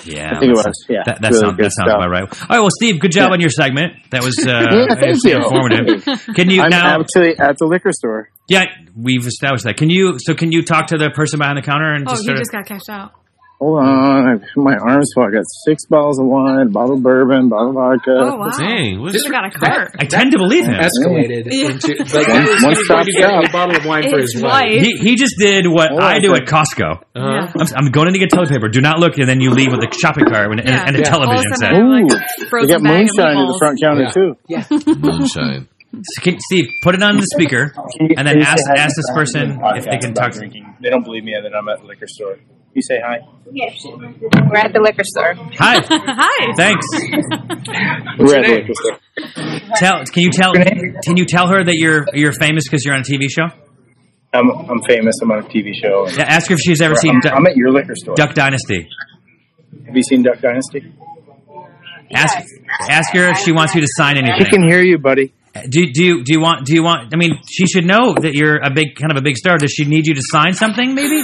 Speaker 3: Yeah,
Speaker 8: Hmm. I think it
Speaker 3: that
Speaker 8: was,
Speaker 3: sounds-
Speaker 8: yeah.
Speaker 3: that, that
Speaker 8: Really
Speaker 3: sounds
Speaker 8: good
Speaker 3: that sounds
Speaker 8: stuff.
Speaker 3: about right. All right, well, Steve, good job on your segment. That was uh,
Speaker 8: Yeah, thank
Speaker 3: it's
Speaker 8: you.
Speaker 3: informative. Can you
Speaker 8: I'm
Speaker 3: now?
Speaker 8: actually at the liquor store.
Speaker 3: Yeah, we've established that. Can you? So, can you talk to the person behind the counter and
Speaker 4: Oh,
Speaker 3: just
Speaker 4: he
Speaker 3: sort of?
Speaker 4: just got cashed out.
Speaker 8: Hold on, I've my arms full. I got six bottles of wine, bottle of bourbon, bottle of vodka.
Speaker 4: Oh wow.
Speaker 6: Dang, what
Speaker 4: Just got a cart.
Speaker 3: I tend to believe him.
Speaker 5: Escalated
Speaker 4: Yeah.
Speaker 5: into like he was-
Speaker 8: One-
Speaker 5: he was
Speaker 8: one-stop
Speaker 5: going to get a
Speaker 8: shop.
Speaker 5: bottle of wine for his
Speaker 4: His
Speaker 5: wife.
Speaker 4: wife.
Speaker 3: He, he just did what
Speaker 8: Oh,
Speaker 3: I do
Speaker 8: okay.
Speaker 3: at Costco.
Speaker 5: Uh-huh.
Speaker 4: Yeah.
Speaker 3: I'm, I'm going in to get toilet paper. Do not look, and then you leave with a shopping cart and, and-
Speaker 4: Yeah.
Speaker 3: and a
Speaker 4: Yeah.
Speaker 3: television
Speaker 4: Also
Speaker 3: set.
Speaker 4: not-
Speaker 8: Ooh,
Speaker 4: Like,
Speaker 8: they
Speaker 4: frozen
Speaker 8: got
Speaker 4: bag of
Speaker 8: moonshine at the
Speaker 4: meatballs.
Speaker 8: front counter
Speaker 5: Yeah.
Speaker 8: too.
Speaker 6: moonshine?
Speaker 3: So can- Steve, put it on the speaker,
Speaker 8: Can you-
Speaker 3: and
Speaker 8: can
Speaker 3: then
Speaker 8: you say
Speaker 3: ask
Speaker 8: hi to
Speaker 3: ask this
Speaker 8: the
Speaker 3: person
Speaker 8: podcast
Speaker 3: if they can talk.
Speaker 8: about drinking? They don't believe me that I'm at the liquor store. You say hi.
Speaker 9: We're at the liquor store.
Speaker 3: Hi,
Speaker 4: Hi.
Speaker 3: thanks.
Speaker 8: We're at the
Speaker 5: name?
Speaker 8: liquor store.
Speaker 3: Tell can you tell can you tell her that you're you're famous because you're on a TV show?
Speaker 8: I'm, I'm famous. I'm on a TV show.
Speaker 3: Yeah, ask her if she's ever seen
Speaker 8: I'm,
Speaker 3: Duck,
Speaker 8: I'm at your liquor store.
Speaker 3: Duck Dynasty.
Speaker 8: Have you seen Duck Dynasty?
Speaker 3: Ask ask her if she wants you to sign
Speaker 8: She
Speaker 3: anything.
Speaker 8: can hear you, buddy.
Speaker 3: Do do you, do you want do you want? I mean, she should know that you're a big kind of a big star. Does she need you to sign something? Maybe.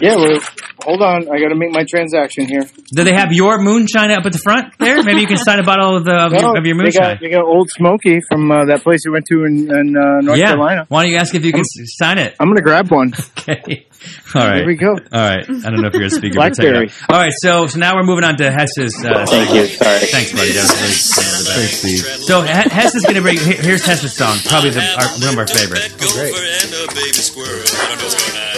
Speaker 8: Yeah, well, hold on. I got to make my transaction here.
Speaker 3: Do they have your moonshine up at the front there? Maybe you can sign a bottle of, the, of, your, of your
Speaker 8: they
Speaker 3: moonshine.
Speaker 8: got, they got Old Smoky from uh, that place you went to in, in uh, North
Speaker 3: yeah.
Speaker 8: Carolina.
Speaker 3: Why don't you ask if you can s- sign it?
Speaker 8: I'm going to grab one.
Speaker 3: Okay. All right.
Speaker 8: Here we go.
Speaker 3: All right. I don't know if you're a speaker. but take it
Speaker 8: Blackberry.
Speaker 3: out. All right. So so now we're moving on to Hess's. Uh,
Speaker 8: Thank you. Sorry.
Speaker 3: Thanks, buddy. That was really kind of the best. So H- Hess is going to bring. here- Here's Hess's song. Probably the, our, one of our favorites.
Speaker 2: Gopher and a baby squirrel. I don't know what's going on.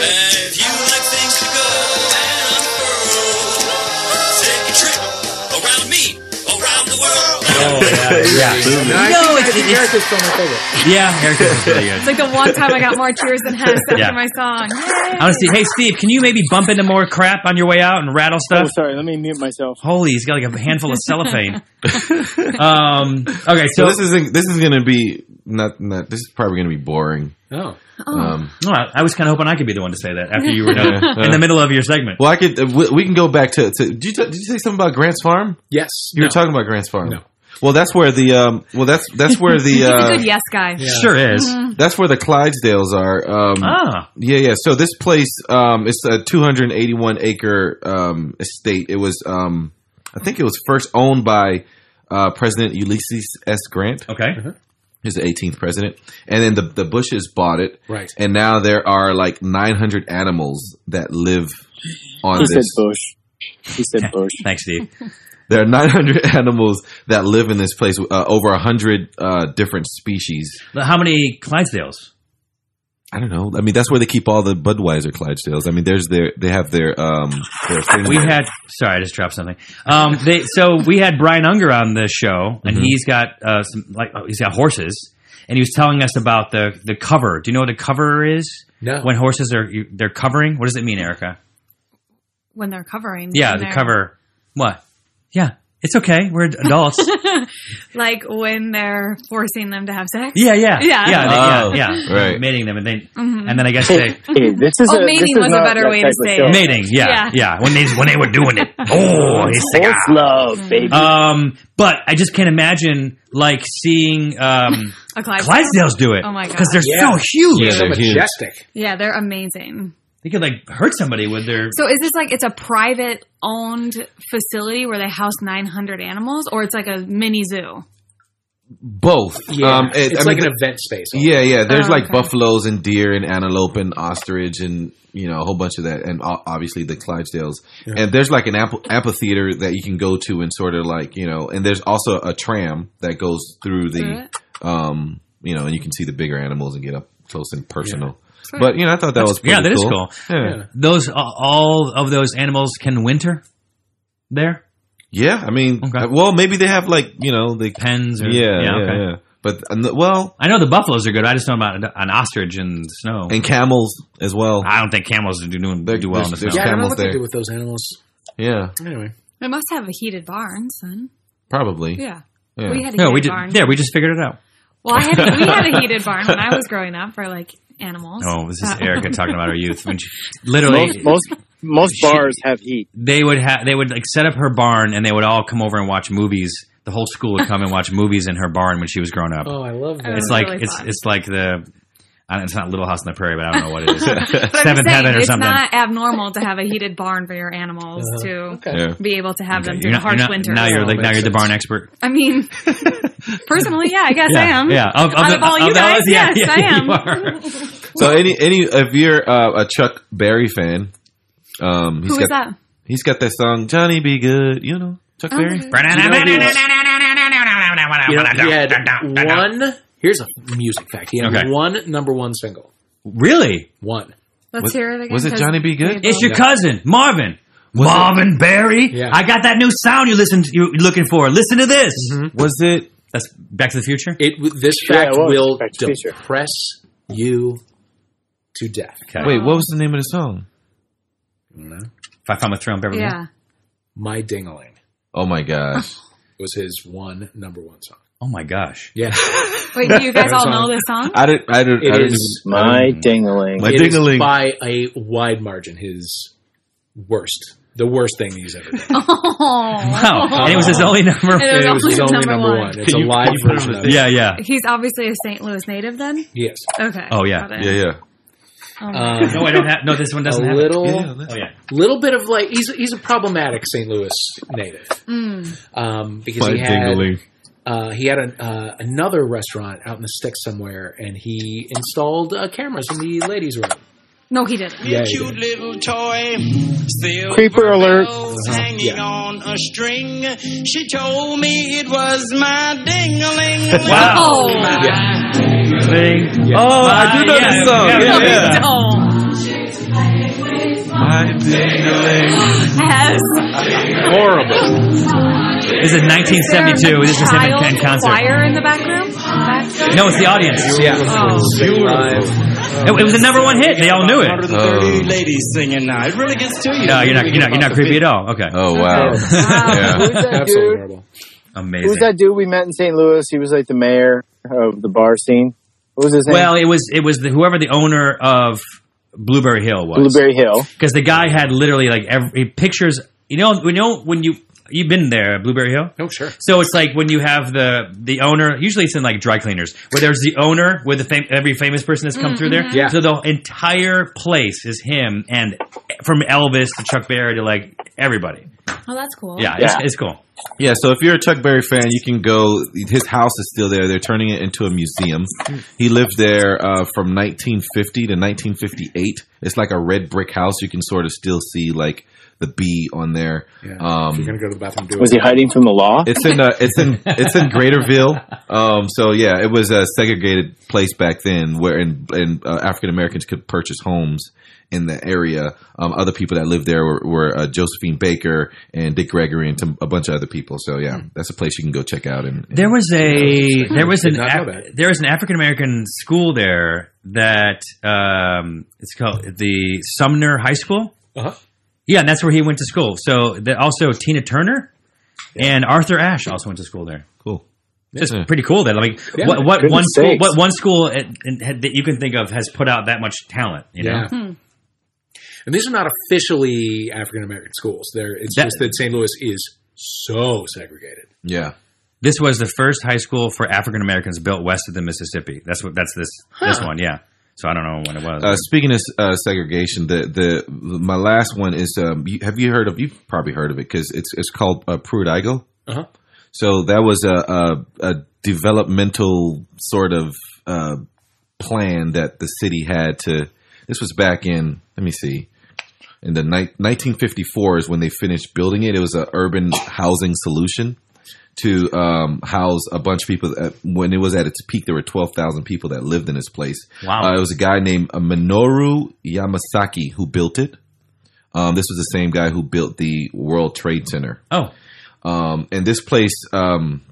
Speaker 2: If you like things to go and unfurl, take a trip around me, around the world.
Speaker 3: Oh yeah. yeah.
Speaker 5: I
Speaker 3: No,
Speaker 5: think-
Speaker 3: it's-
Speaker 5: I think
Speaker 3: it's-
Speaker 5: Erica's still my favorite.
Speaker 3: Yeah, Eric is really good.
Speaker 4: It's like the one time I got more cheers than Hess after
Speaker 3: Yeah.
Speaker 4: my song. Yay.
Speaker 3: Honestly, hey Steve, can you maybe bump into more crap on your way out and rattle
Speaker 8: Oh,
Speaker 3: stuff?
Speaker 8: sorry. Let me mute myself.
Speaker 3: Holy, he's got like a handful of cellophane. um, okay,
Speaker 6: So
Speaker 3: so
Speaker 6: this isn't. This is gonna be not. Not. This is probably gonna be boring.
Speaker 5: Oh,
Speaker 6: Um,
Speaker 3: Oh, I I was kind of hoping I could be the one to say that after you were done
Speaker 6: Yeah, yeah.
Speaker 3: in the middle of your segment.
Speaker 6: well, I could. uh, We, we can go back to. to did, you t- did you say something about Grant's Farm?
Speaker 5: yes.
Speaker 6: You
Speaker 5: No.
Speaker 6: were talking about Grant's Farm.
Speaker 5: No.
Speaker 6: Well, that's where the. Um, well, that's that's where the.
Speaker 4: He's a
Speaker 6: Uh,
Speaker 4: good yes guy.
Speaker 3: Sure is.
Speaker 6: that's where the Clydesdales are. Um,
Speaker 3: Mm-hmm. Ah,
Speaker 6: Yeah, yeah. So this place, um, it's a 281 acre um, estate. It was, um, I think, it was first owned by uh, President Ulysses S. Grant,
Speaker 3: okay.
Speaker 6: who's the 18th president, and then the the Bushes bought it,
Speaker 5: Right.
Speaker 6: and now there are like 900 animals that live on
Speaker 8: He said
Speaker 6: this.
Speaker 8: Bush. He said Bush.
Speaker 3: Thanks, Steve.
Speaker 6: There are 900 animals that live in this place, uh, over 100 uh, different species.
Speaker 3: How many Clydesdales?
Speaker 6: I don't know. I mean, that's where they keep all the Budweiser Clydesdales. I mean, there's their they have their um their thing
Speaker 3: We
Speaker 6: there.
Speaker 3: had. Sorry, I just dropped something. Um, they, so we had Brian Unger on the show,
Speaker 6: Mm-hmm.
Speaker 3: and he's got uh, some like oh, he's got horses, and he was telling us about the the cover. Do you know what a cover is?
Speaker 5: No.
Speaker 3: When horses are you, they're covering. What does it mean, Erica?
Speaker 4: When they're covering.
Speaker 3: Yeah,
Speaker 4: when
Speaker 3: the
Speaker 4: they're-
Speaker 3: cover. What? Yeah, it's okay. We're adults.
Speaker 4: Like when they're forcing them to have sex.
Speaker 3: Yeah, yeah,
Speaker 4: Yeah. Mm-hmm.
Speaker 3: yeah,
Speaker 6: Oh,
Speaker 3: they- yeah, yeah.
Speaker 6: right.
Speaker 3: Mating them, and then and then I guess they
Speaker 8: Hey, this is
Speaker 4: Oh,
Speaker 8: a,
Speaker 4: mating
Speaker 8: this is
Speaker 4: was a
Speaker 8: not
Speaker 4: better
Speaker 8: that
Speaker 4: way
Speaker 8: type
Speaker 4: to
Speaker 8: of
Speaker 4: say it.
Speaker 8: show.
Speaker 3: mating. Yeah, yeah,
Speaker 4: Yeah.
Speaker 3: When they when they were doing it. Oh, he's sick.
Speaker 8: Horse
Speaker 4: Hmm.
Speaker 8: love, baby.
Speaker 3: Um, but I just can't imagine like seeing um
Speaker 4: A Clydesdale.
Speaker 3: Clydesdales do it.
Speaker 4: Oh my God.
Speaker 3: because they're
Speaker 5: Yeah.
Speaker 3: so huge.
Speaker 6: Yeah,
Speaker 5: so
Speaker 6: they're huge.
Speaker 5: majestic.
Speaker 4: Yeah, they're amazing.
Speaker 3: They could like hurt somebody with their.
Speaker 4: So is this like it's a private owned facility where they house 900 animals or it's like a mini zoo?
Speaker 6: both.
Speaker 5: Yeah.
Speaker 6: Um, it-
Speaker 5: it's
Speaker 6: I
Speaker 5: like
Speaker 6: mean,
Speaker 5: an event space.
Speaker 6: th- yeah, yeah. There's
Speaker 4: Oh,
Speaker 6: like
Speaker 4: okay.
Speaker 6: buffaloes and deer and antelope and ostrich and you know a whole bunch of that, and o- obviously the Clydesdales. And there's like an amp- amphitheater that you can go to and sort of like you know, and there's also a tram that goes through
Speaker 4: Through
Speaker 6: the,
Speaker 4: it?
Speaker 6: um, you know, and you can see the bigger animals and get up close and personal. But you know, I thought that was pretty
Speaker 3: yeah, that is
Speaker 6: cool.
Speaker 3: cool.
Speaker 6: Yeah.
Speaker 3: Those all of those animals can winter there
Speaker 6: yeah, I mean, uh,
Speaker 3: Okay.
Speaker 6: well, maybe they have like you know they
Speaker 3: pens. Or,
Speaker 6: yeah yeah,
Speaker 3: okay.
Speaker 6: yeah. but uh, no- well
Speaker 3: I know the buffaloes are good. I just know about an- an ostrich in the snow.
Speaker 6: and camels as well.
Speaker 3: I don't think camels do doing
Speaker 6: They're-
Speaker 3: do well in the snow.
Speaker 6: there's- there's
Speaker 5: Yeah, I don't know
Speaker 6: Camels
Speaker 5: what
Speaker 6: there.
Speaker 5: they do with those animals.
Speaker 6: Yeah,
Speaker 5: Anyway,
Speaker 4: They must have a heated barn, son.
Speaker 6: probably.
Speaker 4: Yeah.
Speaker 6: Yeah.
Speaker 4: We had a
Speaker 3: No,
Speaker 4: heated
Speaker 3: we did.
Speaker 4: barn.
Speaker 3: There, we just figured it out.
Speaker 4: Well, I had a, we had a heated barn when I was growing up for like animals.
Speaker 3: Oh, this is
Speaker 4: Uh,
Speaker 3: Erica talking about her youth when she literally
Speaker 8: most most most bars have heat.
Speaker 3: they would have they would like set up her barn and they would all come over and watch movies. The whole school would come and watch movies in her barn when she was growing up.
Speaker 5: oh, I love that.
Speaker 4: Oh,
Speaker 3: it's
Speaker 4: that's
Speaker 3: like
Speaker 4: really
Speaker 3: it's
Speaker 4: fun.
Speaker 3: it's like the I don't, it's not Little House on the Prairie, but I don't know what it is.
Speaker 4: But I'm
Speaker 3: Seventh
Speaker 4: just saying,
Speaker 3: Heaven or
Speaker 4: it's
Speaker 3: something.
Speaker 4: not abnormal to have a heated barn for your animals to
Speaker 6: Yeah.
Speaker 4: be able to have
Speaker 3: Okay,
Speaker 4: them
Speaker 3: you're
Speaker 4: through
Speaker 3: not-
Speaker 4: harsh
Speaker 3: you're not-
Speaker 4: winters.
Speaker 3: Now you're like now
Speaker 5: makes
Speaker 3: you're the
Speaker 5: sense.
Speaker 3: barn expert.
Speaker 4: I mean, personally, yeah, I guess I am.
Speaker 3: Yeah. Of,
Speaker 4: Out
Speaker 3: the-
Speaker 4: of all you
Speaker 3: the-
Speaker 4: guys,
Speaker 3: yeah,
Speaker 4: yes,
Speaker 3: yeah,
Speaker 4: I am.
Speaker 3: you are.
Speaker 6: So any any if you're uh, a Chuck Berry fan, um, he's
Speaker 4: Who
Speaker 6: got
Speaker 4: is that? Oh,
Speaker 6: he's got that song Johnny Be Good, you know Chuck Berry.
Speaker 5: You know, he had one. Here's a music fact. He had
Speaker 3: Okay.
Speaker 5: one number one single.
Speaker 3: Really?
Speaker 5: One.
Speaker 4: Let's
Speaker 6: Was-
Speaker 4: hear it again.
Speaker 6: was it
Speaker 4: 'cause
Speaker 6: Johnny B. Good?
Speaker 4: we
Speaker 3: It's your
Speaker 5: Yeah.
Speaker 3: cousin, Marvin. Marvin Barry.
Speaker 5: Yeah.
Speaker 3: I got that new sound you listen to, you're looking for. Listen to this.
Speaker 5: Mm-hmm.
Speaker 6: Was it?
Speaker 3: That's Back to the Future.
Speaker 5: It w- this
Speaker 8: Yeah,
Speaker 5: fact
Speaker 8: it was.
Speaker 5: will
Speaker 8: Fact feature.
Speaker 5: depress you to death.
Speaker 3: Okay.
Speaker 6: Wait, what was the name of the song?
Speaker 3: If I found my throne, in Beverly Hills.
Speaker 4: Yeah.
Speaker 5: My dingaling
Speaker 6: Oh my gosh!
Speaker 5: was his one number one song.
Speaker 3: Oh my gosh.
Speaker 5: Yeah,
Speaker 4: Wait, do you guys all
Speaker 5: That's
Speaker 4: know
Speaker 5: on-
Speaker 4: this song?
Speaker 6: I didn't. I didn't.
Speaker 5: It
Speaker 6: I didn't
Speaker 5: is
Speaker 3: Um,
Speaker 6: even- I
Speaker 8: My
Speaker 6: didn't-
Speaker 8: dingling.
Speaker 6: My
Speaker 5: It is
Speaker 6: dingaling.
Speaker 5: by a wide margin. His worst, the worst thing he's ever done.
Speaker 4: Oh.
Speaker 3: Wow. And it was his only number.
Speaker 4: And
Speaker 5: it was his only number, one. It's a live
Speaker 6: you put
Speaker 5: version
Speaker 6: him
Speaker 5: of it.
Speaker 3: Yeah, yeah.
Speaker 4: He's obviously a St. Louis native then?
Speaker 5: Yes.
Speaker 4: Okay.
Speaker 3: Oh, yeah.
Speaker 4: Got it.
Speaker 6: Yeah, yeah.
Speaker 8: Oh.
Speaker 5: Um,
Speaker 3: No, I don't have. No, this one
Speaker 5: a
Speaker 3: doesn't have. it.
Speaker 5: little,
Speaker 6: Yeah, that's-
Speaker 3: Oh yeah.
Speaker 5: little bit of like he's he's a problematic St. Louis native
Speaker 4: Mm.
Speaker 5: um, because
Speaker 6: My
Speaker 5: he had
Speaker 6: dingling.
Speaker 5: uh, he had an, uh, another restaurant out in the sticks somewhere, and he installed uh, cameras in the ladies' room.
Speaker 4: No, he didn't.
Speaker 5: Yeah, he
Speaker 2: Cute
Speaker 5: did.
Speaker 2: little toy, silver
Speaker 8: Creeper alert.
Speaker 2: bells
Speaker 5: Uh-huh,
Speaker 2: Oh, hanging
Speaker 5: yeah.
Speaker 2: on a string. She told me it was my ding-a-ling.
Speaker 3: Wow.
Speaker 4: Oh,
Speaker 5: Yeah.
Speaker 3: Thing.
Speaker 5: Yeah.
Speaker 6: Oh, I do know
Speaker 3: yeah,
Speaker 6: this song.
Speaker 3: yeah,
Speaker 6: Yeah,
Speaker 4: no,
Speaker 6: yeah.
Speaker 4: he don't.
Speaker 6: My dingling.
Speaker 4: has
Speaker 5: Horrible.
Speaker 3: This is 1972. This is him at Ken
Speaker 4: child
Speaker 3: concert.
Speaker 4: choir in the back room. Back-
Speaker 3: No, it's the audience.
Speaker 10: Yeah.
Speaker 4: Oh.
Speaker 3: It, it was a number one hit. They all knew it.
Speaker 10: 130
Speaker 6: Oh.
Speaker 10: ladies singing now. It really gets to you.
Speaker 3: No, you're not. You're not. You're not creepy at all. Okay.
Speaker 6: Oh wow.
Speaker 8: Who's
Speaker 6: yeah.
Speaker 8: that
Speaker 5: Absolutely
Speaker 8: dude?
Speaker 5: horrible.
Speaker 3: Amazing.
Speaker 8: Who's that dude we met in St. Louis? He was like the mayor of the bar scene. What was his name?
Speaker 3: Well, it was. It was the, whoever the owner of Blueberry Hill was.
Speaker 8: Blueberry Hill.
Speaker 3: because the guy had literally like every pictures. You know, you know when you you've been there, Blueberry Hill.
Speaker 5: Oh, sure.
Speaker 3: So it's like when you have the the owner. Usually it's in like dry cleaners where there's the owner with the fam- every famous person that's come through there.
Speaker 5: Yeah.
Speaker 3: So the entire place is him, and from Elvis to Chuck Berry to like everybody.
Speaker 4: Oh, that's cool.
Speaker 3: Yeah, It's,
Speaker 8: Yeah.
Speaker 3: it's cool.
Speaker 6: Yeah, so if you're a Chuck Berry fan, you can go. His house is still there. They're turning it into a museum. He lived there uh, from 1950 to 1958. It's like a red brick house. You can sort of still see like the B on there.
Speaker 5: Yeah. if
Speaker 6: Um,
Speaker 5: you're gonna go to the bathroom, do
Speaker 8: Was he
Speaker 5: it.
Speaker 8: hiding from the law?
Speaker 6: it's in uh, it's in it's in Greaterville. Um, so yeah, it was a segregated place back then, where and, and uh, African Americans could purchase homes in the area. Um, other people that lived there were, were uh, Josephine Baker and Dick Gregory and some, a bunch of other people. So yeah, that's a place you can go check out. And, and-
Speaker 3: Hmm. There was a there was
Speaker 5: Did
Speaker 3: an
Speaker 5: not know
Speaker 3: Af-
Speaker 5: that.
Speaker 3: there was an African American school there that um, it's called the Sumner High School.
Speaker 5: Uh-huh.
Speaker 3: Yeah, and that's where he went to school. So the, also Tina Turner and Arthur Ashe also went to school there.
Speaker 6: cool.
Speaker 3: Just
Speaker 6: Yeah.
Speaker 3: pretty cool that like
Speaker 5: Yeah,
Speaker 3: what what
Speaker 8: good
Speaker 3: one school
Speaker 8: mistakes.
Speaker 3: what one school at, and had, that you can think of has put out that much talent. You know,
Speaker 5: Yeah.
Speaker 4: Hmm.
Speaker 5: And these are not officially African American schools. They're, it's
Speaker 3: That-
Speaker 5: just that St. Louis is so segregated.
Speaker 6: Yeah.
Speaker 3: this was the first high school for African Americans built west of the Mississippi. That's what that's this this one. Yeah. So I don't know when it was.
Speaker 6: Uh, speaking of uh, segregation, the, the my last one is um, you, have you heard of? You've probably heard of it because it's it's called uh, Pruitt-Igoe.
Speaker 5: Uh-huh.
Speaker 6: So that was a, a, a developmental sort of uh, plan that the city had to. This was back in let me see, in the ni- 1954 is when they finished building it. It was an urban housing solution to um, house a bunch of people. That, when it was at its peak, there were 12,000 people that lived in this place.
Speaker 3: Wow.
Speaker 6: Uh, it was a guy named uh, Minoru Yamasaki who built it. Um, this was the same guy who built the World Trade Center.
Speaker 3: oh,
Speaker 6: Um, and this place, um,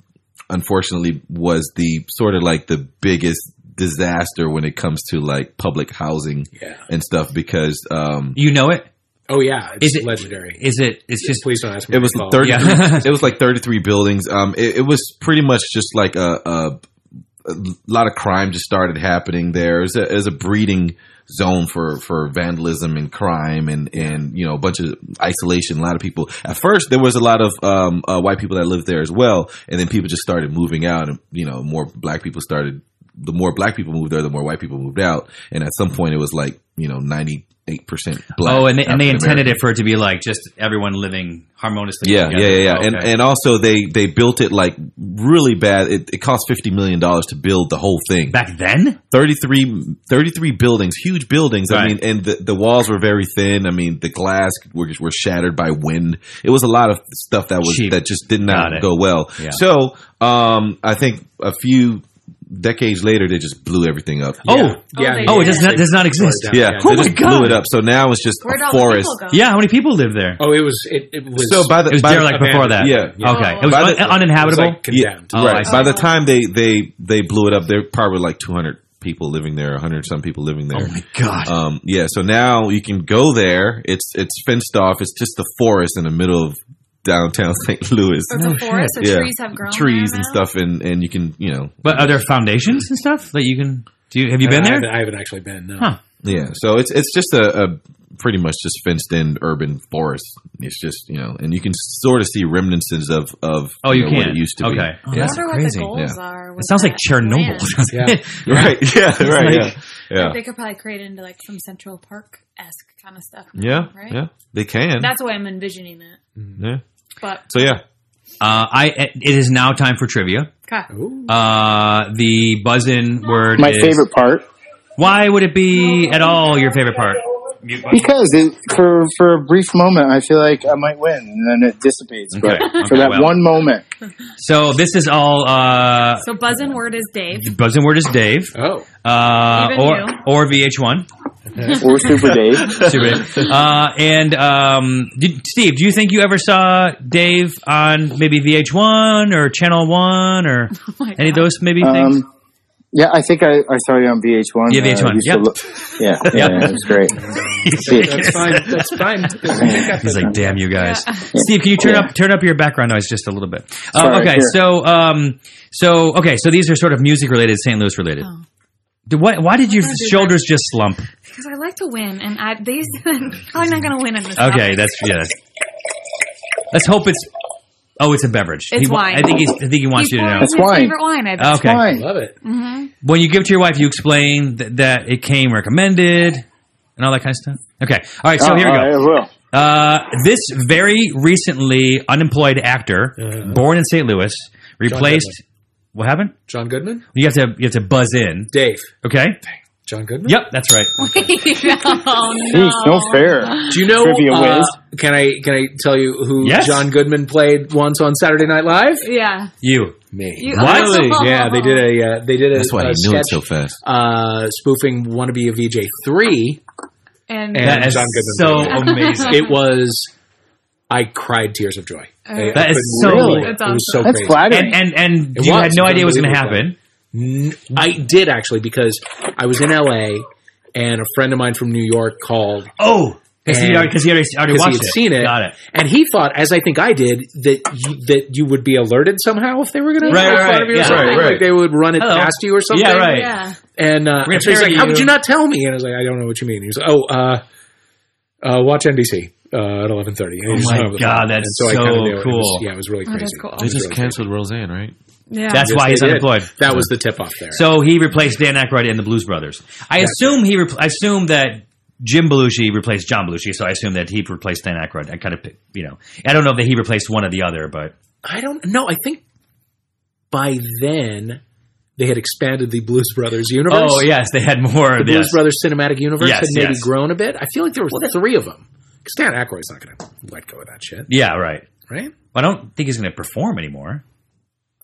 Speaker 6: unfortunately, was the sort of like the biggest disaster when it comes to like public housing
Speaker 5: Yeah.
Speaker 6: and stuff because um,
Speaker 3: you know it.
Speaker 5: Oh yeah, it's
Speaker 3: Is it-
Speaker 5: legendary.
Speaker 3: Is it? It's just
Speaker 5: Please don't ask me.
Speaker 6: it was
Speaker 5: to follow.
Speaker 6: 30
Speaker 3: Yeah.
Speaker 6: it was like 33 buildings um it, it was pretty much just like a, a a lot of crime just started happening there it was a, it was a breeding zone for for vandalism and crime and and you know a bunch of isolation a lot of people at first there was a lot of um uh, white people that lived there as well and then people just started moving out and you know more black people started the more black people moved there the more white people moved out and at some point it was like you know 98% black
Speaker 3: Oh, and they, and they
Speaker 6: African
Speaker 3: intended
Speaker 6: Americans.
Speaker 3: it for it to be like just everyone living harmoniously.
Speaker 6: Yeah, yeah,
Speaker 3: together.
Speaker 6: yeah, yeah.
Speaker 3: Oh,
Speaker 6: And
Speaker 3: okay.
Speaker 6: and also they they built it like really bad. It, it cost fifty million dollars to build the whole thing.
Speaker 3: back then,
Speaker 6: 33, 33 buildings, huge buildings. I
Speaker 3: Right.
Speaker 6: mean, and the, the walls were very thin. I mean, the glass were, were shattered by wind. It was a lot of stuff that was
Speaker 3: Cheap.
Speaker 6: that just did
Speaker 3: Got
Speaker 6: not
Speaker 3: it.
Speaker 6: go well.
Speaker 3: Yeah.
Speaker 6: So um, I think a few decades later they just blew everything up.
Speaker 3: oh,
Speaker 5: Yeah,
Speaker 4: Oh,
Speaker 5: I
Speaker 4: they
Speaker 5: mean,
Speaker 3: oh, it
Speaker 4: did.
Speaker 3: does not does not exist.
Speaker 5: Yeah.
Speaker 6: Yeah,
Speaker 5: Oh
Speaker 6: they
Speaker 3: my
Speaker 6: just
Speaker 3: God.
Speaker 6: blew it up. So now it's just
Speaker 4: Where'd
Speaker 6: a
Speaker 4: all
Speaker 6: forest.
Speaker 4: the people go?
Speaker 3: Yeah, how many people live there?
Speaker 5: Oh, it was. It, it was.
Speaker 6: So by
Speaker 3: it
Speaker 6: the
Speaker 3: was
Speaker 6: by
Speaker 3: derelict
Speaker 6: the,
Speaker 3: before that.
Speaker 6: Yeah,
Speaker 5: Yeah.
Speaker 3: Okay, it was
Speaker 6: By
Speaker 3: un-
Speaker 6: the- it was
Speaker 5: it was
Speaker 3: uninhabitable.
Speaker 5: like condemned.
Speaker 3: Yeah. Oh, I
Speaker 6: right.
Speaker 3: see.
Speaker 6: By the time they they they blew it up, there were probably like 200 people living there, 100 some people living there. Oh my
Speaker 3: God.
Speaker 6: Um, yeah. So now you can go there. It's it's fenced off. It's just the forest in the middle of downtown St. Louis.
Speaker 4: So it's a forest. So
Speaker 6: shit. Yeah.
Speaker 4: trees have grown.
Speaker 6: Trees
Speaker 4: there
Speaker 6: and
Speaker 4: now?
Speaker 6: stuff, and and you can you know
Speaker 3: but are there foundations and stuff that you can? Do you have you been
Speaker 5: I
Speaker 3: there?
Speaker 5: haven't, I haven't actually been. No.
Speaker 3: Huh.
Speaker 6: yeah. So it's it's just a. a Pretty much just fenced in urban forest. It's just you know, and you can sort of see remnants of of
Speaker 3: Oh, you
Speaker 6: know,
Speaker 3: can.
Speaker 6: what it used to be.
Speaker 3: Okay. Oh,
Speaker 4: I
Speaker 6: Yeah.
Speaker 4: wonder what
Speaker 3: Crazy.
Speaker 4: the goals
Speaker 6: Yeah.
Speaker 4: are.
Speaker 3: It
Speaker 4: with
Speaker 3: sounds like
Speaker 4: that
Speaker 3: Chernobyl.
Speaker 4: land.
Speaker 5: Yeah.
Speaker 6: Right. Yeah. Right.
Speaker 3: like-
Speaker 6: yeah. Yeah.
Speaker 4: They could probably create it into like some Central Park esque kind of stuff.
Speaker 6: Yeah.
Speaker 4: Right?
Speaker 6: Yeah. They can.
Speaker 4: That's the way I'm envisioning it.
Speaker 6: yeah.
Speaker 4: But
Speaker 6: So yeah.
Speaker 3: uh, I it is now time for trivia.
Speaker 4: okay.
Speaker 5: Ooh.
Speaker 3: Uh, the buzz-in word.
Speaker 8: My
Speaker 3: is-
Speaker 8: favorite part.
Speaker 3: Why would it be at all your favorite part?
Speaker 8: Because it, for for a brief moment, I feel like I might win, and then it dissipates. But
Speaker 3: Okay,
Speaker 8: for that
Speaker 3: well.
Speaker 8: one moment,
Speaker 3: So this is all. Uh,
Speaker 4: So buzzing word is Dave.
Speaker 3: the buzz-in word is Dave.
Speaker 5: Oh.
Speaker 3: Uh,
Speaker 4: Even
Speaker 3: or
Speaker 4: you.
Speaker 3: or VH1.
Speaker 8: or Super Dave.
Speaker 3: Super. Uh, and um, did, Steve, do you think you ever saw Dave on maybe VH1 or Channel One or
Speaker 4: Oh my
Speaker 3: any of
Speaker 4: God.
Speaker 3: those maybe things?
Speaker 8: Um, yeah, I think I, I saw Uh, you on VH1.
Speaker 3: Yeah, VH1,
Speaker 8: I used to
Speaker 3: yep.
Speaker 8: look- yeah, yeah,
Speaker 3: Yep.
Speaker 8: yeah, it's great.
Speaker 5: That's fine. That's fine.
Speaker 3: He's like, "Damn you guys, Steve! Can you turn
Speaker 8: Yeah.
Speaker 3: up turn up your background noise just a little bit?" Um,
Speaker 8: Sorry,
Speaker 3: okay,
Speaker 8: here.
Speaker 3: so um, so okay, so these are sort of music related, St. Louis related.
Speaker 4: Oh.
Speaker 3: Do- Why, why did your
Speaker 4: Why did
Speaker 3: shoulders just slump?
Speaker 4: Because I like to win, and I these probably not going to win in this.
Speaker 3: Okay,
Speaker 4: topic.
Speaker 3: that's yeah. That's, let's hope it's oh, it's a beverage.
Speaker 4: It's
Speaker 3: He wa-
Speaker 4: wine.
Speaker 3: I think he's, I think he wants you
Speaker 4: He's
Speaker 3: to
Speaker 4: pouring
Speaker 3: know.
Speaker 8: That's
Speaker 4: his
Speaker 8: wine.
Speaker 4: favorite wine. I bet.
Speaker 3: Okay,
Speaker 8: Fine.
Speaker 5: Love it.
Speaker 3: when you give it to your wife, you explain th- that it came recommended and all that kind of stuff. Okay, all right. So
Speaker 8: Oh,
Speaker 3: here we
Speaker 8: all right,
Speaker 3: go.
Speaker 8: I will.
Speaker 3: Uh, this very recently unemployed actor,
Speaker 5: Uh-huh.
Speaker 3: born in St. Louis, replaced. What happened?
Speaker 5: John Goodman?
Speaker 3: You have to you have to buzz in.
Speaker 5: Dave.
Speaker 3: Okay.
Speaker 5: John Goodman?
Speaker 3: Yep, that's right.
Speaker 4: oh, no.
Speaker 8: Jeez, no fair.
Speaker 5: Do you know?
Speaker 8: Trivia
Speaker 5: uh,
Speaker 8: whiz.
Speaker 5: can I can I tell you who
Speaker 3: Yes.
Speaker 5: John Goodman played once on Saturday Night Live?
Speaker 4: Yeah.
Speaker 3: You.
Speaker 5: Me.
Speaker 4: You-
Speaker 3: Really?
Speaker 5: yeah, they did a uh, they did a,
Speaker 6: That's why
Speaker 5: a
Speaker 6: he knew
Speaker 5: sketch
Speaker 6: it so fast.
Speaker 5: uh, spoofing "Wannabe a VJ 3 And-
Speaker 4: And
Speaker 3: That is
Speaker 5: John Goodman
Speaker 3: so
Speaker 5: played
Speaker 3: amazing.
Speaker 5: It was I cried tears of joy. I- I
Speaker 3: That is so-
Speaker 5: couldn't believe it.
Speaker 4: That's
Speaker 5: It was so
Speaker 4: awesome.
Speaker 8: That's
Speaker 5: crazy.
Speaker 3: And
Speaker 8: flattering.
Speaker 3: and and
Speaker 5: It
Speaker 3: you
Speaker 5: was.
Speaker 3: had no idea it was going to
Speaker 5: Unbelievable.
Speaker 3: happen.
Speaker 5: N- I did actually because I was in LA and a friend of mine from New York called
Speaker 3: Oh, because he
Speaker 5: And-
Speaker 3: already, 'cause he already, already
Speaker 5: because
Speaker 3: watched
Speaker 5: he had seen it.
Speaker 3: Got it.
Speaker 5: and he thought, as I think I did, that you, that you would be alerted somehow if they were going to
Speaker 3: Right,
Speaker 5: make
Speaker 3: right,
Speaker 5: fun of you or
Speaker 3: yeah.
Speaker 5: something.
Speaker 6: Right, right.
Speaker 5: Like they would run it
Speaker 3: Hello.
Speaker 5: past you or something.
Speaker 3: Yeah, right.
Speaker 4: Yeah.
Speaker 5: And uh,
Speaker 3: We're
Speaker 5: and so he's
Speaker 3: gonna
Speaker 5: like, "How
Speaker 3: parody
Speaker 5: would
Speaker 3: you."
Speaker 5: you not tell me?" And I was like, "I don't know what you mean." He was like, "Oh, uh, uh, watch NBC uh, at eleven 30.
Speaker 3: Oh my God, that's so
Speaker 5: It was,
Speaker 3: cool.
Speaker 5: yeah, it was really
Speaker 4: That
Speaker 5: crazy.
Speaker 4: is cool.
Speaker 5: It
Speaker 6: They
Speaker 5: was
Speaker 6: just
Speaker 5: really
Speaker 6: canceled Roseanne, right?
Speaker 4: Yeah.
Speaker 3: That's
Speaker 5: crazy.
Speaker 3: why he's
Speaker 5: They did.
Speaker 3: unemployed.
Speaker 5: That was the tip off there.
Speaker 3: So he replaced Dan Aykroyd in the Blues Brothers. I assume he. Re- I assume that Jim Belushi replaced John Belushi, so I assume that he replaced Dan Aykroyd. I kind of, you know, I don't know that he replaced one or the other, but
Speaker 5: I don't know. I think by then they had expanded the Blues Brothers universe.
Speaker 3: oh yes, they had more.
Speaker 5: the
Speaker 3: of
Speaker 5: Blues
Speaker 3: yes.
Speaker 5: Brothers cinematic universe
Speaker 3: Yes,
Speaker 5: had maybe
Speaker 3: yes.
Speaker 5: grown a bit. I feel like there were three of them. Because Dan Aykroyd's not going to let go of that shit,
Speaker 3: Yeah, right.
Speaker 5: right?
Speaker 3: I don't think he's going to perform anymore.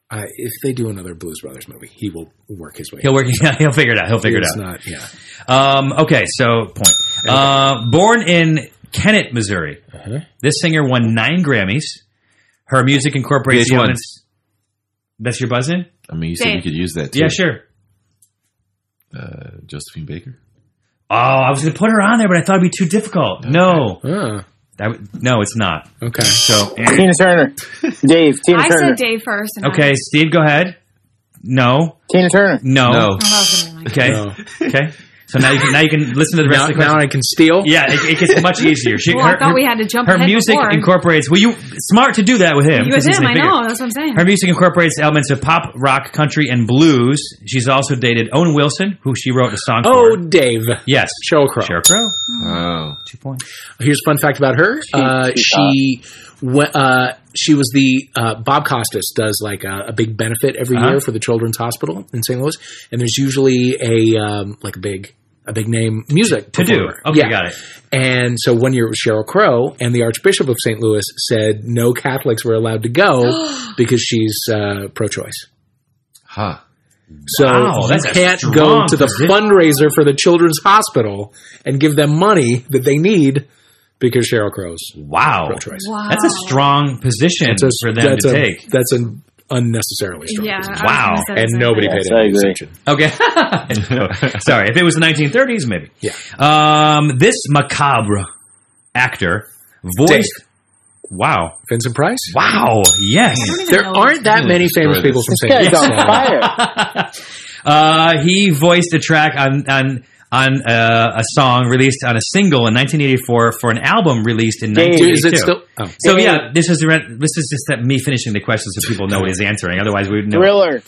Speaker 5: Uh, if they do another Blues Brothers movie, he will work his way.
Speaker 3: He'll work. he'll figure it out. He'll figure it
Speaker 5: It's
Speaker 3: out.
Speaker 5: Not, yeah.
Speaker 3: Um, okay, so point. Uh, born in Kennett, Missouri, this singer won nine Grammys. Her music incorporates
Speaker 6: VH1.
Speaker 3: elements. That's your buzz in?
Speaker 6: I mean, you said
Speaker 4: Dave.
Speaker 6: you could use that too.
Speaker 3: Yeah, sure.
Speaker 6: Uh, Josephine Baker.
Speaker 3: Oh, I was going to put her on there, but I thought it'd be too difficult. No,
Speaker 5: Oh,
Speaker 3: that would, no, it's not.
Speaker 5: okay.
Speaker 3: So,
Speaker 8: Tina Turner. Dave, Tina
Speaker 4: I said
Speaker 8: Turner.
Speaker 4: Dave first. And
Speaker 3: okay, Steve, go ahead. No,
Speaker 8: Tina Turner.
Speaker 3: no,
Speaker 6: No.
Speaker 4: I, I love
Speaker 3: Okay,
Speaker 5: No.
Speaker 3: okay. So now you can now you can listen to the rest
Speaker 5: Now,
Speaker 3: of the
Speaker 5: now
Speaker 3: question.
Speaker 5: I can steal.
Speaker 3: yeah, it, it gets much easier. She,
Speaker 4: Well, I thought we had to jump
Speaker 3: Her
Speaker 4: ahead
Speaker 3: music
Speaker 4: before.
Speaker 3: incorporates. Well, you smart to do that with him.
Speaker 4: You
Speaker 3: 'cause he's
Speaker 4: with him,
Speaker 3: gonna
Speaker 4: I
Speaker 3: figure-
Speaker 4: know. That's what I'm saying.
Speaker 3: Her music incorporates elements of pop, rock, country, and blues. She's also dated Owen Wilson, who she wrote a song
Speaker 5: Oh,
Speaker 3: for.
Speaker 5: Dave.
Speaker 3: Yes.
Speaker 5: Sheryl Crow.
Speaker 3: Sheryl Crow.
Speaker 6: Oh.
Speaker 3: Two points.
Speaker 5: Here's a fun fact about her. uh, she we- uh, she was the uh, Bob Costas does like a, a big benefit every
Speaker 3: Uh-huh.
Speaker 5: year for the Children's Hospital in St. Louis, and there's usually a um, like a big a big name music
Speaker 3: To do.
Speaker 5: performer.
Speaker 3: Okay, got it.
Speaker 5: And so one year it was Cheryl Crow, and the Archbishop of St. Louis said no Catholics were allowed to go because she's uh, pro-choice.
Speaker 6: Huh.
Speaker 5: So
Speaker 3: Wow,
Speaker 5: you
Speaker 3: that's a
Speaker 5: can't
Speaker 3: strong
Speaker 5: go to the
Speaker 3: position.
Speaker 5: fundraiser for the Children's Hospital and give them money that they need because Cheryl Crow's
Speaker 3: Wow.
Speaker 5: pro-choice.
Speaker 4: wow.
Speaker 3: That's a strong position
Speaker 5: That's
Speaker 3: for them
Speaker 5: that's
Speaker 3: to
Speaker 5: a-
Speaker 3: take.
Speaker 5: That's an unnecessarily strong.
Speaker 4: Yeah. I was
Speaker 5: position.
Speaker 4: gonna
Speaker 3: Wow.
Speaker 4: say the
Speaker 5: And
Speaker 4: same
Speaker 5: nobody
Speaker 4: thing.
Speaker 5: paid
Speaker 8: Yes, I
Speaker 5: any
Speaker 8: agree.
Speaker 5: attention.
Speaker 3: Okay. Sorry. If it was the 1930s, maybe.
Speaker 5: Yeah.
Speaker 3: Um, this macabre actor voiced. Wow.
Speaker 5: Vincent Price.
Speaker 3: Wow. Yes.
Speaker 4: I don't even
Speaker 5: There
Speaker 4: know.
Speaker 5: aren't that many famous
Speaker 6: Destroy
Speaker 5: people
Speaker 6: this.
Speaker 5: from St.
Speaker 8: This
Speaker 5: Louis.
Speaker 8: guy's on fire.
Speaker 3: Uh, he voiced a track on on on uh, a song released on a single in 1984 for an album released in
Speaker 8: Dave,
Speaker 5: Dude, is
Speaker 3: 1982.
Speaker 5: it still? Oh.
Speaker 3: so yeah, this is the re- this is just that me finishing the question so people know what he's answering. Otherwise, we would know.
Speaker 8: Thriller.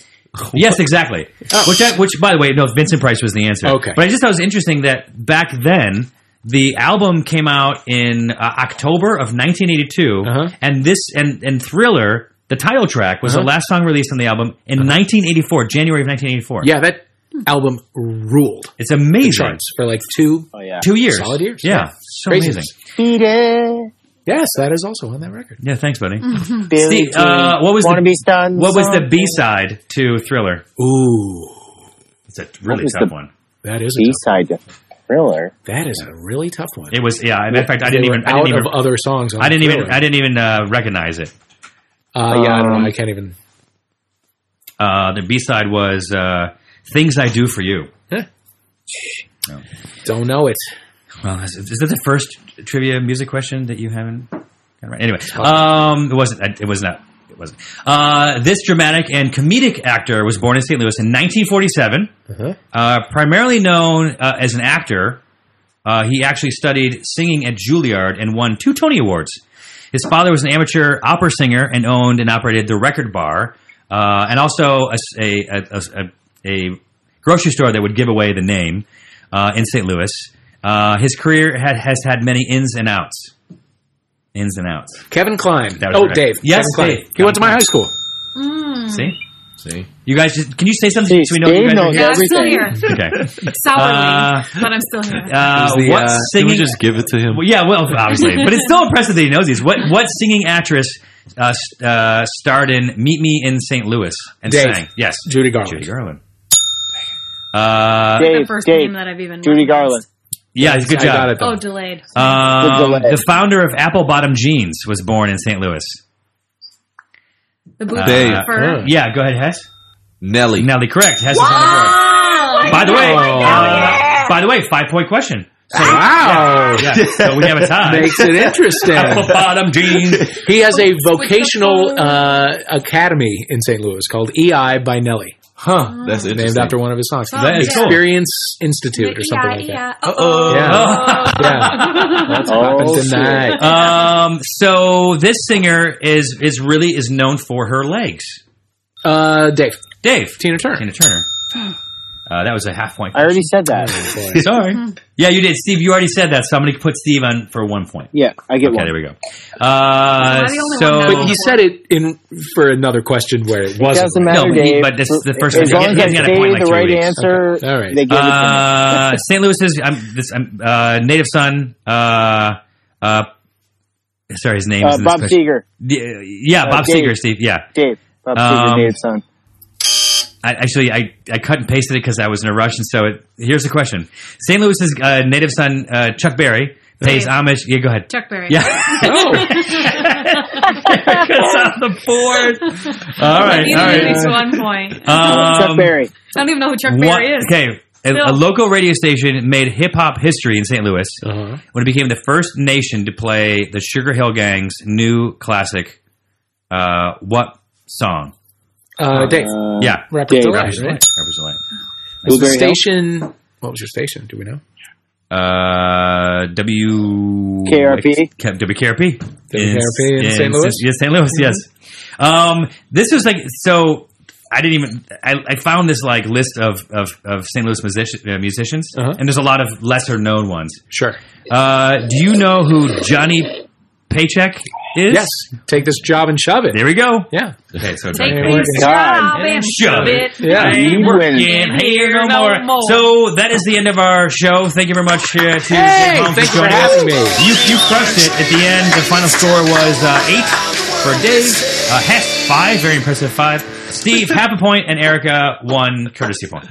Speaker 3: Yes, exactly. Which I, which by the way, no, Vincent Price was the answer.
Speaker 5: Okay.
Speaker 3: but I just thought it was interesting that back then. The album came out in uh, October of 1982,
Speaker 5: Uh-huh.
Speaker 3: and this and and Thriller, the title track, was the
Speaker 5: Uh-huh.
Speaker 3: last song released on the album in 1984, January of 1984.
Speaker 5: Yeah, that album ruled
Speaker 3: It's amazing.
Speaker 5: charts for like two.
Speaker 8: Oh, yeah.
Speaker 3: Two years.
Speaker 5: Solid years.
Speaker 3: Yeah.
Speaker 5: Yeah.
Speaker 3: So
Speaker 5: Crazy.
Speaker 3: amazing.
Speaker 8: Beat it.
Speaker 5: Yes, that is also on that record.
Speaker 3: Yeah, thanks, buddy.
Speaker 8: Mm-hmm. Billie
Speaker 3: Steve, uh,
Speaker 8: Jean.
Speaker 3: what was
Speaker 8: Wanna
Speaker 3: the
Speaker 8: be stunned?
Speaker 3: what was the
Speaker 8: Something.
Speaker 3: B side to Thriller?
Speaker 5: Ooh,
Speaker 3: It's a really
Speaker 8: was
Speaker 3: tough
Speaker 8: the-
Speaker 3: one.
Speaker 5: that is a
Speaker 8: B side? Thriller.
Speaker 5: That is a really tough one.
Speaker 3: It was yeah. and In fact, I
Speaker 5: They
Speaker 3: didn't
Speaker 5: were
Speaker 3: even. I
Speaker 5: out
Speaker 3: didn't even.
Speaker 5: of other songs. On
Speaker 3: I didn't even.
Speaker 5: Thriller.
Speaker 3: I didn't even uh, recognize it.
Speaker 5: Uh, yeah, I don't
Speaker 8: Um,
Speaker 5: know. I can't even.
Speaker 3: Uh, the B side was uh, "Things I Do for You."
Speaker 5: Don't know it.
Speaker 3: Well, is, is that the first trivia music question that you haven't? gotten Right. Anyway, um, it wasn't. It was not. It wasn't. Uh, this dramatic and comedic actor was born in St. Louis in 1947.
Speaker 5: Uh-huh.
Speaker 3: Uh, primarily known uh, as an actor, uh, he actually studied singing at Juilliard and won two Tony Awards. His father was an amateur opera singer and owned and operated the Record Bar, uh, and also a, a- a- a- a grocery store that would give away the name uh, in St. Louis. Uh, his career had, has had many ins and outs. Ins and outs.
Speaker 5: Kevin Klein.
Speaker 3: That was
Speaker 5: Oh,
Speaker 3: right.
Speaker 5: Dave.
Speaker 3: Yes,
Speaker 5: Kevin Kline.
Speaker 3: Dave.
Speaker 5: He went to my high school.
Speaker 3: See,
Speaker 6: See,
Speaker 3: you guys, just, can you say something?
Speaker 8: Jeez,
Speaker 3: so we know you guys
Speaker 8: Dave
Speaker 3: are
Speaker 8: knows
Speaker 4: Yeah,
Speaker 3: here?
Speaker 4: I'm still here.
Speaker 8: Everything.
Speaker 3: Okay.
Speaker 4: Sourly,
Speaker 3: Uh,
Speaker 4: but I'm still here.
Speaker 3: Uh,
Speaker 5: It was the,
Speaker 3: what
Speaker 5: uh,
Speaker 6: can we
Speaker 3: singing?
Speaker 6: just give it to him?
Speaker 3: Well, yeah, well, obviously, but it's still impressive that he knows these. What what singing actress uh, s- uh, starred in Meet Me in St. Louis and
Speaker 5: Dave.
Speaker 3: sang? Yes,
Speaker 5: Judy Garland.
Speaker 3: Judy Garland. Uh,
Speaker 4: That's
Speaker 8: Dave,
Speaker 4: the first
Speaker 8: Dave,
Speaker 4: name that I've even
Speaker 8: Judy
Speaker 4: recognized.
Speaker 8: Garland.
Speaker 3: yeah, good
Speaker 5: I got
Speaker 3: job.
Speaker 5: it. Though.
Speaker 4: Oh, delayed.
Speaker 3: Um,
Speaker 8: Good delay.
Speaker 3: the founder of Apple Bottom Jeans was born in St. Louis.
Speaker 4: The blue
Speaker 6: Dave.
Speaker 4: fur.
Speaker 5: Huh.
Speaker 3: Yeah, go ahead, Hess.
Speaker 6: Nelly.
Speaker 3: Nelly, correct. Hess is on the board.
Speaker 4: Oh,
Speaker 3: By the way,
Speaker 5: Oh.
Speaker 3: uh, by the way, five point question.
Speaker 5: Wow.
Speaker 3: Yeah, so we have a tie.
Speaker 5: Makes it
Speaker 3: Apple
Speaker 5: interesting. Oh,
Speaker 3: Bottom Jeans.
Speaker 5: he has a vocational uh, academy in St. Louis called EI by Nelly,
Speaker 6: Huh? That's
Speaker 5: named
Speaker 6: interesting. Oh
Speaker 5: after one of his songs.
Speaker 4: That
Speaker 3: is cool.
Speaker 5: Experience Institute or something like
Speaker 4: yeah,
Speaker 7: E
Speaker 5: that.
Speaker 4: yeah. Uh-oh.
Speaker 5: Yeah. Yeah. That's what
Speaker 8: Oh,
Speaker 5: happens tonight.
Speaker 3: Um, so this singer is is really is known for her legs.
Speaker 5: Uh, Dave.
Speaker 3: Dave
Speaker 5: Tina Turner.
Speaker 3: Tina Turner. Uh, that was a half point.
Speaker 8: I already said that.
Speaker 3: Sorry.
Speaker 4: Mm-hmm.
Speaker 3: Yeah, you did, Steve. You already said that. So I'm going to put Steve on for one point.
Speaker 8: Yeah, I get
Speaker 3: Okay,
Speaker 8: one.
Speaker 3: there we go. Uh,
Speaker 4: Am I the only
Speaker 3: so
Speaker 4: one
Speaker 5: But you said it in for another question where it wasn't.
Speaker 8: Doesn't
Speaker 3: No,
Speaker 8: matter,
Speaker 3: but he-
Speaker 8: Dave.
Speaker 3: but this is the first
Speaker 8: As
Speaker 3: one.
Speaker 8: long as
Speaker 3: He
Speaker 8: I
Speaker 3: hasn't got a
Speaker 8: say
Speaker 3: point in like
Speaker 8: the
Speaker 3: three
Speaker 8: right
Speaker 3: answer.
Speaker 8: answer,
Speaker 5: Okay. All right.
Speaker 8: they give it
Speaker 3: uh, St. Louis's I'm, this, I'm, uh, native son. Uh, uh, sorry, his name
Speaker 8: to me.
Speaker 3: is
Speaker 8: Uh,
Speaker 3: in this
Speaker 8: Bob
Speaker 3: question.
Speaker 8: Seger,
Speaker 3: Yeah, yeah,
Speaker 8: Uh,
Speaker 3: Bob
Speaker 8: Dave.
Speaker 3: Seger, Steve. Yeah.
Speaker 8: Dave. Bob
Speaker 3: Um,
Speaker 8: Seger, Dave's son.
Speaker 3: I, actually, I, I cut and pasted it because I was in a rush, and so it, here's the question: St. Louis's uh, native son uh, Chuck Berry pays
Speaker 4: Okay.
Speaker 3: homage. Yeah, go ahead.
Speaker 4: Chuck Berry.
Speaker 3: Yeah, Oh. it's on the board. All right,
Speaker 4: You
Speaker 3: all
Speaker 4: didn't
Speaker 3: right.
Speaker 4: reach one point.
Speaker 8: Chuck
Speaker 3: Um,
Speaker 8: Berry.
Speaker 4: I don't even know who Chuck
Speaker 3: one-
Speaker 4: Berry is.
Speaker 3: Okay, a, a
Speaker 4: Still.
Speaker 3: local radio station made hip hop history in St. Louis
Speaker 5: Uh-huh.
Speaker 3: when it became the first nation to play the Sugar Hill Gang's new classic. Uh, what song?
Speaker 5: Uh, Dave.
Speaker 8: Uh,
Speaker 3: yeah,
Speaker 5: Rapid
Speaker 8: Dave.
Speaker 5: Delight.
Speaker 3: Rappers Delight. Rappers Delight.
Speaker 8: Blueberry Hill.
Speaker 5: Station. What was your station? Do we know?
Speaker 3: Uh, W
Speaker 8: KRP?
Speaker 3: K- WKRP
Speaker 5: WKRP in St. Louis? Mm-hmm.
Speaker 3: Yes, St. Louis. Yes. Um, this was like so. I didn't even. I, I found this like list of of, of St. Louis musician, uh, musicians,
Speaker 5: Uh-huh.
Speaker 3: and there's a lot of lesser known ones.
Speaker 5: Sure.
Speaker 3: Uh, do you know who Johnny Paycheck is?
Speaker 5: Yes. Take this job and shove it.
Speaker 3: There we go.
Speaker 5: Yeah.
Speaker 3: Okay, so Johnny
Speaker 4: Take
Speaker 5: Hey,
Speaker 4: me
Speaker 5: we're
Speaker 4: to
Speaker 8: God.
Speaker 4: job and
Speaker 3: Shove
Speaker 4: shove
Speaker 3: it.
Speaker 4: it.
Speaker 5: Yeah.
Speaker 3: I ain't
Speaker 8: You
Speaker 3: working
Speaker 8: win.
Speaker 3: here no
Speaker 4: No
Speaker 3: more.
Speaker 4: more.
Speaker 3: So that is the end of our show. Thank you very much uh, to Jake Holmes
Speaker 5: thank you for
Speaker 3: joining us.
Speaker 5: having me.
Speaker 3: You, you crushed it at the end. The final score was uh, eight for Dave. Uh, Hess, five. Very impressive five. Steve, half a point, and Erica, one courtesy point.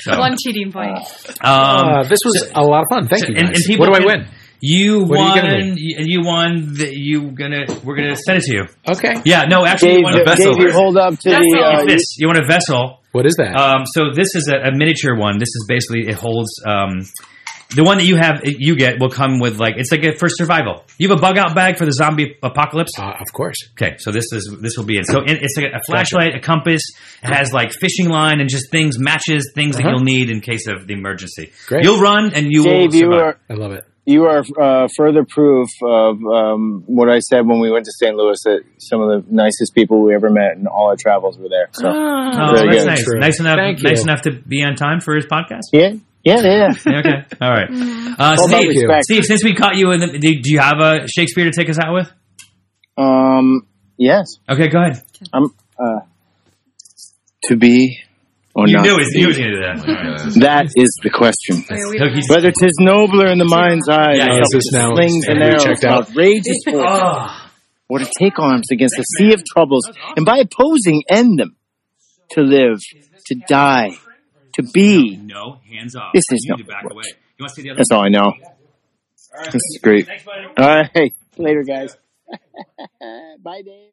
Speaker 3: So,
Speaker 4: One cheating point.
Speaker 5: Uh,
Speaker 3: um,
Speaker 5: this was a lot of fun. Thank you.
Speaker 3: and-
Speaker 5: Guys.
Speaker 3: and people
Speaker 5: what do I
Speaker 3: can-
Speaker 5: win?
Speaker 3: you
Speaker 5: What are you
Speaker 3: won.
Speaker 5: gonna
Speaker 3: You, you won. The, you gonna. We're gonna send it to you.
Speaker 5: Okay.
Speaker 3: Yeah. No. Actually, you
Speaker 8: Dave,
Speaker 3: won a vessel.
Speaker 8: Dave, you hold up to
Speaker 4: Vessel.
Speaker 8: the. Uh,
Speaker 3: Like this. You won a vessel.
Speaker 5: What is that?
Speaker 3: Um, so this is a, a miniature one. This is basically it holds um, the one that you have. You get will come with like it's like a, for survival. You have a bug out bag for the zombie apocalypse.
Speaker 5: Uh, of course.
Speaker 3: Okay, so this is this will be it. So it, it's like a flashlight, a compass. It has like fishing line and just things, matches, things that
Speaker 5: Uh-huh.
Speaker 3: you'll need in case of the emergency.
Speaker 5: Great.
Speaker 3: You'll run and you
Speaker 8: Dave,
Speaker 3: will
Speaker 8: you
Speaker 3: survive.
Speaker 8: are
Speaker 5: I love it.
Speaker 8: you are uh, further proof of um, what I said when we went to St. Louis. That some of the nicest people we ever met in all our travels were there. So
Speaker 3: Oh,
Speaker 8: Very
Speaker 3: that's
Speaker 8: good.
Speaker 3: nice.
Speaker 5: True.
Speaker 3: Nice enough.
Speaker 5: Thank
Speaker 3: nice
Speaker 5: you.
Speaker 3: enough to be on time for his podcast.
Speaker 8: yeah, yeah, yeah.
Speaker 3: okay. All right. Uh,
Speaker 8: All about
Speaker 3: Steve,
Speaker 8: respect.
Speaker 3: Steve, since we caught you in the, do do you have a Shakespeare to take us out with?
Speaker 8: Um, yes,
Speaker 3: Okay, go ahead.
Speaker 8: I'm uh, to be or
Speaker 3: You
Speaker 8: not.
Speaker 3: knew he was going to do that. All right.
Speaker 6: Uh,
Speaker 8: That is the question.
Speaker 4: Wait, we-
Speaker 3: No, he's-
Speaker 8: Whether 'tis nobler in the mind's eye,
Speaker 3: Yeah,
Speaker 8: or
Speaker 3: is
Speaker 5: this now-
Speaker 8: slings and
Speaker 5: have we
Speaker 8: arrows,
Speaker 5: checked out?
Speaker 8: outrageous fortune,
Speaker 3: Oh,
Speaker 8: or to take arms against a sea of troubles, and by opposing end them, to live, to die, to be.
Speaker 3: no, hands off.
Speaker 8: This is
Speaker 3: you
Speaker 8: no-
Speaker 3: need to back away. You want to see the other?
Speaker 11: That's all I know.
Speaker 3: All right.
Speaker 11: This is great.
Speaker 3: Thanks, buddy.
Speaker 11: All right.
Speaker 8: Later, guys. Bye, Dave.